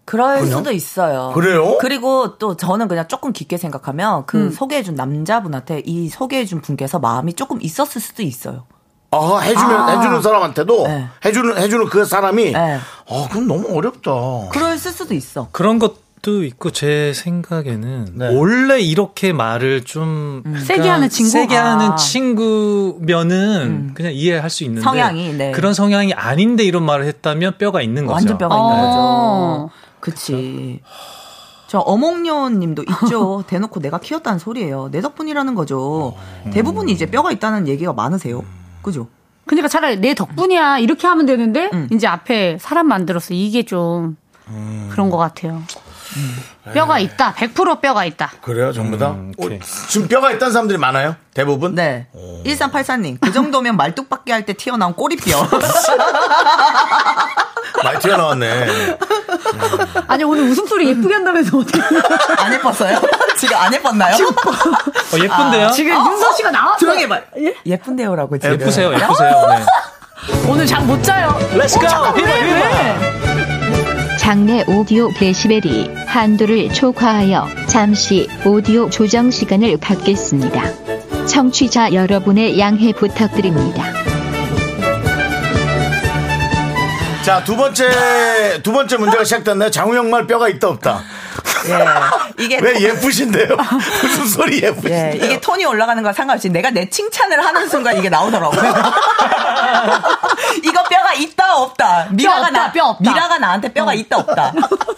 Speaker 10: 그럴
Speaker 1: 그래요?
Speaker 10: 수도 있어요.
Speaker 1: 그래요?
Speaker 10: 그리고 또 저는 그냥 조금 깊게 생각하면 그
Speaker 1: 음.
Speaker 10: 소개해준 남자분한테 이 소개해준 분께서 마음이 조금 있었을 수도 있어요.
Speaker 1: 아 해주면
Speaker 10: 아.
Speaker 1: 해주는 사람한테도
Speaker 11: 네.
Speaker 1: 해주는 해주는 그 사람이 아 그럼 너무 어렵다.
Speaker 10: 그럴 수도 있어.
Speaker 2: 그런 것도 있고 제 생각에는 원래 이렇게 말을 좀
Speaker 11: 세게
Speaker 2: 약간
Speaker 11: 하는 친구?
Speaker 2: 세게 하는
Speaker 11: 아.
Speaker 2: 친구면은 그냥 이해할 수 있는데
Speaker 10: 성향이, 네.
Speaker 2: 그런 성향이 아닌데 이런 말을 했다면 뼈가 있는 거죠.
Speaker 10: 완전 뼈가
Speaker 2: 네.
Speaker 10: 있는 거죠. 어. 그치. 저 어몽여님도 있죠. 대놓고 내가 키웠다는 소리예요. 내 덕분이라는 거죠. 대부분이 이제 뼈가 있다는 얘기가 많으세요. 그죠?
Speaker 11: 그러니까 차라리 내 덕분이야 이렇게 하면 되는데
Speaker 10: 음.
Speaker 11: 이제 앞에 사람 만들었어 이게 좀
Speaker 1: 음.
Speaker 11: 그런 것 같아요. 뼈가
Speaker 1: 네.
Speaker 11: 있다 100% 뼈가 있다.
Speaker 1: 그래요 전부 다? 어, 지금 뼈가 있다는 사람들이 많아요? 대부분?
Speaker 10: 네. 1384님, 그 정도면 말뚝박기 할 때 튀어나온 꼬리뼈.
Speaker 1: 많이 튀어나왔네.
Speaker 11: 아니 오늘 웃음소리 예쁘게 한다면서 어떻게
Speaker 10: 안 예뻤어요? 지금 안 예뻤나요?
Speaker 2: 어, 예쁜데요?
Speaker 11: 지금 윤서 씨가 나왔어.
Speaker 10: 조용히 해봐. 예쁜데요라고 지금.
Speaker 2: 예쁘세요, 예쁘세요. 네.
Speaker 11: 오늘 잠 못 자요.
Speaker 2: Let's go.
Speaker 11: 잠깐만, 왜,
Speaker 2: 비바, 비바.
Speaker 11: 왜?
Speaker 14: 장내 오디오 데시벨이 한도를 초과하여 잠시 오디오 조정 시간을 갖겠습니다. 청취자 여러분의 양해 부탁드립니다.
Speaker 1: 자, 두 번째, 두 번째 문제가 시작됐네요. 장우영 말 뼈가 있다 없다.
Speaker 10: 예. 이게
Speaker 1: 왜 예쁘신데요? 무슨 소리
Speaker 10: 예,
Speaker 1: 예쁘신데요?
Speaker 10: 이게 톤이 올라가는 건 상관없이 내가 내 칭찬을 하는 순간 이게 나오더라고요. 이거 뼈가 있다 없다. 미라가
Speaker 11: 없다,
Speaker 10: 나, 미라가 나한테 뼈가 있다 없다.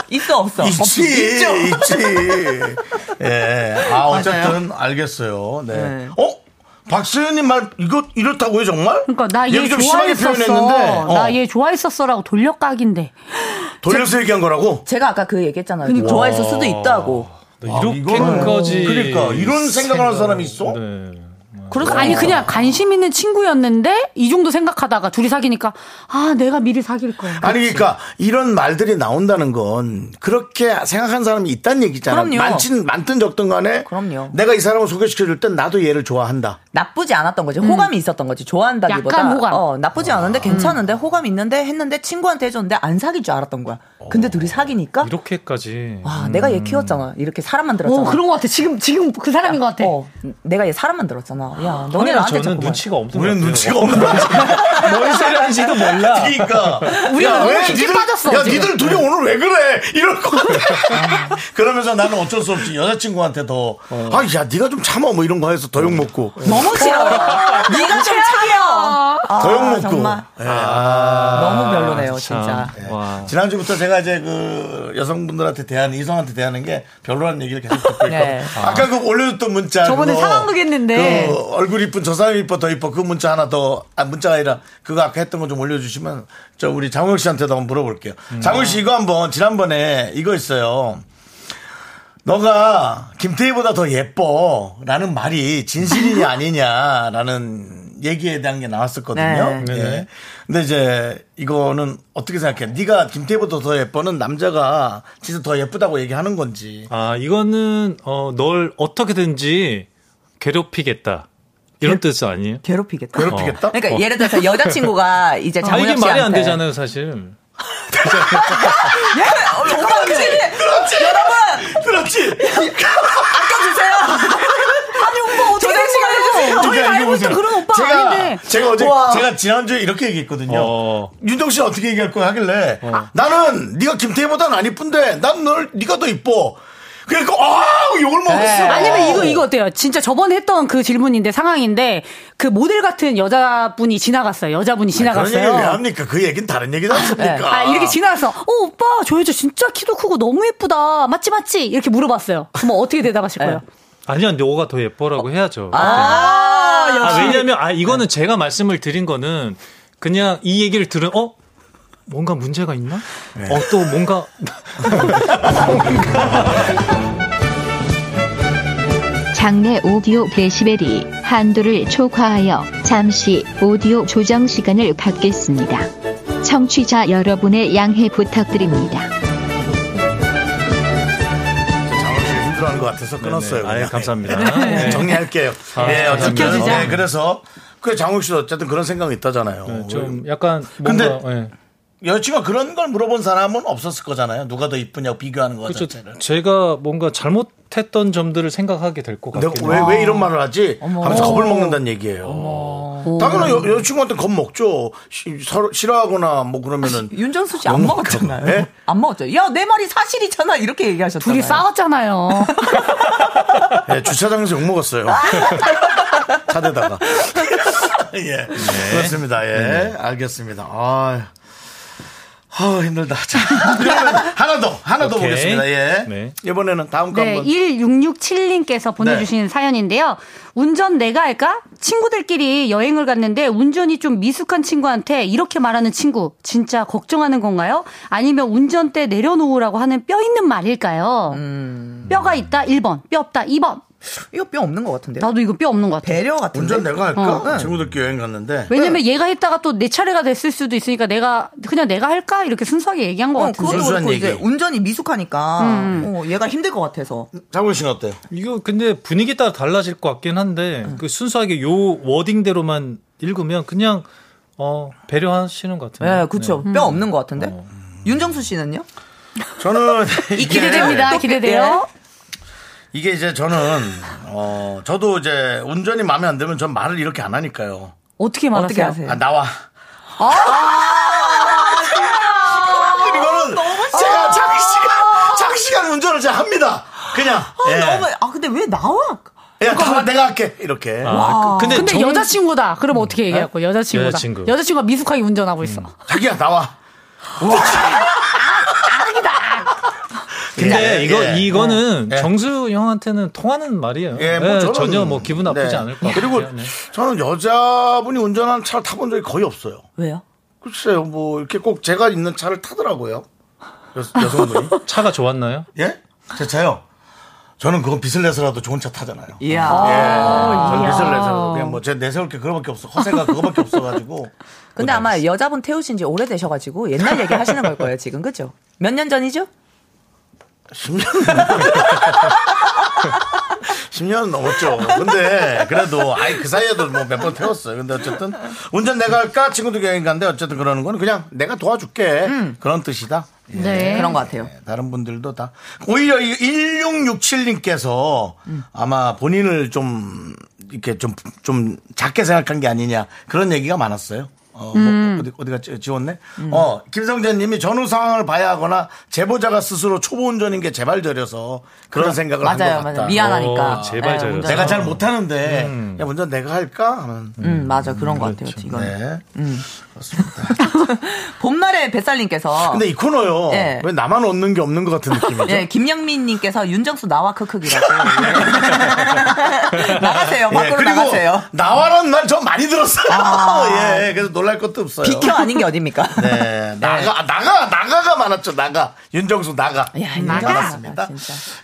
Speaker 10: 있어 없어. 없-
Speaker 1: 있지,
Speaker 10: 있죠.
Speaker 1: 있지. 예. 아, 어쨌든 알겠어요. 네. 어? 박수현님 말, 이거, 이렇다고요, 정말?
Speaker 11: 그러니까 나 얘
Speaker 1: 얘기 좀 심하게 표현했는데.
Speaker 11: 좋아했었어.
Speaker 1: 어,
Speaker 11: 나 얘 좋아했었어라고 돌려각인데.
Speaker 1: 돌려서 얘기한 거라고?
Speaker 10: 제가 아까 그 얘기했잖아요.
Speaker 11: 그러니까.
Speaker 10: 좋아했을 수도 있다고.
Speaker 2: 아,
Speaker 1: 그러니까
Speaker 2: 네.
Speaker 1: 이렇게까지. 그러니까, 이런 생각을 하는 사람이 있어?
Speaker 10: 네.
Speaker 15: 그래서 아니 그냥 관심 있는 친구였는데 이 정도 생각하다가 둘이 사귀니까 아 내가 미리 사귈 거야.
Speaker 1: 아니 그러니까 이런 말들이 나온다는 건 그렇게 생각한 사람이 있다는 얘기잖아.
Speaker 10: 그럼요.
Speaker 1: 많진 많든 적든 간에
Speaker 10: 그럼요.
Speaker 1: 내가 이 사람을 소개시켜 줄 땐 나도 얘를 좋아한다.
Speaker 10: 나쁘지 않았던 거지. 호감이 있었던 거지. 좋아한다기보다.
Speaker 1: 약간 호감.
Speaker 10: 어, 나쁘지 않은데 괜찮은데 호감 있는데 했는데 친구한테 해줬는데 안 사귈 줄 알았던 거야. 근데 어. 둘이 사귀니까
Speaker 2: 이렇게까지. 네.
Speaker 10: 아, 내가 얘 키웠잖아. 이렇게 사람 만들었잖아.
Speaker 15: 오, 어, 그런 것 같아. 지금 지금 그 사람인 것 같아.
Speaker 10: 내가 얘 사람 만들었잖아. 야,
Speaker 2: 아니,
Speaker 10: 너네 나한테
Speaker 2: 저는
Speaker 10: 자꾸
Speaker 2: 눈치가 없는
Speaker 1: 우리는 눈치가 없는
Speaker 2: 뭔 소리 하는지도 몰라.
Speaker 1: 그러니까.
Speaker 2: 우리가
Speaker 1: 야,
Speaker 2: 너무
Speaker 1: 왜
Speaker 2: 깊게
Speaker 1: 니들-
Speaker 2: 빠졌어,
Speaker 1: 야,
Speaker 2: 지금.
Speaker 1: 니들 둘이 오늘 왜 그래? 이럴 것 같아. 그러면서 나는 어쩔 수 없이 여자친구한테 더, 아, 야, 니가 좀 참아. 뭐 이런 거 해서 더 욕먹고.
Speaker 10: 너무 싫어. 네가 좀 참여.
Speaker 1: 더 욕먹고.
Speaker 10: 정말.
Speaker 1: 예.
Speaker 10: 너무 별로네요, 진짜.
Speaker 1: 예.
Speaker 15: 어.
Speaker 1: 지난주부터 제가 이제 그 여성분들한테 대하는, 이성한테 대하는 게 별로라는 얘기를 계속 듣고 있고.
Speaker 10: 네.
Speaker 1: 아까 그 올려줬던 문자.
Speaker 15: 저번에
Speaker 1: 그거
Speaker 15: 상황극 했는데.
Speaker 1: 그 얼굴 이쁜 저 사람 이뻐 더 이뻐 그 문자 하나 더, 아, 문자가 아니라 그거 아까 했던 거 좀 올려주시면 저 우리 장우혁 씨한테도 한번 물어볼게요.
Speaker 15: 음.
Speaker 1: 장우혁 씨 이거 한번 지난번에 이거 있어요. 너가 김태희보다 더 예뻐. 라는 말이 진실이냐 아니냐라는 얘기에 대한 게 나왔었거든요.
Speaker 2: 네.
Speaker 1: 예.
Speaker 2: 네네.
Speaker 1: 근데 이제 이거는 어떻게 생각해? 네가 김태희보다 더 예뻐는 남자가 진짜 더 예쁘다고 얘기하는 건지.
Speaker 2: 아, 이거는 어, 널 어떻게든지 괴롭히겠다. 이런 뜻 아니에요?
Speaker 10: 괴롭히겠다.
Speaker 1: 괴롭히겠다?
Speaker 10: 그러니까 예를 들어서 여자친구가 이제
Speaker 2: 아, 이게
Speaker 10: 장우혁 씨한테
Speaker 2: 말이 안 되잖아요, 사실.
Speaker 10: 그렇지.
Speaker 1: 그렇지.
Speaker 10: 여러분.
Speaker 1: 그렇지.
Speaker 10: 아껴주세요. 아니 오빠 어떻게
Speaker 15: 저희 시간 해주세요. 저희
Speaker 1: 그러니까 이게
Speaker 15: 말고 또
Speaker 1: 무슨-
Speaker 15: 그런 오빠
Speaker 1: 제가,
Speaker 15: 아닌데.
Speaker 1: 제가 어제
Speaker 15: 우와.
Speaker 1: 제가 지난주에 이렇게 얘기했거든요.
Speaker 2: 어.
Speaker 1: 윤정 씨는 어떻게 얘기할 거야 하길래
Speaker 15: 어.
Speaker 1: 나는 네가 김태희보다는 안 이쁜데 난 널 네가 더 이뻐. 그러니까 아 욕을
Speaker 10: 네.
Speaker 1: 먹었어.
Speaker 15: 네. 아니면 이거 이거 어때요? 진짜 저번에 했던 그 질문인데 상황인데 그 모델 같은 여자분이 지나갔어요. 여자분이 지나갔어요.
Speaker 1: 아, 그런 얘기 왜 합니까? 그 얘기는 다른 얘기지 않습니까?
Speaker 10: 그러니까.
Speaker 15: 네. 아, 이렇게 지나가서, 어, 오빠, 저 여자 진짜 키도 크고 너무 예쁘다. 맞지, 맞지? 이렇게 물어봤어요. 그럼
Speaker 11: 뭐
Speaker 15: 어떻게 대답하실
Speaker 10: 네.
Speaker 15: 거예요?
Speaker 2: 아니야, 너가 더
Speaker 10: 어,
Speaker 2: 예뻐라고 해야죠.
Speaker 15: 아,
Speaker 2: 아, 왜냐면, 아,
Speaker 10: 네.
Speaker 2: 이거는 제가 말씀을 드린 거는 그냥 이 얘기를 들은, 어? 뭔가 문제가 있나? 어, 또 뭔가.
Speaker 14: 장내 오디오 데시벨이 한도를 초과하여 잠시 오디오 조정 시간을 갖겠습니다. 청취자 여러분의 양해 부탁드립니다.
Speaker 1: 힘들어하는 것 같아서 끊었어요.
Speaker 2: 아, 예, 감사합니다.
Speaker 1: 네.
Speaker 2: 네.
Speaker 1: 정리할게요.
Speaker 2: 아,
Speaker 1: 예, 어쨌든
Speaker 2: 지켜주자.
Speaker 1: 예, 그래서 그 장욱 씨도 어쨌든 그런 생각이 있다잖아요.
Speaker 2: 네, 좀 약간
Speaker 1: 근데
Speaker 2: 뭔가, 예.
Speaker 1: 여친과 그런 걸 물어본 사람은 없었을 거잖아요. 누가 더 이쁘냐고 비교하는 거
Speaker 2: 그렇죠.
Speaker 1: 자체를.
Speaker 2: 제가 뭔가 잘못했던 점들을 생각하게 될 것
Speaker 1: 내가
Speaker 2: 같아요.
Speaker 1: 왜, 왜 이런 말을 하지? 하면서 겁을 먹는다는 얘기예요. 당연히 여, 여친구한테 겁 먹죠. 시- 서로 싫어하거나 뭐 그러면은
Speaker 10: 윤정수 씨 안
Speaker 1: 욕먹-
Speaker 10: 먹었잖아요.
Speaker 1: 예?
Speaker 10: 안 먹었죠. 야, 내 말이 사실이잖아. 이렇게 얘기하셨잖아요.
Speaker 15: 둘이 싸웠잖아요.
Speaker 1: 예, 주차장에서 욕 먹었어요. 차대다가. 예. 그렇습니다. 예. 알겠습니다. 아. 아, 힘들다. 자, 그러면 하나 더, 하나 더
Speaker 2: 오케이.
Speaker 1: 보겠습니다. 예.
Speaker 2: 네.
Speaker 1: 이번에는 다음 거
Speaker 11: 네,
Speaker 1: 한번.
Speaker 11: 1667님께서 보내주신 사연인데요. 운전 내가 할까? 친구들끼리 여행을 갔는데 운전이 좀 미숙한 친구한테 이렇게 말하는 친구, 진짜 걱정하는 건가요? 아니면 운전대 내려놓으라고 하는 뼈 있는 말일까요?
Speaker 10: 음.
Speaker 11: 뼈가 있다, 1번. 뼈 없다, 2번.
Speaker 10: 이거 뼈 없는 것 같은데요?
Speaker 11: 나도 이거 뼈 없는 것 같아.
Speaker 10: 배려 같은데.
Speaker 1: 운전 내가 할까?
Speaker 11: 어.
Speaker 1: 친구들끼리 여행 갔는데.
Speaker 11: 왜냐면 얘가 했다가 또 내 차례가 됐을 수도 있으니까 내가 그냥 내가 할까 이렇게 순수하게 얘기한 것
Speaker 10: 어,
Speaker 11: 같은데.
Speaker 10: 그것도 그렇고 이제 운전이 미숙하니까
Speaker 2: 음.
Speaker 10: 어, 얘가 힘들 것 같아서.
Speaker 1: 장훈 씨는 어때요?
Speaker 2: 이거 근데 분위기 따라 달라질 것 같긴 한데 그 순수하게 요 워딩대로만 읽으면 그냥 어 배려하시는 것 같아요.
Speaker 9: 네,
Speaker 10: 예, 그렇죠. 뼈 없는 것 같은데. 윤정수 씨는요?
Speaker 1: 저는
Speaker 10: 이
Speaker 1: 이게-
Speaker 10: 기대됩니다. 기대돼요.
Speaker 1: 이게 이제 저는 어 저도 이제 운전이 마음에 안 들면 전 말을 이렇게 안 하니까요.
Speaker 11: 어떻게
Speaker 10: 말하세요? 어떻게 하세요?
Speaker 1: 아, 나와.
Speaker 10: 아,
Speaker 1: 근데 이거는 제가 장시간 장시간 운전을 제가 합니다. 그냥.
Speaker 10: 아,
Speaker 1: 예.
Speaker 10: 너무, 아, 근데 왜 나와?
Speaker 1: 야, 다 내가 할게. 이렇게.
Speaker 2: 네. 아.
Speaker 15: 와. 근데, 여자친구다. 그럼 어떻게 얘기할 거예요? 여자친구다. 음.
Speaker 1: 여자친구.
Speaker 15: 가 미숙하게 운전하고 있어.
Speaker 1: 자기야 나와.
Speaker 10: 아,
Speaker 2: 근데
Speaker 1: 예,
Speaker 2: 네, 이거
Speaker 1: 예.
Speaker 2: 이거는 정수 형한테는 통하는 말이에요.
Speaker 1: 예, 뭐
Speaker 2: 예,
Speaker 1: 저는-
Speaker 2: 전혀 뭐 기분 나쁘지
Speaker 1: 네.
Speaker 2: 않을 것 같아요.
Speaker 1: 그리고 저는 여자분이 운전하는 차를 타본 적이 거의 없어요.
Speaker 10: 왜요?
Speaker 1: 글쎄요, 뭐 이렇게 꼭 제가 있는 차를 타더라고요. 여, 여성분이.
Speaker 2: 차가 좋았나요?
Speaker 1: 예? 제 차요. 저는 그거 빚을 내서라도 좋은 차 타잖아요.
Speaker 10: 이야.
Speaker 1: 예.
Speaker 10: 아,
Speaker 1: 저는
Speaker 10: 이야.
Speaker 1: 빚을 내서라도 그냥 뭐제 내세울 게 그거밖에 없어. 허세가 그거밖에 없어가지고.
Speaker 10: 근데 아마
Speaker 15: 그러니까.
Speaker 10: 여자분 태우신 지 오래되셔가지고 옛날 얘기 하시는 걸 거예요, 지금. 그죠? 몇 년 전이죠?
Speaker 1: 10년 넘었죠. 근데 그래도 아이 그 사이에도 뭐 몇 번 태웠어요. 근데 어쨌든 운전 내가 할까 친구들 여행 간데 어쨌든 그러는 건 그냥 내가 도와줄게
Speaker 10: 음.
Speaker 1: 그런 뜻이다. 예.
Speaker 10: 네. 그런 것 같아요.
Speaker 1: 다른 분들도 다 오히려 이 1667님께서 아마 본인을 좀 이렇게 좀 좀 작게 생각한 게 아니냐 그런 얘기가 많았어요. 어, 뭐
Speaker 16: 음.
Speaker 1: 어디, 어디가 지- 지웠네? 어, 김성재님이 전후 상황을 봐야 하거나 제보자가 스스로 초보 운전인 게 재발절여서 그런
Speaker 10: 그럼,
Speaker 1: 생각을 한 것
Speaker 10: 맞아요,
Speaker 1: 같다.
Speaker 10: 맞아요. 미안하니까. 어, 재발절여서. 네, 운전.
Speaker 1: 내가 잘 못하는데 야 운전 내가 할까? 하는.
Speaker 10: 음, 맞아. 그런 것 같아요, 지금.
Speaker 1: 네.
Speaker 10: 음. 봄날의 뱃살님께서.
Speaker 1: 근데 이 코너요.
Speaker 10: 예.
Speaker 1: 왜 나만 얻는 게 없는 것 같은 느낌이죠?
Speaker 10: 예, 김영민님께서 윤정수 나와 크크기라고. 나가세요. 밖으로
Speaker 1: 예, 그리고
Speaker 10: 나가세요.
Speaker 1: 나와란 날 저 많이 들었어요.
Speaker 10: 아.
Speaker 1: 예, 그래서 놀랄 것도 없어요.
Speaker 10: 비켜 아닌 게 어딥니까?
Speaker 1: 네, 나가, 아, 나가, 나가가 많았죠, 나가. 윤정수 나가.
Speaker 10: 나가.
Speaker 1: 많았습니다.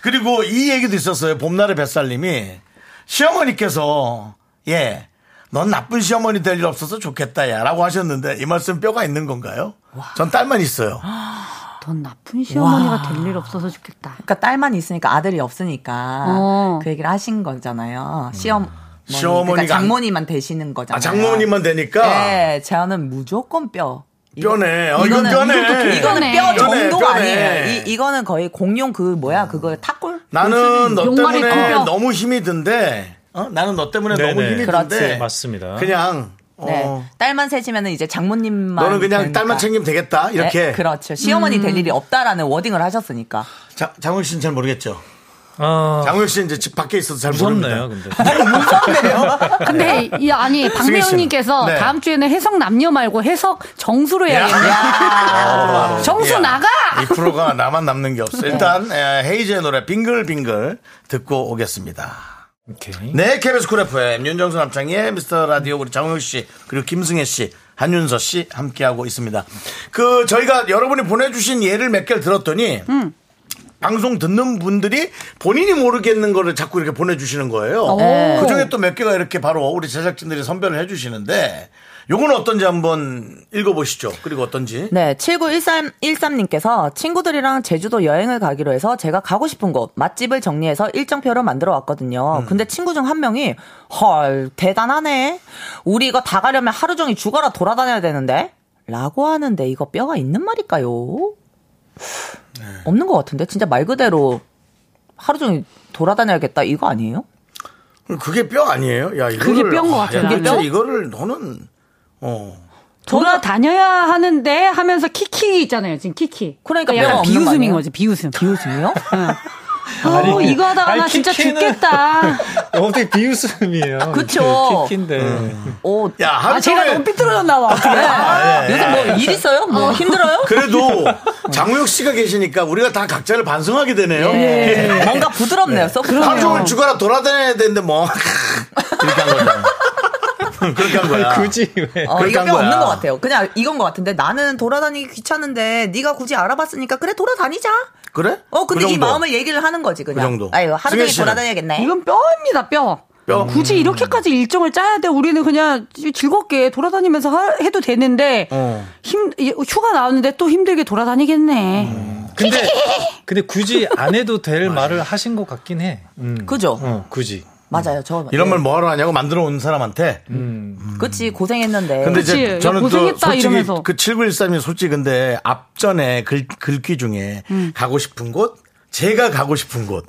Speaker 1: 그리고 이 얘기도 있었어요. 봄날의 뱃살님이 시어머니께서, 예, 넌 나쁜 시어머니 될 일 없어서 좋겠다, 야, 라고 하셨는데 이 말씀 뼈가 있는 건가요? 전 딸만 있어요.
Speaker 10: 아, 넌 나쁜
Speaker 11: 시어머니가
Speaker 10: 될 일 없어서 좋겠다. 그러니까 딸만 있으니까 아들이 없으니까 그 얘기를 하신 거잖아요. 시험
Speaker 1: 시어머니가
Speaker 10: 그러니까 장모님만 되시는 거잖아요.
Speaker 1: 음. 아, 장모님만 되니까?
Speaker 10: 네, 저는 무조건 뼈. 이거-
Speaker 1: 뼈네. 어, 이건 뼈네.
Speaker 10: 이거는 뼈
Speaker 1: 뼈네,
Speaker 10: 정도가
Speaker 1: 뼈네.
Speaker 10: 아니에요. 이, 이거는 거의 공룡 그 뭐야
Speaker 1: 음.
Speaker 10: 그거 탁골?
Speaker 1: 나는 너
Speaker 10: 용마리
Speaker 1: 때문에
Speaker 10: 뼈.
Speaker 1: 너무 힘이 든데, 어? 나는 너 때문에
Speaker 2: 네네.
Speaker 1: 너무 힘이
Speaker 2: 그렇지.
Speaker 1: 든데.
Speaker 2: 맞습니다.
Speaker 1: 그냥, 어,
Speaker 10: 네. 딸만 세지면 이제 장모님만.
Speaker 1: 너는 그냥
Speaker 10: 되니까.
Speaker 1: 딸만 음. 챙기면 되겠다. 이렇게.
Speaker 10: 네, 그렇죠. 시어머니 될 일이 없다라는 워딩을 하셨으니까.
Speaker 1: 자, 장훈 씨는 잘 모르겠죠.
Speaker 2: 아.
Speaker 1: 장훈 씨는 이제 집 밖에 있어서 잘 모릅니다. 근데.
Speaker 15: 근데
Speaker 10: 예.
Speaker 15: 이 아니
Speaker 1: 승희 씨는?
Speaker 15: 박매우님께서
Speaker 1: 네.
Speaker 15: 다음 주에는 해석 남녀 말고 해석 정수로 해야겠네요.
Speaker 1: 야.
Speaker 15: 정수
Speaker 1: 야.
Speaker 15: 나가!
Speaker 1: 어, 예. 이 프로가 나만 남는 게 없어. 일단 에, 헤이즈의 노래 빙글빙글 듣고 오겠습니다. 네, KBS 쿨 FM 윤정수 남창희의 미스터 라디오 우리 장우혁 씨 그리고 김승혜 씨 한윤서 씨 함께하고 있습니다. 그 저희가 여러분이 보내주신 예를 몇 개를 들었더니
Speaker 15: 음.
Speaker 1: 방송 듣는 분들이 본인이 모르겠는 거를 자꾸 이렇게 보내주시는 거예요.
Speaker 16: 오.
Speaker 1: 그 중에 또 몇 개가 이렇게 바로 우리 제작진들이 선별을 해주시는데 요건 어떤지 한번 읽어보시죠. 그리고 어떤지.
Speaker 10: 네, 791313님께서 친구들이랑 제주도 여행을 가기로 해서 제가 가고 싶은 곳, 맛집을 정리해서 일정표를 만들어
Speaker 1: 음.
Speaker 10: 왔거든요. 근데 친구 중 한 명이, 헐, 대단하네. 우리 이거 다 가려면 하루 종일 죽어라 돌아다녀야 되는데? 라고 하는데 이거 뼈가 있는 말일까요?
Speaker 1: 네.
Speaker 10: 없는 것 같은데? 진짜 말 그대로 하루 종일 돌아다녀야겠다 이거 아니에요?
Speaker 1: 그게 뼈 아니에요? 야,
Speaker 15: 네.
Speaker 1: 이거를.
Speaker 15: 그게 뼈인 것
Speaker 1: 아, 야,
Speaker 15: 같아요.
Speaker 1: 도대체
Speaker 15: 뼈?
Speaker 1: 이거를 너는, 어.
Speaker 15: 돌아다녀야 하는데 하면서 키키 있잖아요. 지금 키키.
Speaker 10: 그러니까
Speaker 15: 약간
Speaker 10: 뼈가 없는 거
Speaker 15: 비웃음인
Speaker 10: 아니에요?
Speaker 15: 거지. 비웃음.
Speaker 10: 비웃음이요?
Speaker 15: 어, 이거 하다가
Speaker 10: 아니,
Speaker 15: 나 진짜
Speaker 10: 키키는-
Speaker 15: 죽겠다.
Speaker 2: 어떻게 비웃음이에요.
Speaker 10: 그쵸.
Speaker 2: 키키인데.
Speaker 1: 음.
Speaker 10: 오,
Speaker 1: 야, 하루
Speaker 15: 아, 제가
Speaker 1: 종일-
Speaker 15: 너무 삐뚤어졌나 봐.
Speaker 10: 그래?
Speaker 1: 아, 예.
Speaker 10: 요새 뭐 일 있어요? 뭐
Speaker 1: 어.
Speaker 10: 힘들어요?
Speaker 1: 그래도 장우혁 씨가 계시니까 우리가 다 각자를 반성하게 되네요.
Speaker 10: 예. 뭔가 부드럽네요. 썩
Speaker 1: 하루 종일
Speaker 10: 그러네요.
Speaker 1: 죽어라 돌아다녀야 되는데 뭐. 이렇게 한 거잖아. 그렇게 한 거야.
Speaker 2: 굳이 왜.
Speaker 10: 어, 이거 뼈 없는 것 같아요. 그냥 이건 것 같은데 나는 돌아다니기 귀찮은데 네가 굳이 알아봤으니까 그래 돌아다니자.
Speaker 1: 그래?
Speaker 10: 어 근데
Speaker 1: 그
Speaker 10: 이
Speaker 1: 정도.
Speaker 10: 마음을 얘기를 하는 거지 그냥.
Speaker 1: 그 정도.
Speaker 10: 아유 하루
Speaker 1: 승혜
Speaker 10: 종일
Speaker 1: 씨는?
Speaker 10: 돌아다녀야겠네.
Speaker 15: 이건 뼈입니다, 뼈.
Speaker 1: 뼈. 음.
Speaker 15: 굳이 이렇게까지 일정을 짜야 돼. 우리는 그냥 즐겁게 돌아다니면서 하- 해도 되는데
Speaker 2: 어.
Speaker 15: 힘 이- 휴가 나오는데 또 힘들게 돌아다니겠네.
Speaker 1: 음.
Speaker 2: 근데, 근데 굳이 안 해도 될 말을 하신 것 같긴 해.
Speaker 1: 음.
Speaker 10: 그죠?
Speaker 2: 어, 굳이.
Speaker 10: 맞아요. 저
Speaker 1: 이런 말 뭐하러 하냐고 만들어 온 사람한테.
Speaker 10: 그치 고생했는데.
Speaker 1: 근데 이제 저는 또 솔직히 그 7913이 솔직히 근데 앞전에 글, 글귀 중에
Speaker 10: 음.
Speaker 1: 가고 싶은 곳, 제가 가고 싶은 곳,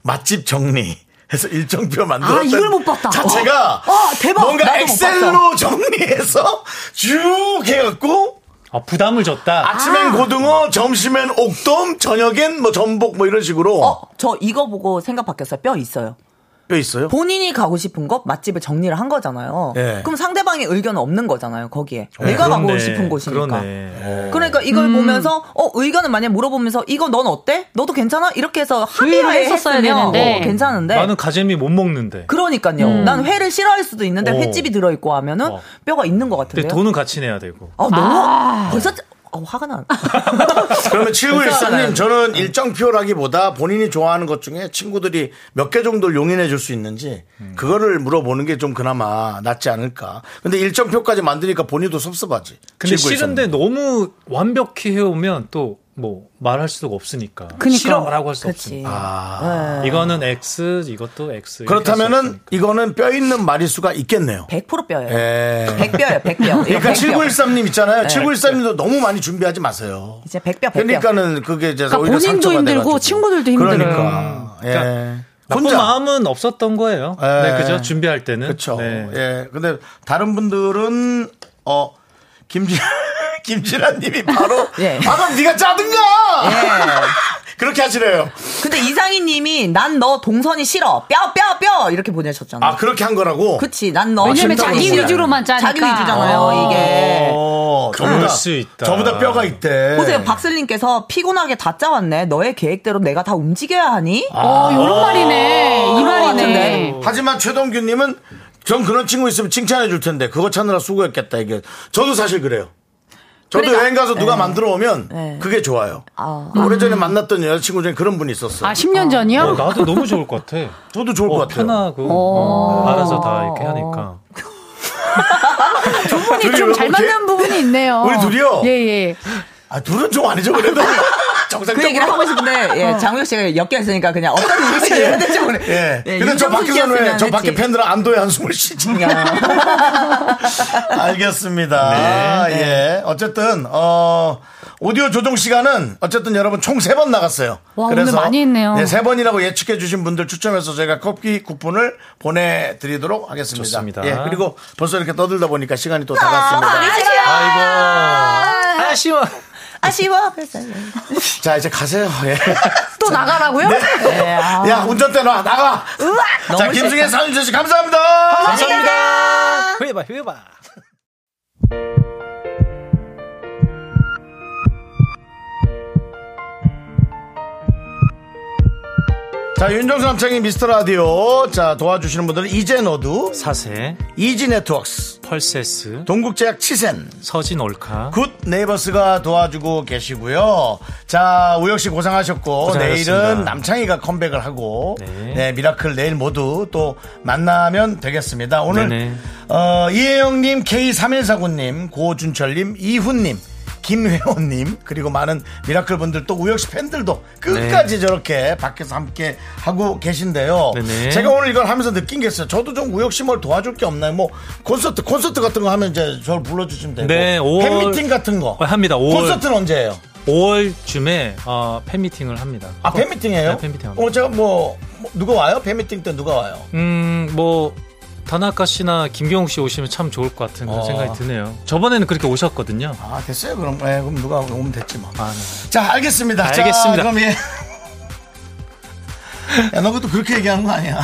Speaker 1: 맛집 정리. 해서 일정표 만들었다.
Speaker 15: 아, 이걸 못 봤다.
Speaker 1: 자체가
Speaker 15: 어. 어, 대박.
Speaker 1: 뭔가
Speaker 15: 나도 못
Speaker 1: 엑셀로
Speaker 15: 봤어.
Speaker 1: 정리해서 쭉 해갖고
Speaker 2: 아, 부담을 줬다.
Speaker 1: 아침엔 고등어, 점심엔 옥돔, 저녁엔 뭐 전복 뭐 이런 식으로
Speaker 15: 어.
Speaker 10: 저 이거 보고 생각 바뀌었어요. 뼈 있어요.
Speaker 1: 뼈 있어요?
Speaker 10: 본인이 가고 싶은 곳 맛집을 정리를 한 거잖아요.
Speaker 1: 예.
Speaker 10: 그럼 상대방의 의견은 없는 거잖아요. 거기에
Speaker 1: 어,
Speaker 10: 내가 가고
Speaker 1: 그렇네.
Speaker 10: 싶은 곳이니까.
Speaker 2: 그러네.
Speaker 10: 그러니까 이걸 보면서 어 의견을 만약 물어보면서 이거 넌 어때? 너도 괜찮아? 이렇게 해서
Speaker 15: 조율을
Speaker 10: 합의하에
Speaker 15: 했었어야
Speaker 10: 했으면
Speaker 15: 되는데.
Speaker 10: 어, 괜찮은데
Speaker 2: 나는 가재미 못 먹는데.
Speaker 10: 그러니까요.
Speaker 2: 음.
Speaker 10: 난 회를 싫어할 수도 있는데
Speaker 2: 어.
Speaker 10: 횟집이 들어있고 하면은 뼈가 있는 것 같은데요.
Speaker 2: 근데 돈은 같이 내야 되고.
Speaker 1: 네.
Speaker 10: 아 너무 벌써 어, 화가 나.
Speaker 1: 그러면 7913님 저는 일정표라기보다 본인이 좋아하는 것 중에 친구들이 몇 개 정도를 용인해 줄 수 있는지 그거를 물어보는 게 좀 그나마 낫지 않을까. 근데 일정표까지 만드니까 본인도 섭섭하지.
Speaker 2: 근데
Speaker 1: 7913 님.
Speaker 2: 싫은데 너무 완벽히 해오면 또 뭐 말할 수가 없으니까
Speaker 1: 그니까.
Speaker 2: 싫어라고 할 수
Speaker 1: 그치.
Speaker 2: 없으니까
Speaker 10: 아.
Speaker 2: 이거는 X 아, 이것도 X 이렇게 할수
Speaker 1: 아. 그렇다면은 이거는 뼈 있는 말일 수가 있겠네요.
Speaker 10: 100% 뼈예요.
Speaker 1: 예.
Speaker 10: 100뼈예요, 100뼈. 이거
Speaker 1: 그러니까
Speaker 10: 100뼈.
Speaker 1: 7913님
Speaker 10: 네.
Speaker 1: 있잖아요. 7913님도 너무 많이 준비하지 마세요.
Speaker 10: 이제 100뼈, 100뼈.
Speaker 1: 그러니까는 그게 이제
Speaker 10: 그러니까
Speaker 1: 오히려
Speaker 10: 본인도
Speaker 1: 상처가
Speaker 10: 힘들고
Speaker 1: 돼가지고.
Speaker 10: 친구들도 음.
Speaker 1: 그러니까. 예.
Speaker 2: 나쁜 마음은 없었던 거예요. 네, 그죠? 준비할 때는. 네.
Speaker 1: 그렇죠.
Speaker 10: 네.
Speaker 1: 예. 근데 다른 분들은 어 김진 김진아님이 바로
Speaker 10: 예.
Speaker 1: 아 그럼 네가 짜든가. 그렇게 하시래요.
Speaker 10: 근데 이상희님이 난 너 동선이 싫어 뼈 뼈 뼈 이렇게 보내셨잖아요.
Speaker 1: 아 그렇게 한 거라고.
Speaker 10: 그치 난너
Speaker 1: 왜냐면 자기
Speaker 11: 위주로만 짜니까.
Speaker 10: 자기 위주잖아요 이게.
Speaker 1: 어,
Speaker 10: 그-
Speaker 1: 저보다
Speaker 10: 그럴 수 있다.
Speaker 1: 저보다 뼈가 있대.
Speaker 10: 보세요 박슬님께서 피곤하게 다 짜왔네. 너의 계획대로 내가 다 움직여야 하니?
Speaker 15: 어,
Speaker 1: 아.
Speaker 10: 그런 것 같은데.
Speaker 1: 하지만 최동규님은 전 그런 친구 있으면 칭찬해 줄 텐데 그거 찾느라 수고했겠다 이게. 저도 사실 그래요. 저도
Speaker 10: 그러니까-
Speaker 1: 여행 가서 누가
Speaker 10: 네.
Speaker 1: 만들어 오면
Speaker 10: 네.
Speaker 1: 그게 좋아요.
Speaker 10: 아.
Speaker 1: 오래전에 만났던 여자친구 중에 그런 분이 있었어요.
Speaker 15: 아, 10년 전이요?
Speaker 2: 어, 나도 너무 좋을 것 같아.
Speaker 1: 저도 좋을 것 같아요.
Speaker 2: 편하고
Speaker 15: 어.
Speaker 2: 어, 알아서 다 이렇게 하니까.
Speaker 15: 두 분이
Speaker 1: 둘이 뭐
Speaker 15: 좀 잘
Speaker 1: 이렇게?
Speaker 15: 맞는 부분이 있네요.
Speaker 1: 우리 둘이요?
Speaker 15: 예, 예.
Speaker 1: 아, 둘은 좀 아니죠, 그래도. 정상적으로.
Speaker 10: 그 얘기를 하고 싶은데 예,
Speaker 1: 어.
Speaker 10: 장우혁 씨가 엮여 있으니까 그냥 어떤 얘기를 해야 될지 모르.
Speaker 1: 예.
Speaker 10: 예,
Speaker 1: 근데 저
Speaker 10: 윤정수
Speaker 1: 밖에서는 왜,
Speaker 10: 씨였으면
Speaker 1: 저 밖에
Speaker 10: 했지. 아.
Speaker 1: 팬들은 안도의 한숨을 쉬지. 알겠습니다.
Speaker 10: 네.
Speaker 1: 예. 어쨌든, 어, 오디오 조종 시간은 어쨌든 여러분 총 세 번 나갔어요.
Speaker 15: 와, 오늘 많이 했네요.
Speaker 1: 네, 세 번이라고 예측해 주신 분들 추첨해서 저희가 커피 쿠폰을 보내드리도록 하겠습니다.
Speaker 2: 좋습니다.
Speaker 1: 예. 그리고 벌써 이렇게 떠들다 보니까 시간이 또
Speaker 15: 아.
Speaker 1: 다갔습니다.
Speaker 10: 아.
Speaker 2: 아이고. 아쉬워.
Speaker 10: 아쉬워.
Speaker 1: 자, 이제 가세요. 예.
Speaker 15: 또 나가라고요?
Speaker 1: 네. 야, 운전대 놔. 나가.
Speaker 15: 으악!
Speaker 1: 자,
Speaker 15: 너무 싫다.
Speaker 1: 김승혜 사주씨 감사합니다.
Speaker 2: 감사합니다. 회바, 회바.
Speaker 1: 자, 윤정수 남창의 미스터 라디오. 자, 도와주시는 분들은 이제 너두.
Speaker 2: 사세.
Speaker 1: 이지 네트워크스.
Speaker 2: 펄세스.
Speaker 1: 동국제약 치센.
Speaker 2: 서진 올카.
Speaker 1: 굿 네이버스가 도와주고 계시고요. 자, 우혁 씨 고생하셨고
Speaker 2: 고생하셨습니다.
Speaker 1: 내일은 남창희가 컴백을 하고 네. 미라클 내일 모두 또 만나면 되겠습니다. 오늘
Speaker 2: 네네.
Speaker 1: 어, 이혜영 님, K3149 님, 고준철 님, 이훈 님, 김회원 님, 그리고 많은 미라클 분들 또 우혁 씨 팬들도 끝까지 저렇게 밖에서 함께 하고 계신데요.
Speaker 2: 네. 네네.
Speaker 1: 제가 오늘 이걸 하면서 느낀 게 있어요. 저도 좀 우혁 씨 뭘 도와줄 게 없나요? 뭐 콘서트 콘서트 같은 거 하면 이제 저를 불러주시면 되고
Speaker 2: 네, 오월-
Speaker 1: 뭐 팬미팅 같은 거
Speaker 2: 어, 합니다. 5월.
Speaker 1: 콘서트는 언제예요?
Speaker 2: 5월쯤에 어, 팬미팅을 합니다.
Speaker 1: 아 팬미팅이에요?
Speaker 2: 네, 팬미팅 합니다.
Speaker 1: 어 제가 뭐, 뭐 누가 와요? 팬미팅 때 누가 와요?
Speaker 2: 음, 뭐 다나카 씨나 김경욱 씨 오시면 참 좋을 것 같은 그런
Speaker 1: 어.
Speaker 2: 생각이 드네요. 저번에는 그렇게 오셨거든요.
Speaker 1: 아 됐어요 그럼 네, 그럼 누가 오면 됐지 뭐. 자 알겠습니다. 자,
Speaker 2: 아, 네. 알겠습니다.
Speaker 1: 그럼 예. 야, 너 그것도 그렇게 얘기하는 거 아니야?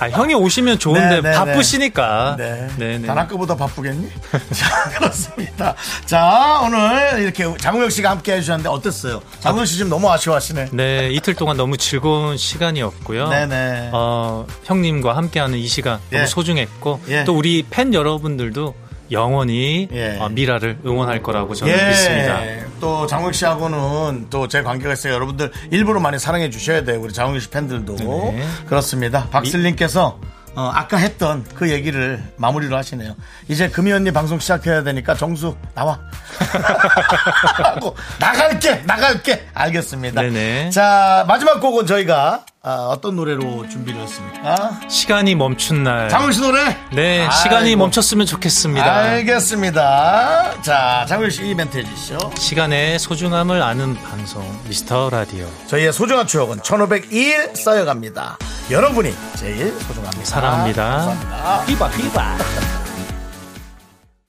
Speaker 2: 아, 형이 오시면 좋은데
Speaker 1: 네, 네, 네.
Speaker 2: 바쁘시니까.
Speaker 1: 네.
Speaker 2: 네, 네.
Speaker 1: 난 아까보다 바쁘겠니? 자, 그렇습니다. 자, 오늘 이렇게 장우혁 씨가 함께 해주셨는데 어땠어요? 장우혁 씨 지금 너무 아쉬워하시네.
Speaker 2: 네, 이틀 동안 너무 즐거운 시간이었고요.
Speaker 1: 네네.
Speaker 2: 어, 형님과 함께하는 이 시간
Speaker 1: 예.
Speaker 2: 너무 소중했고
Speaker 1: 예.
Speaker 2: 또 우리 팬 여러분들도 영원히 어, 미라를 응원할 거라고 저는
Speaker 1: 예.
Speaker 2: 믿습니다.
Speaker 1: 또 장우혁 씨하고는 또 제 관계가 있어요. 여러분들 일부러 많이 사랑해 주셔야 돼요. 우리 장우혁 씨 팬들도.
Speaker 2: 네네.
Speaker 1: 그렇습니다. 박슬님께서 어, 아까 했던 그 얘기를 마무리로 하시네요. 이제 금희 언니 방송 시작해야 되니까 정수 나와. 하고 나갈게 나갈게 알겠습니다.
Speaker 2: 네네.
Speaker 1: 자 마지막 곡은 저희가 아, 어떤 노래로 준비를 했습니까?
Speaker 2: 시간이 멈춘 날.
Speaker 1: 장우혁 씨 노래?
Speaker 2: 네,
Speaker 1: 아이고.
Speaker 2: 시간이 멈췄으면 좋겠습니다.
Speaker 1: 알겠습니다. 자 장우혁 씨 이 멘트 해주시죠.
Speaker 2: 시간의 소중함을 아는 방송 미스터 라디오.
Speaker 1: 저희의 소중한 추억은 1501 쌓여갑니다. 여러분이 제일 소중합니다.
Speaker 2: 사랑합니다.
Speaker 1: 감사합니다. 휘바 휘바.